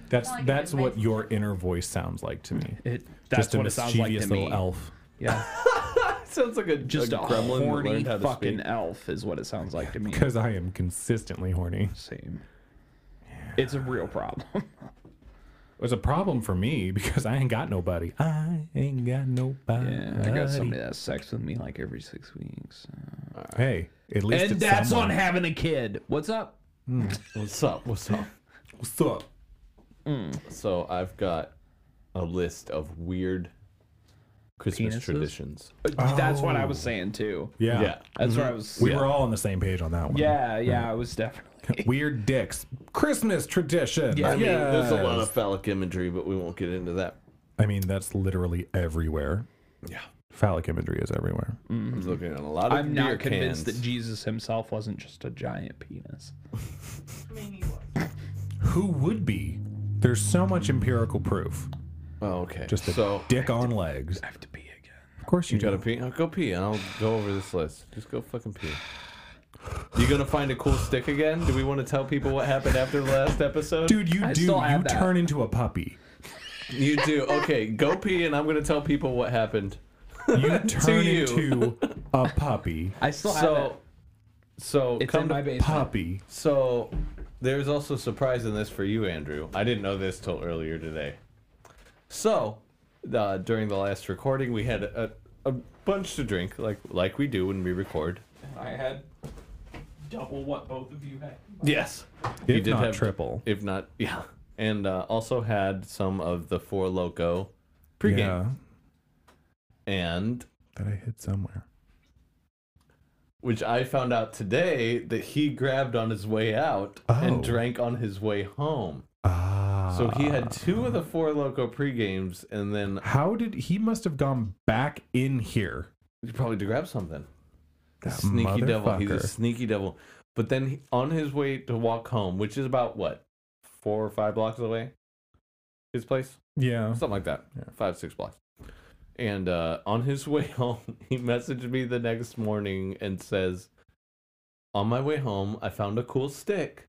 That's Like an that's what amazing- your inner voice sounds like to me. It, that's Just a what it sounds like mischievous to little me. elf. [LAUGHS] Yeah, [LAUGHS] Sounds like a just a, gremlin that horny learned how to fucking speak. elf is what it sounds like to me. Because I am consistently horny. Same. It's a real problem. [LAUGHS] It was a problem for me because I ain't got nobody. I ain't got nobody. yeah, I got somebody that has sex with me like every six weeks. Hey, at least And it's that's someone. on having a kid. What's up? What's up? What's up? What's up? So I've got a list of weird Christmas Penises? traditions. Uh, That's what I was saying too. Oh. Yeah. Mm-hmm. Yeah. That's what I was. We Yeah. were all on the same page on that one. yeah, yeah, I was definitely. Weird dicks. Christmas tradition. Yeah. I mean, there's a lot Yes. of phallic imagery, but we won't get into that. I mean, that's literally everywhere. Yeah. Phallic imagery is everywhere. Mm. Mm-hmm. I'm looking at a lot of [LAUGHS] I'm not beer convinced cans. that Jesus himself wasn't just a giant penis. I mean, he was. Who would be? There's so much empirical proof. Oh, okay. Just a so dick on legs. I have to pee again. Of course you, you gotta do. pee. Oh, go pee. I'll go over this list. Just go fucking pee. You gonna find a cool stick again? Do we want to tell people what happened after the last episode? Dude, you I do. still have You that. turn into a puppy. You do. Okay, go pee, and I'm gonna tell people what happened. [LAUGHS] You turn you. into a puppy. I still have so, it. so It's come in to- my basement. Puppy. So there's also a surprise in this for you, Andrew. I didn't know this till earlier today. So uh, during the last recording, we had a, a bunch to drink, like like we do when we record. I had double what both of you had. Yes, If not triple. if not [LAUGHS] yeah, and uh, also had some of the four loco pregame, Yeah. and That I hid somewhere. which I found out today that he grabbed on his way out Oh. and drank on his way home. Ah. So he had two of the four loco pregames, and then How did he must have gone back in here? He probably to grab something. That sneaky devil. He's motherfucker. a sneaky devil. But then he, on his way to walk home, which is about what four or five blocks away, his place, Yeah. something like that, Yeah. five six blocks. And uh, on his [LAUGHS] way home, he messaged me the next morning and says, "On my way home, I found a cool stick,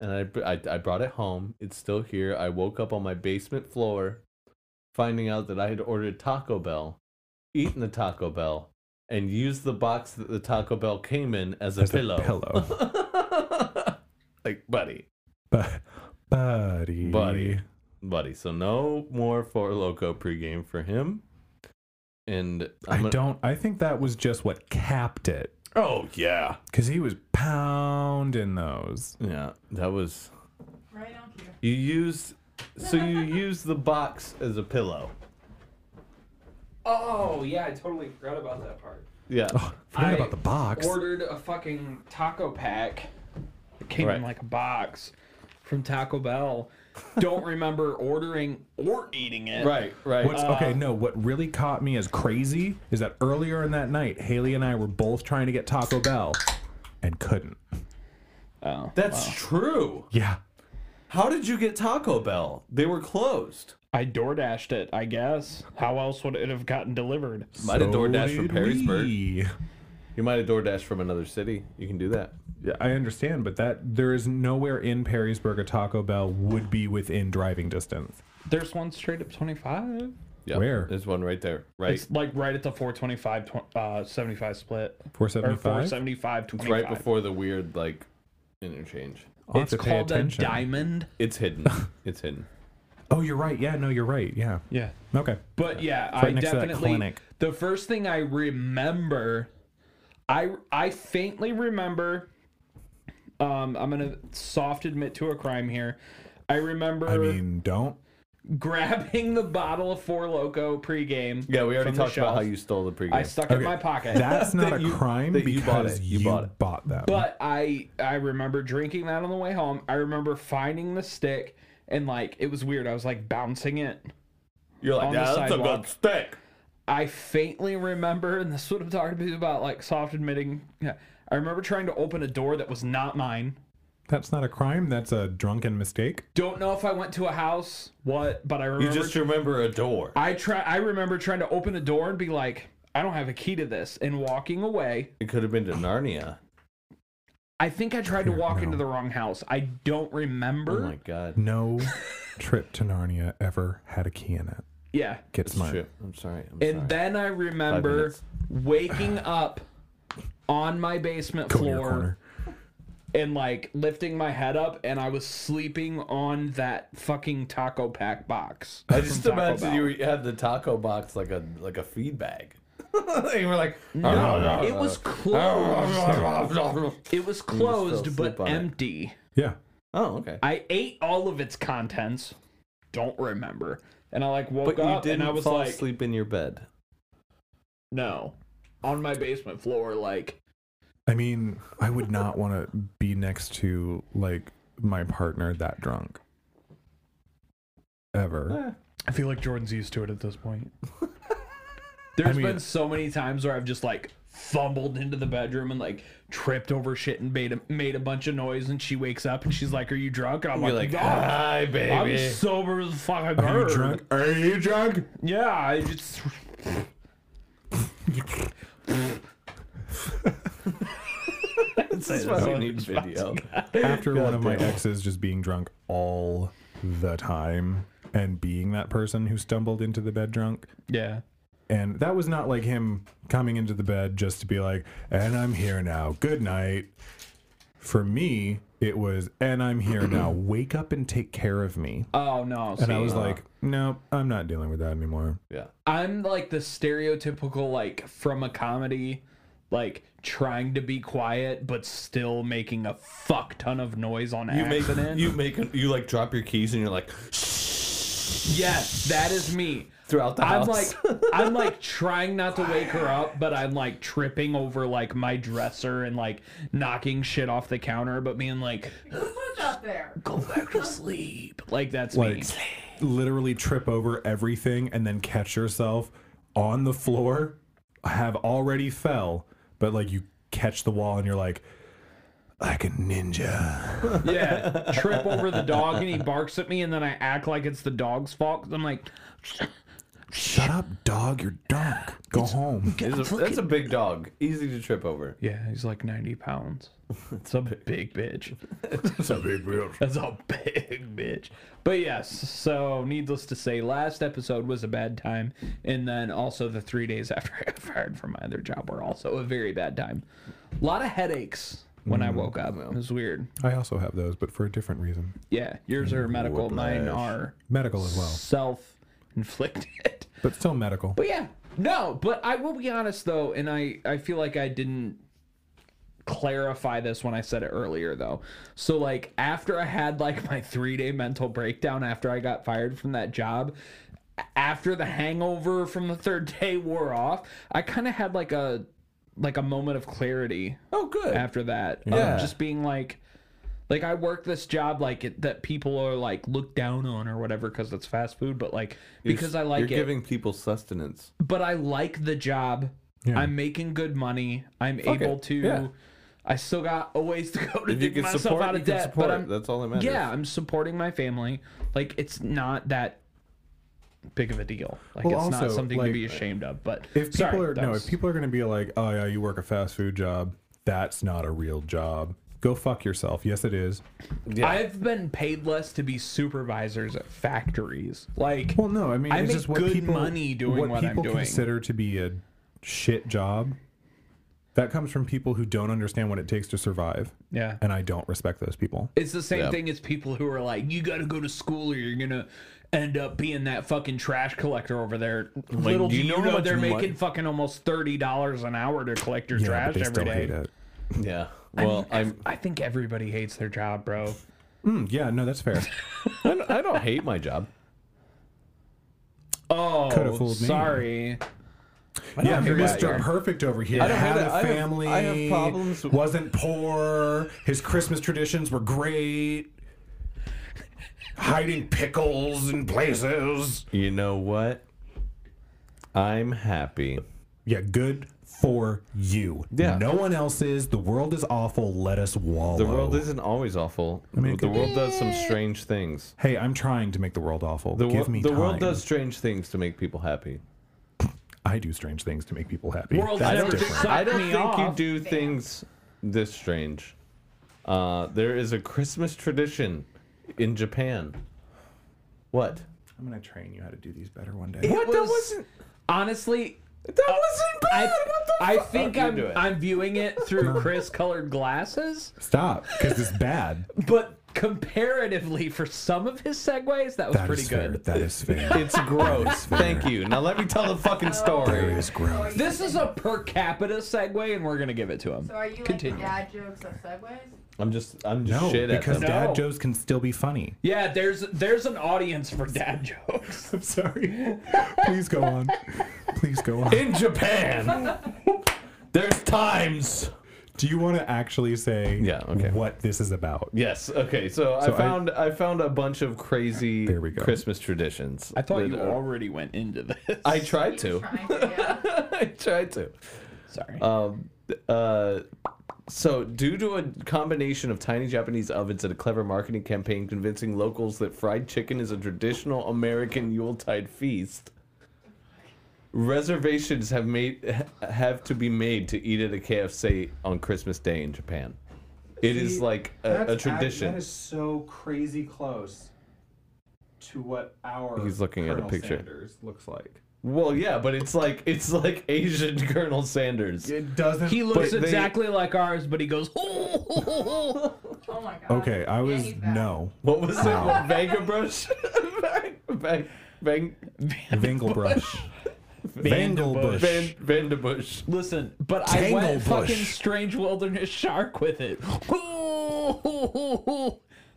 and I br- I, I brought it home. It's still here. I woke up on my basement floor, finding out that I had ordered Taco Bell, eaten the Taco Bell." And used the box that the Taco Bell came in as a As a pillow. pillow. [LAUGHS] like, buddy, Bu- buddy. Buddy. buddy. So no more for loco pregame for him. And I I'm a- don't. I think that was just what capped it. Oh yeah, Because he was pounding those. yeah. That was Right on here. you used. So [LAUGHS] you used the box as a pillow. Oh yeah, I totally forgot about that part. Yeah. Forgot I about the box. Ordered a fucking taco pack. It came Right. in like a box from Taco Bell. Don't [LAUGHS] remember ordering or eating it. Right. Right. What's, uh, okay, no. What really caught me as crazy is that earlier in that night, Haley and I were both trying to get Taco Bell and couldn't. Oh. That's true. Yeah. How did you get Taco Bell? They were closed. I door dashed it, I guess. How else would it have gotten delivered? Might have DoorDash from did Perrysburg. we. You might have DoorDash from another city. You can do that. Yeah, I understand, but that there is nowhere in Perrysburg a Taco Bell would be within driving distance. There's one straight up 25. Yeah. Where? There's one right there. Right. It's like right at the 425 tw- uh, 75 split. Or 475? 475 25. right before the weird like interchange. I'll have It's to pay called a attention. diamond. It's [LAUGHS] hidden. it's hidden. Oh, you're right. Yeah, no, you're right. Yeah. Yeah. Okay. But yeah, right I next to that definitely clinic. the first thing I remember I I faintly remember um I'm going to soft admit to a crime here. I remember I mean, [LAUGHS] don't. grabbing the bottle of Four Loco pregame. Yeah, we already from the talked about how shelf. you stole the pregame. I stuck it Okay, in my pocket. That's not That a you- crime that you bought because it. You you bought it. bought them. But I I remember drinking that on the way home. I remember finding the stick and like it was weird. I was like bouncing it. You're like, on the yeah, that's a sidewalk." good stick. I faintly remember, and this would have talked to me about like soft admitting. Yeah, I remember trying to open a door that was not mine. That's not a crime. That's a drunken mistake. Don't know if I went to a house, what, but I You remember. just remember a door. I try. I remember trying to open a door and be like, I don't have a key to this, and walking away. It could have been to Narnia. I think I tried to Here, walk no. into the wrong house. I don't Oh remember. my god. [LAUGHS] No trip to Narnia ever had a key in it. yeah. Get It's smart. true. I'm sorry. I'm And sorry. then I remember minutes. waking up on my basement Go to your floor corner. and like lifting my head up, and I was sleeping on that fucking taco pack box. [LAUGHS] I from just Taco imagine Bell. you were- you had the taco box like a like a feed bag. [LAUGHS] you were like, It was closed. It was closed, sleep but on it. empty. Yeah. Oh, okay. I ate all of its contents. Don't remember. And I like woke But you up didn't and I was fall like, "Oh asleep in your bed. no, on my basement floor, like I mean, I would not want to be next to like my partner that drunk. Ever. I feel like Jordan's used to it at this [LAUGHS] point. There's mean- been so many times where I've just like fumbled into the bedroom and like tripped over shit and made a, made a bunch of noise, and she wakes up and she's like, "Are you drunk?" And I'm You're like, like, "No, hi, I'm [LAUGHS] baby. sober as fuck. I "Ah, Are you bird." drunk? Are you drunk? Yeah, I just [LAUGHS] This is why we need [LAUGHS] video. After one of my exes just being drunk all the time and being that person who stumbled into the bed drunk. yeah. And that was not like him coming into the bed just to be like, and I'm here now. Good night. For me, it was, and I'm here now. Wake up and take care of me. Oh no. And I see, was like, nope, I'm not dealing with that anymore. [LAUGHS] Yeah. I'm like the stereotypical like from a comedy, like trying to be quiet but still making a fuck ton of noise on You make accident. you make you like drop your keys and you're like yes, that is me. throughout the I'm house. like I'm like trying not to wake her up, but I'm like tripping over like my dresser and like knocking shit off the counter, but being like, Put [LAUGHS] up there. go back to sleep. Like that's me. Like, literally trip over everything and then catch yourself on the floor, have already fell, but like you catch the wall and you're like, like a ninja. Yeah, trip over the dog and he barks at me, and then I act like it's the dog's fault. 'cause I'm like, Shut up, dog. You're drunk. Go home. [LAUGHS] It's a- that's a big dog, easy to trip over. yeah, he's like 90 [LAUGHS] pounds. It's a big bitch. That's a big deal. That's a big bitch. But yes, so needless to say, last episode was a bad time, and then also the three days after [LAUGHS] I got fired from my other job were also a very bad time. A lot of headaches when Mm-hmm. I woke up. It was weird. I also have those, but for a different reason. Yeah, yours are medical, mine are Medical as well, self-inflicted. [LAUGHS] but still medical. But yeah, no, but I will be honest though, and I I feel like I didn't clarify this when I said it earlier though. So like after I had like my 3-day mental breakdown after I got fired from that job, a- after the hangover from the third [LAUGHS] day wore off, I kind of had like a like a moment of clarity Oh, good. after that. Yeah. Of just being like, like I work this job like it, that people are like looked down on or whatever because it's fast food, but like because I like you're it. giving people sustenance. but I like the job. Yeah. I'm making good money. I'm Fuck able it. to. Yeah. I still got a ways to go to If you dig can myself support, out you of can debt. But support. I'm That's all that matters. yeah, I'm supporting my family. Like it's not that big of a deal. Like Well, it's not also, something like, to be ashamed of. But If people sorry, are that no, was- if people are going to be like, "Oh yeah, you work a fast food job. That's not a real job." Go fuck yourself. Yes, it is. Yeah. I've been paid less to be supervisors at factories. Like Well, no, I mean, I it's make just what good people money doing what, what I'm people doing. consider to be a shit job. That comes from people who don't understand what it takes to survive, yeah. and I don't respect those people. It's the same Yeah. thing as people who are like, you got to go to school or you're going to end up being that fucking trash collector over there. Little do do you you know how know, much they're money- making fucking almost $30 an hour to collect your yeah, but trash they every still hate day. it. Yeah. [LAUGHS] Well, I'm. I think everybody hates their job, bro. Mm, yeah, no, that's [LAUGHS] fair. I don't, I don't hate my job. Coulda Oh, fooled me. sorry. yeah, hate that. Mr. Perfect over here don't had hate it. a I have- family. I have problems with- Wasn't poor. His Christmas traditions were great. Hiding pickles in places. You know what? I'm happy. Yeah, good for you. Yeah. No one else is. The world is awful. Let us wallow. The world isn't always awful. mean, it the could world does some strange things. Hey, I'm trying to make the world awful. The, Give wo- me the time. world does strange things to make people happy. I do strange things to make people happy. World's That's never different. Suck I don't me think you off. do things this strange. Uh, there is a Christmas tradition in Japan. What? I'm gonna train you how to do these better one day. What? That That wasn't. wasn't- Honestly, That wasn't I, I think You I'm, do it. I'm viewing it [LAUGHS] through Chris colored glasses, Stop, because it's [LAUGHS] bad. but comparatively, for some of his segues, that was That pretty is fair. good. That is fair. [LAUGHS] It's gross. [LAUGHS] fair. Thank you. Now let me tell the [LAUGHS] fucking There story. is growth. This is a per capita segue, and we're gonna give it to him. So are you like Continue. the dad jokes of segways? I'm just, I'm just No, shit at because them. No. dad jokes can still be [LAUGHS] funny. Yeah, there's there's an audience for dad jokes. [LAUGHS] I'm sorry. [LAUGHS] Please go on. Please go on. In [LAUGHS] Japan, there's times. Do you want to actually say Yeah, okay. what this is about? Yes. Okay. So, So I I- found I, found a bunch of crazy There we go. Christmas traditions. I thought you that are- already went into this. I tried You to. were [LAUGHS] trying to, yeah. [LAUGHS] I tried to. Sorry. Um, uh, so, due to a combination of tiny Japanese ovens and a clever marketing campaign convincing locals that fried chicken is a traditional American Yuletide feast, reservations have made have to be made to eat at a KFC on Christmas Day in Japan. It is See, like a, a That's act- tradition. that is so crazy close to what our He's looking at a Colonel picture. Sanders looks like. Well, yeah, but it's like it's like Asian [LAUGHS] Colonel Sanders. It doesn't. he looks but they- exactly like ours, but he goes. [LAUGHS] Oh my god. Okay, I Yeah, was he's bad. no. What was it? Wow. Vangerbrush? [LAUGHS] Van, Van, Van, [LAUGHS] Vangelbrush. Vangelbush. Van, Vanderbush. Listen, but I went Tanglebush. fucking strange wilderness shark with it. [LAUGHS]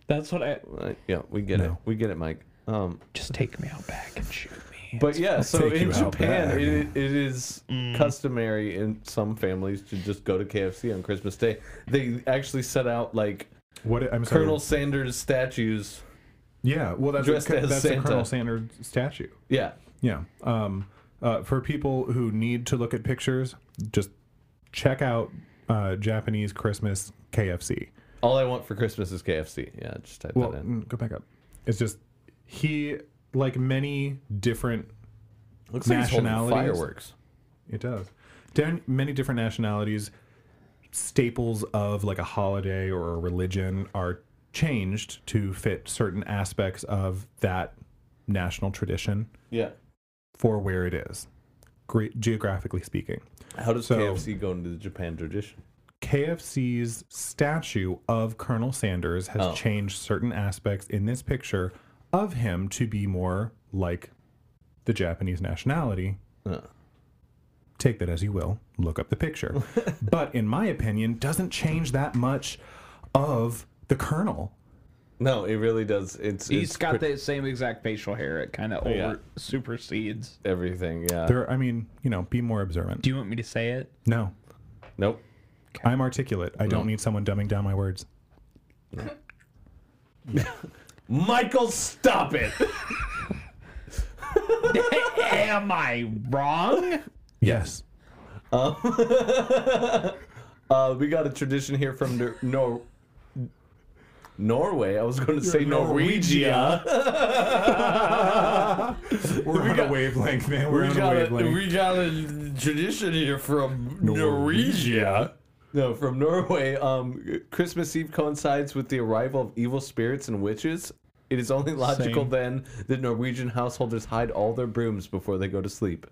That's what I. Uh, yeah, we get it. No. We get it, Mike. Um, Just take me out back and shoot me. but yeah, so take in you out Japan, back. it, it is customary in some families to just go to KFC on Christmas Day. They actually set out like What I'm sorry. Colonel Sanders statues. Yeah, well that's dressed a, as that's Santa. a Colonel Sanders statue. Yeah, Yeah. Um, uh, for people who need to look at pictures, just check out uh, Japanese Christmas KFC. all I want for Christmas is KFC. Yeah, just type Well, that in. mm, go back up. It's just he like many different. Looks like he's holding nationalities. fireworks. It does. Dan- Many different nationalities, staples of like a holiday or a religion are changed to fit certain aspects of that national tradition Yeah. for where it is, gre- geographically speaking. How does So- KFC go into the Japan tradition? KFC's statue of Colonel Sanders has Oh. changed certain aspects in this picture of him to be more like the Japanese nationality. Uh, Take that as you will. Look up the picture. but in my opinion, doesn't change that much of the Colonel. no, it really does. It's He's it's got pre- the same exact facial hair. It kind of over Yeah. supersedes. everything. Yeah. There, I mean, you know, be more observant. Do you want me to say it? no, Nope. I'm articulate. I don't need someone dumbing down my words. Michael, stop [LAUGHS] it. Am I wrong? Yes. Uh, we got a tradition here from Nor- Nor- Norway. I was going to say Norwegia. We're on got- a wavelength, man. We're We on a got, a, wavelength. we got a tradition here from Norwegia. No, from Norway. Um, Christmas Eve coincides with the arrival of evil spirits and witches. It is only logical Same. then that Norwegian householders hide all their brooms before they go to sleep.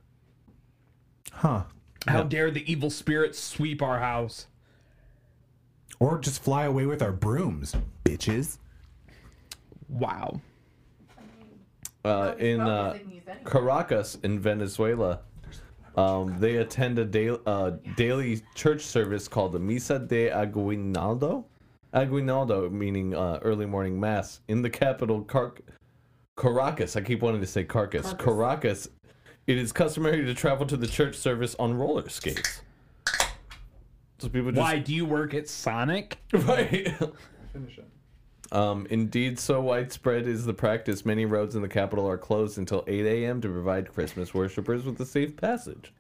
huh. How dare the evil spirits sweep our house? Or just fly away with our brooms, bitches. Wow. Uh, in Well, uh, they can Oh, use anything. Caracas in Venezuela. Um, they attend a daily, uh, daily church service called the Misa de Aguinaldo. Aguinaldo meaning uh, early morning mass in the capital Car- Caracas. I keep wanting to say carcass. Caracas. It is customary to travel to the church service on roller skates. So people just Why do you work at Sonic? [LAUGHS] Right. Um, indeed, so widespread is the practice, many roads in the capital are closed until 8 a.m. to provide Christmas worshippers with a safe passage.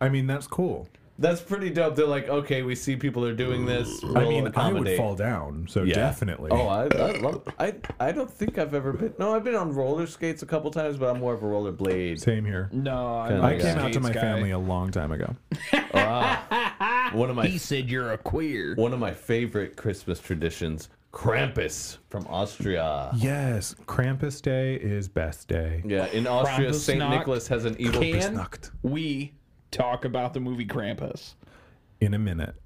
I mean, that's cool. That's pretty dope. They're like, okay, we see people are doing this. We'll I mean, I would accommodate. fall down, so Yeah. definitely. Oh, I, I love. I I don't think I've ever been. No, I've been on roller skates a couple times, but I'm more of a roller blade. Same here. No, Kinda I'm I like came a out to my family a long time ago. One of my He said you're a queer. one of my favorite Christmas traditions, Krampus from Austria. Yes, Krampus Day is best day. Yeah, in Austria, St. Krampusnacht Nicholas has an evil Can Krampusnacht. we talk about the movie Krampus? In a minute,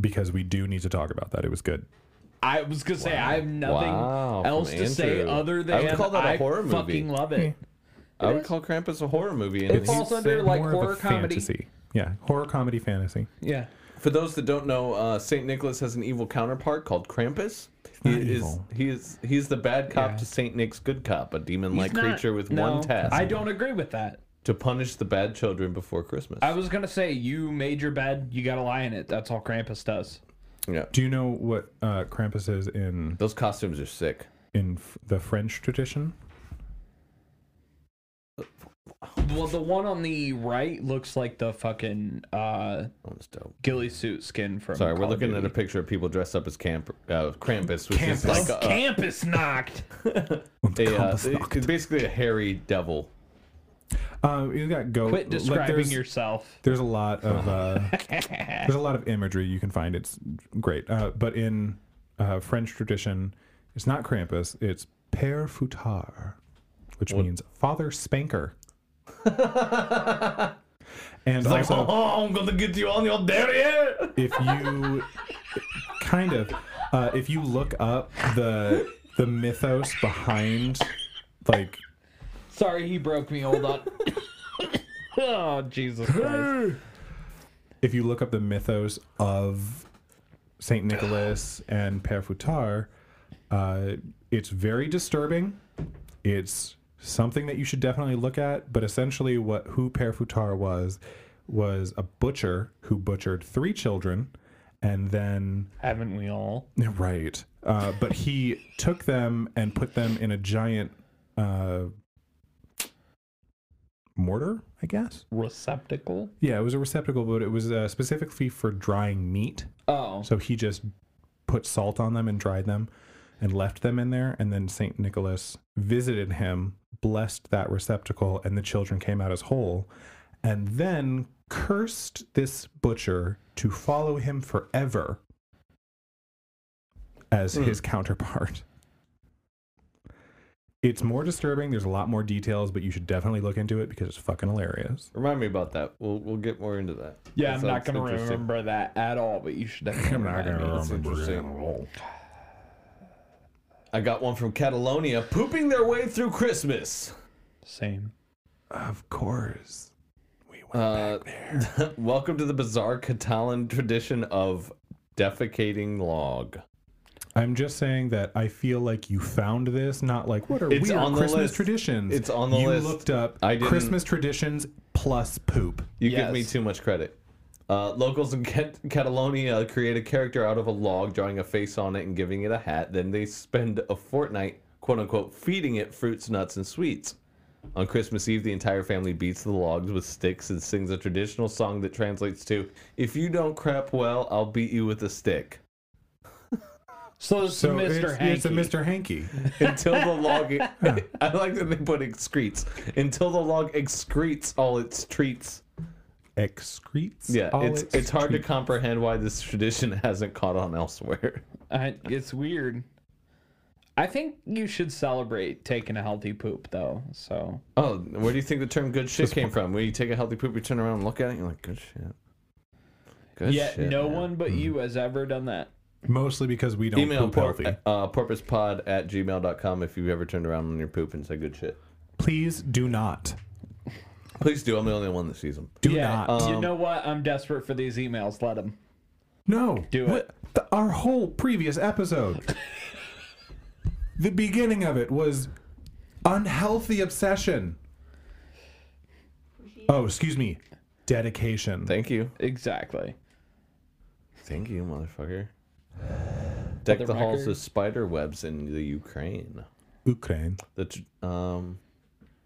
because we do need to talk about that. It was good. I was gonna say I have nothing Wow, from else to say Andrew. other than I would call that a I horror movie. fucking love it. I would call Krampus a horror movie. And It he's falls under, Saint- like, More of a horror comedy. fantasy. Yeah, horror comedy fantasy. Yeah. For those that don't know, uh, Saint Nicholas has an evil counterpart called Krampus. He not is evil. he is he's the bad cop Yeah. to Saint Nick's good cop, a demon-like He's not- creature with no, one task I don't agree with that. to punish the bad children before Christmas. I was gonna say you made your bed, you gotta lie in it. That's all Krampus does. yeah, Do you know what uh, Krampus is in those costumes are sick. in f- the French [LAUGHS] tradition? Well, the one on the right looks like the fucking uh, Oh, that's dope. ghillie suit skin from. Sorry, we're Call of looking at a Duty. picture of people dressed up as camp uh, Krampus, which is Krampus. like uh, Oh, a, [LAUGHS] Krampus knocked. Und a, uh, Krampusnacht. it's basically a hairy devil. Uh, you got go. Quit like, describing there's- yourself. There's a lot of [LAUGHS] uh, there's a lot of imagery you can find. It's great, uh, but in uh, French tradition, it's not Krampus. It's Père Foutard, which means Father Spanker. [LAUGHS] and also, oh, I'm gonna get you on your derriere. if you kind of uh, if you look up the the mythos behind like Sorry, he broke me. Hold on. [LAUGHS] oh Jesus Christ! [LAUGHS] if you look up the mythos of Saint Nicholas and Père Foutard, uh, it's very disturbing. It's something that you should definitely look at. But essentially, what who Père Foutard was was a butcher who butchered three children, and then Haven't we all? Right. Uh, but he took them and put them in a giant uh, mortar, I guess. Receptacle. Yeah, it was a receptacle, but it was uh, specifically for drying meat. Oh, So he just put salt on them and dried them and left them in there. And then St. Nicholas visited him, blessed that receptacle, and the children came out as whole. And then cursed this butcher to follow him forever as his counterpart. It's more disturbing. There's a lot more details, but you should definitely look into it because it's fucking hilarious. Remind me about that. We'll we'll get more into that. yeah. That I'm not sounds gonna interesting. remember that at all. But you should definitely. remind me. That's interesting. I got one from Catalonia, pooping their way through Christmas. Same. Of course. We went Uh, [LAUGHS] welcome to the bizarre Catalan tradition of defecating log. I'm just saying that I feel like you found this, not like what are It's weird on the Christmas list. traditions. It's on the you list. You looked up I didn't- Christmas traditions plus poop. You give me Yes. too much credit. Uh, locals in Cat- Catalonia create a character out of a log, drawing a face on it and giving it a hat. Then they spend a fortnight, quote unquote, feeding it fruits, nuts, and sweets. On Christmas Eve, the entire family beats the logs with sticks and sings a traditional song that translates to "If you don't crap well, I'll beat you with a stick." So this So is Mr. It's, Hanky. it's a Mr. Hanky. Until the log, e- [LAUGHS] I like that they put excretes. Until the log excretes all its treats. Excretes. Yeah, all it's it's hard to comprehend why this tradition [LAUGHS] hasn't caught on elsewhere. [LAUGHS] I, Uh, it's weird. I think you should celebrate taking a healthy poop, though. So Oh, where do you think the term "good shit" came from? When you take a healthy poop, you turn around and look at it, and you're like, "Good shit." Good yet shit, no man." one but you has ever done that. Mostly because we don't Email poop por- healthy. uh, porpoisepod at gmail.com if you've ever turned around on your poop and said good shit. Please do not. Please do. I'm the only one that sees them. Do yeah, not. um, you know what? I'm desperate for these emails. Let them. no. do What- it. the- our whole previous episode. the beginning of it was unhealthy obsession. Oh, excuse me. Dedication. Thank you. Exactly. Thank you, [SIGHS] motherfucker. Deck the the halls record- with spider webs in the Ukraine. Ukraine. The tr- um,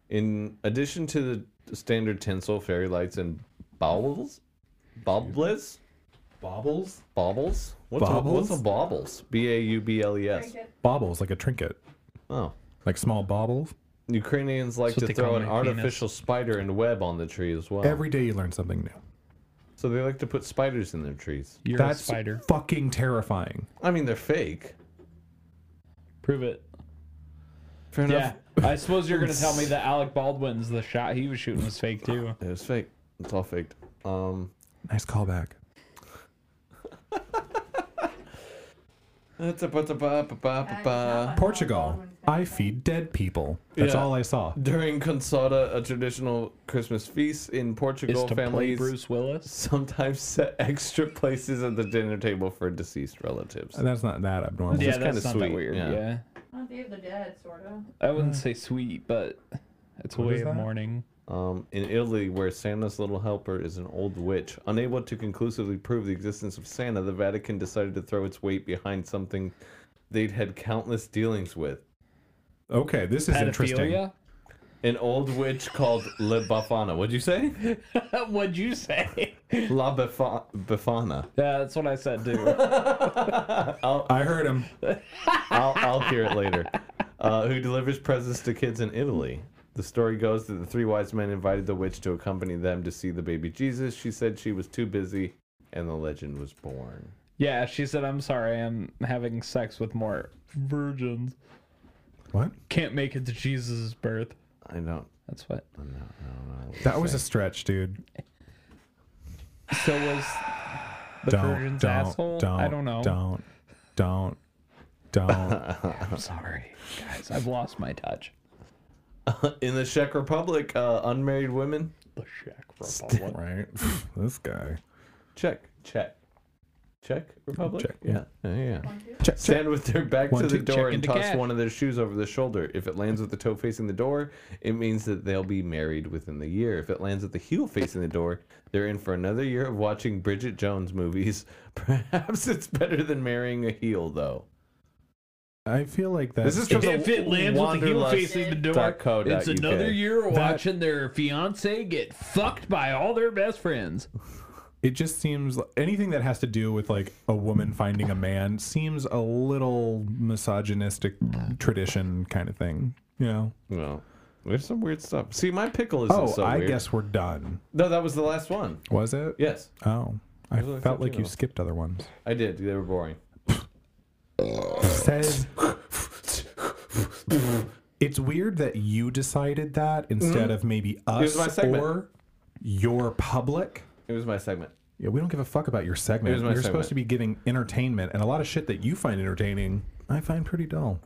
in addition to the standard tinsel, fairy lights, and baubles, baubles, Baubles? baubles. What's Baubles? A, what's a baubles? B a u b l e s. Drink it. Baubles, like a trinket. Oh, Like small baubles. Ukrainians like That's what to they call throw an my penis. Oh. artificial spider and web on the tree as well. Every day you learn something new. So they like to put spiders in their trees. You're That's a spider. fucking terrifying. I mean, they're fake. Prove it. Fair Yeah. enough. I suppose you're gonna tell me that Alec Baldwin's the shot he was shooting was fake too. It was fake. It's all faked. Um, Nice callback. it's a ba- ba- ba- ba- ba- ba. Portugal. I feed dead people. That's Yeah. all I saw. During Consada, a traditional Christmas feast in Is Portugal, to play families Bruce Willis. sometimes [LAUGHS] set extra places at the dinner table for deceased relatives. And that's not that abnormal. yeah, just kinda that's not that sweet, weird. Yeah. yeah. Well, Day of the Dead, sort of. I wouldn't say sweet, but it's a What way is of that? mourning. Um, in Italy, where Santa's little helper is an old witch, unable to conclusively prove the existence of Santa, the Vatican decided to throw its weight behind something they'd had countless dealings with. Okay, this is interesting. Pedophilia? [LAUGHS] An old witch called La Bafana. What'd you [LAUGHS] say? What'd you say? [LAUGHS] yeah, La Bafa- Bafana. that's what I said too. I heard him. I'll, I'll hear it later. Uh, who delivers presents to kids in Italy. The story goes that the three wise men invited the witch to accompany them to see the baby Jesus. She said she was too busy, and the legend was born. yeah, she said, "I'm sorry, I'm having sex with more virgins. What? Can't make it to Jesus' birth." I don't, That's what. I don't, I don't know. what to That was say. a stretch, dude. So [SIGHS] was the don't, virgin's don't, asshole? Don't, I don't know. Don't, don't, [LAUGHS] don't. I'm sorry, guys. I've lost my touch. in the Czech Republic. Uh, unmarried women. The Czech Republic. right? this guy. Czech, Czech, Czech Republic. Czech, yeah, yeah. yeah. One, two. Check, check. Stand with their back One, to the two, door check and into toss cash. one of their shoes over the shoulder. If it lands with the toe facing the door, it means that they'll be married within the year. If it lands with the heel facing the door, they're in for another year of watching Bridget Jones movies. [LAUGHS] Perhaps it's better than marrying a heel, though. I feel like that. This is from [LAUGHS] If the it lands with the heel Wanderlust facing the door, dot co dot it's another UK. year watching their fiance get fucked by all their best friends. it just seems anything that has to do with like a woman finding a man seems a little misogynistic tradition kind of thing. You know? Well, there's some weird stuff. See, my pickle is Oh, so I weird. guess we're done. No, that was the last one. Was it? Yes, Oh, I Those are felt like you exceptional. skipped other ones. I did. They were boring. Says. It's weird that you decided that instead of maybe us Mm-hmm. was my segment. or your public. It was my segment. Yeah, we don't give a fuck about your segment. It was my You're segment. supposed to be giving entertainment, and a lot of shit that you find entertaining, I find pretty dull.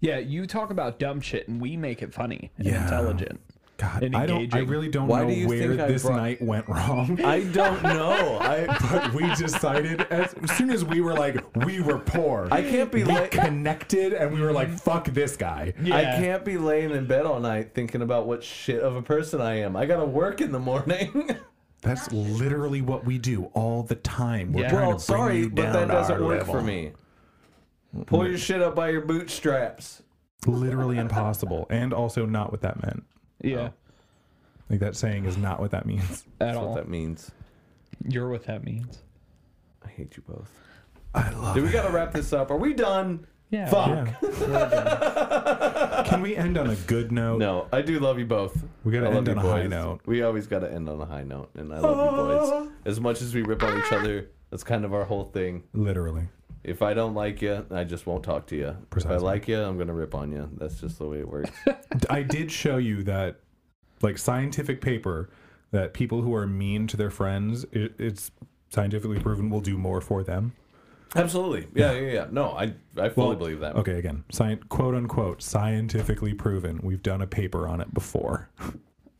Yeah, you talk about dumb shit and we make it funny and Yeah. intelligent. God, And I don't. I engaging. really don't Why know do you where think I this brought- night [LAUGHS] went wrong. I don't know. I but we decided as, as soon as we were like we were poor, [LAUGHS] I can't be we like. [LAUGHS] connected, and we were like fuck this guy. I Yeah. can't be laying in bed all night thinking about what shit of a person I am. I gotta work in the morning. [LAUGHS] That's literally what we do all the time. We're Yeah. trying well, to bring Oh, sorry, you but down that to doesn't our work level. for me. Pull your shit up by your bootstraps. Literally impossible, and also not what that meant. Yeah, Like that saying is not what that means. at Oh, That's what all. that means. You're what that means. I hate you both. I love. Dude, we gotta wrap this up. Are we done? Yeah. Fuck. Yeah. [LAUGHS] Can we end on a good note? No, I do love you both. We gotta I love end you on a high boys. note. We always gotta end on a high note, and I love you boys. As much as we rip on each other, that's kind of our whole thing. Literally. If I don't like you, I just won't talk to you. Precisely. If I like you, I'm gonna rip on you. That's just the way it [LAUGHS] works. I did show you that, like, scientific paper that people who are mean to their friends, it, it's scientifically proven, will do more for them. Absolutely. Yeah, yeah, yeah. No, I I fully believe that. Okay, again, sci- quote unquote, scientifically proven. We've done a paper on it before.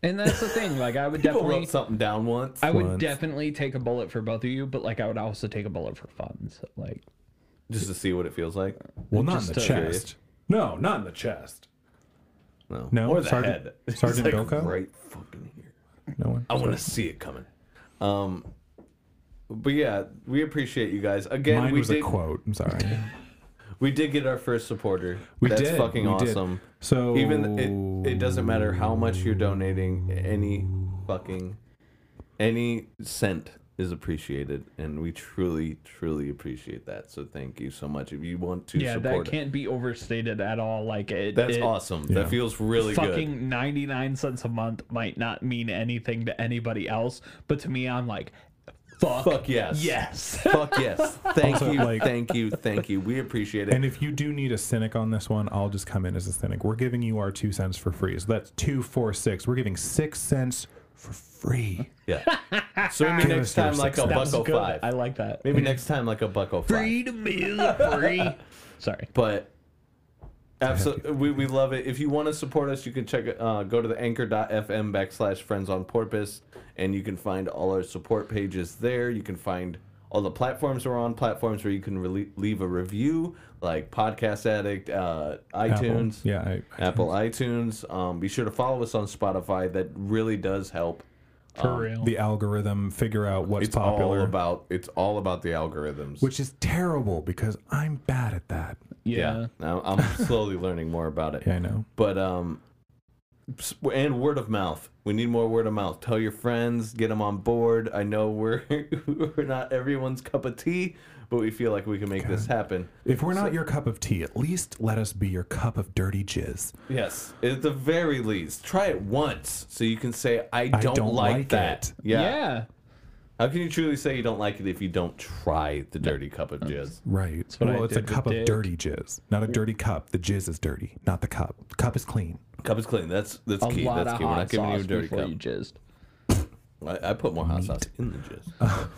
And that's the thing. Like, I [LAUGHS] would People definitely, wrote something down once. I would once. definitely take a bullet for both of you, but like, I would also take a bullet for fun. So like, just to see what it feels like. Well, not Just in the to- chest. No, not in the chest. No. No, Or the Sergeant- head. [LAUGHS] Sergeant It's Bilko? Right fucking here. No one. I want to see it coming. Um but yeah, we appreciate you guys. Again, Mine we was did a quote. [LAUGHS] I'm sorry. we did get our first supporter. We That's did. fucking we did. awesome. So Even it, it doesn't matter how much you're donating, any fucking any cent is appreciated and we truly truly appreciate that. So thank you so much. If you want to yeah, that support can't be overstated at all. Like, it, That's it- awesome. Yeah. That feels really fucking good. 99 cents a month might not mean anything to anybody else, but to me, I'm like, Fuck. Fuck yes. Yes. [LAUGHS] Fuck yes. Thank Also, you. like- thank you. Thank you. We appreciate it. And if you do need a cynic on this one, I'll just come in as a cynic. We're giving you our two cents for free. So that's two, four, six. We're giving six cents for free. yeah. So maybe Give next us your time like a success. buck That's oh good. five. I like that. Maybe next time like a buck oh five. Free to meal. Free. [LAUGHS] Sorry. But absolutely, we, we love it. If you want to support us, you can check uh, go to the anchor.fm backslash friends on porpoise, and you can find all our support pages there. You can find all the platforms we're on, platforms where you can rele leave a review, like Podcast Addict, uh, Apple. iTunes. Yeah. I, I- Apple iTunes. Um, be sure to follow us on Spotify. That really does help. For real. The algorithm figure out what's It's popular, all about it's all about the algorithms. which is terrible because I'm bad at that. yeah. Now, I'm slowly [LAUGHS] learning more about it. Yeah, I know. But um, s- and word of mouth. We need more word of mouth. Tell your friends, get them on board. I know we're [LAUGHS] we're not everyone's cup of tea, but we feel like we can make this happen. If we're not your cup of tea, at least let us be your cup of dirty jizz. Yes, at the very least, try it once so you can say I don't, don't like, like that. it. Yeah. Yeah. How can you truly say you don't like it if you don't try the dirty cup of jizz? Right. what well, I it's a did with cup of Dick. dirty jizz, not a dirty cup. The jizz is dirty, not the cup. The cup is clean. Cup is clean. That's that's A key. lot That's of key. We're not hot giving you a sauce dirty before cup. you jizzed. I, I put more hot sauce in the [LAUGHS] jizz.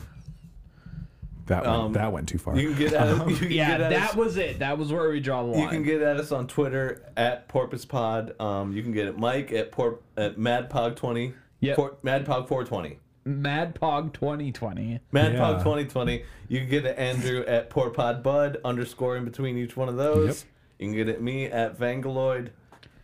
That went, that went too far. You can get [LAUGHS] at, you can Yeah, get at us- that was it. That was where we draw the line. You can get at us on Twitter at PorpoisePod. Um, you can get at Mike at Porp at MadPog20. Yep. Por- MadPog420. Mad Pog 2020. Yeah. MadPog2020. You can get at Andrew at PorPodBud underscore in between each one of those. Yep. You can get at me at Vangaloid.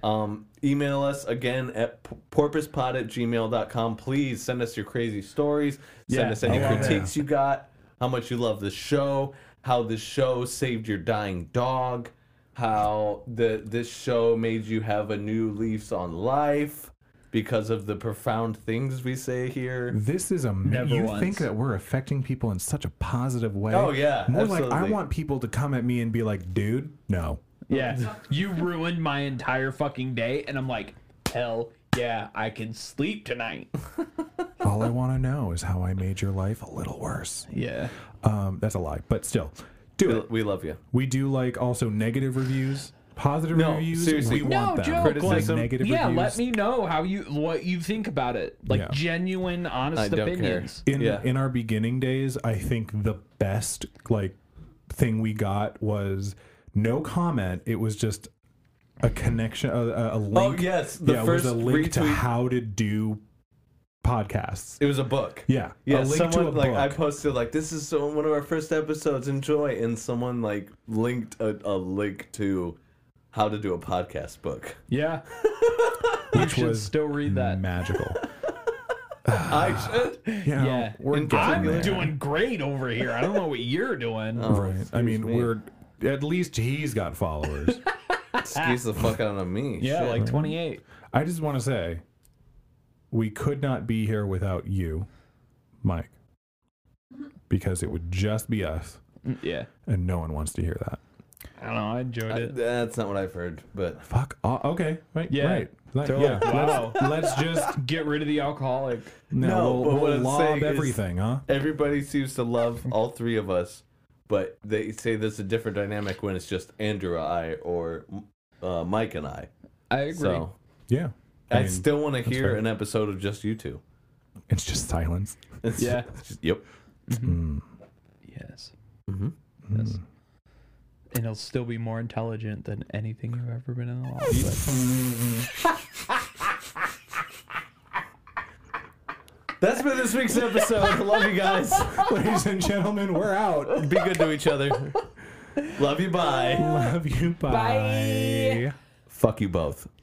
Um, email us again at p- porpoisepod at gmail.com. Please send us your crazy stories. Send Yeah. us any Oh, yeah. critiques you got, how much you love the show, how this show saved your dying dog, how the this show made you have a new lease on life because of the profound things we say here. This is amazing. Never You once. think that we're affecting people in such a positive way? Oh, yeah, More like I absolutely. want people to come at me and be like, "Dude, no." Yeah. [LAUGHS] you ruined my entire fucking day. And I'm like, hell yeah, I can sleep tonight. All I want to know is how I made your life a little worse. [LAUGHS] Yeah. Um, that's a lie, but still, do We, it. we love you. We do like also negative reviews, positive No, reviews. seriously. we No, want them. Like, joke, Criticism. negative yeah, reviews. let me know how you what you think about it. Like Yeah. genuine, honest I don't care. opinions. in Yeah. in our beginning days, I think the best like thing we got was no comment. It was just a connection, a, a- a link. Oh, yes, the yeah, it was a first link to retweet- how to do podcasts. It was a book. Yeah, Yeah, a link someone to a like book. I posted like this is so, one of our first episodes. Enjoy, and someone like linked a, a link to how to do a podcast book. Yeah. you should was still read that. [LAUGHS] magical. I should. You know, Yeah. we're And getting I'm there. doing great over here. I don't know what you're [LAUGHS] doing. Oh, right. I mean, me. we're at least he's got followers. Excuse the fuck out of me. yeah, Shit. like 28. I just want to say, we could not be here without you, Mike, because it would just be us, Mm, Yeah. and no one wants to hear that. I don't know. I enjoyed I- it. that's not what I've heard, but Fuck. o- okay. Right. Yeah. Right. Like, Totally. yeah. Oh, Wow. Let's [LAUGHS] just Get rid of the alcoholic. no. No, we'll but what we'll I'm saying lob is- everything, huh? everybody seems to love all three of us. But they say there's a different dynamic when it's just Andrew and I or uh, Mike and I. I agree. So Yeah. I, mean, still want to hear fair. an episode of just you two. [LAUGHS] It's just silence. It's Yeah. just- yep. Yes. Mm-hmm. Yes. And it'll still be more intelligent than anything you've ever been in the lab with. That's been this week's episode. [LAUGHS] I love you guys. Ladies and gentlemen, [LAUGHS] we're out. Be good to each other. Love you. Bye. Love you. Bye. Fuck you both.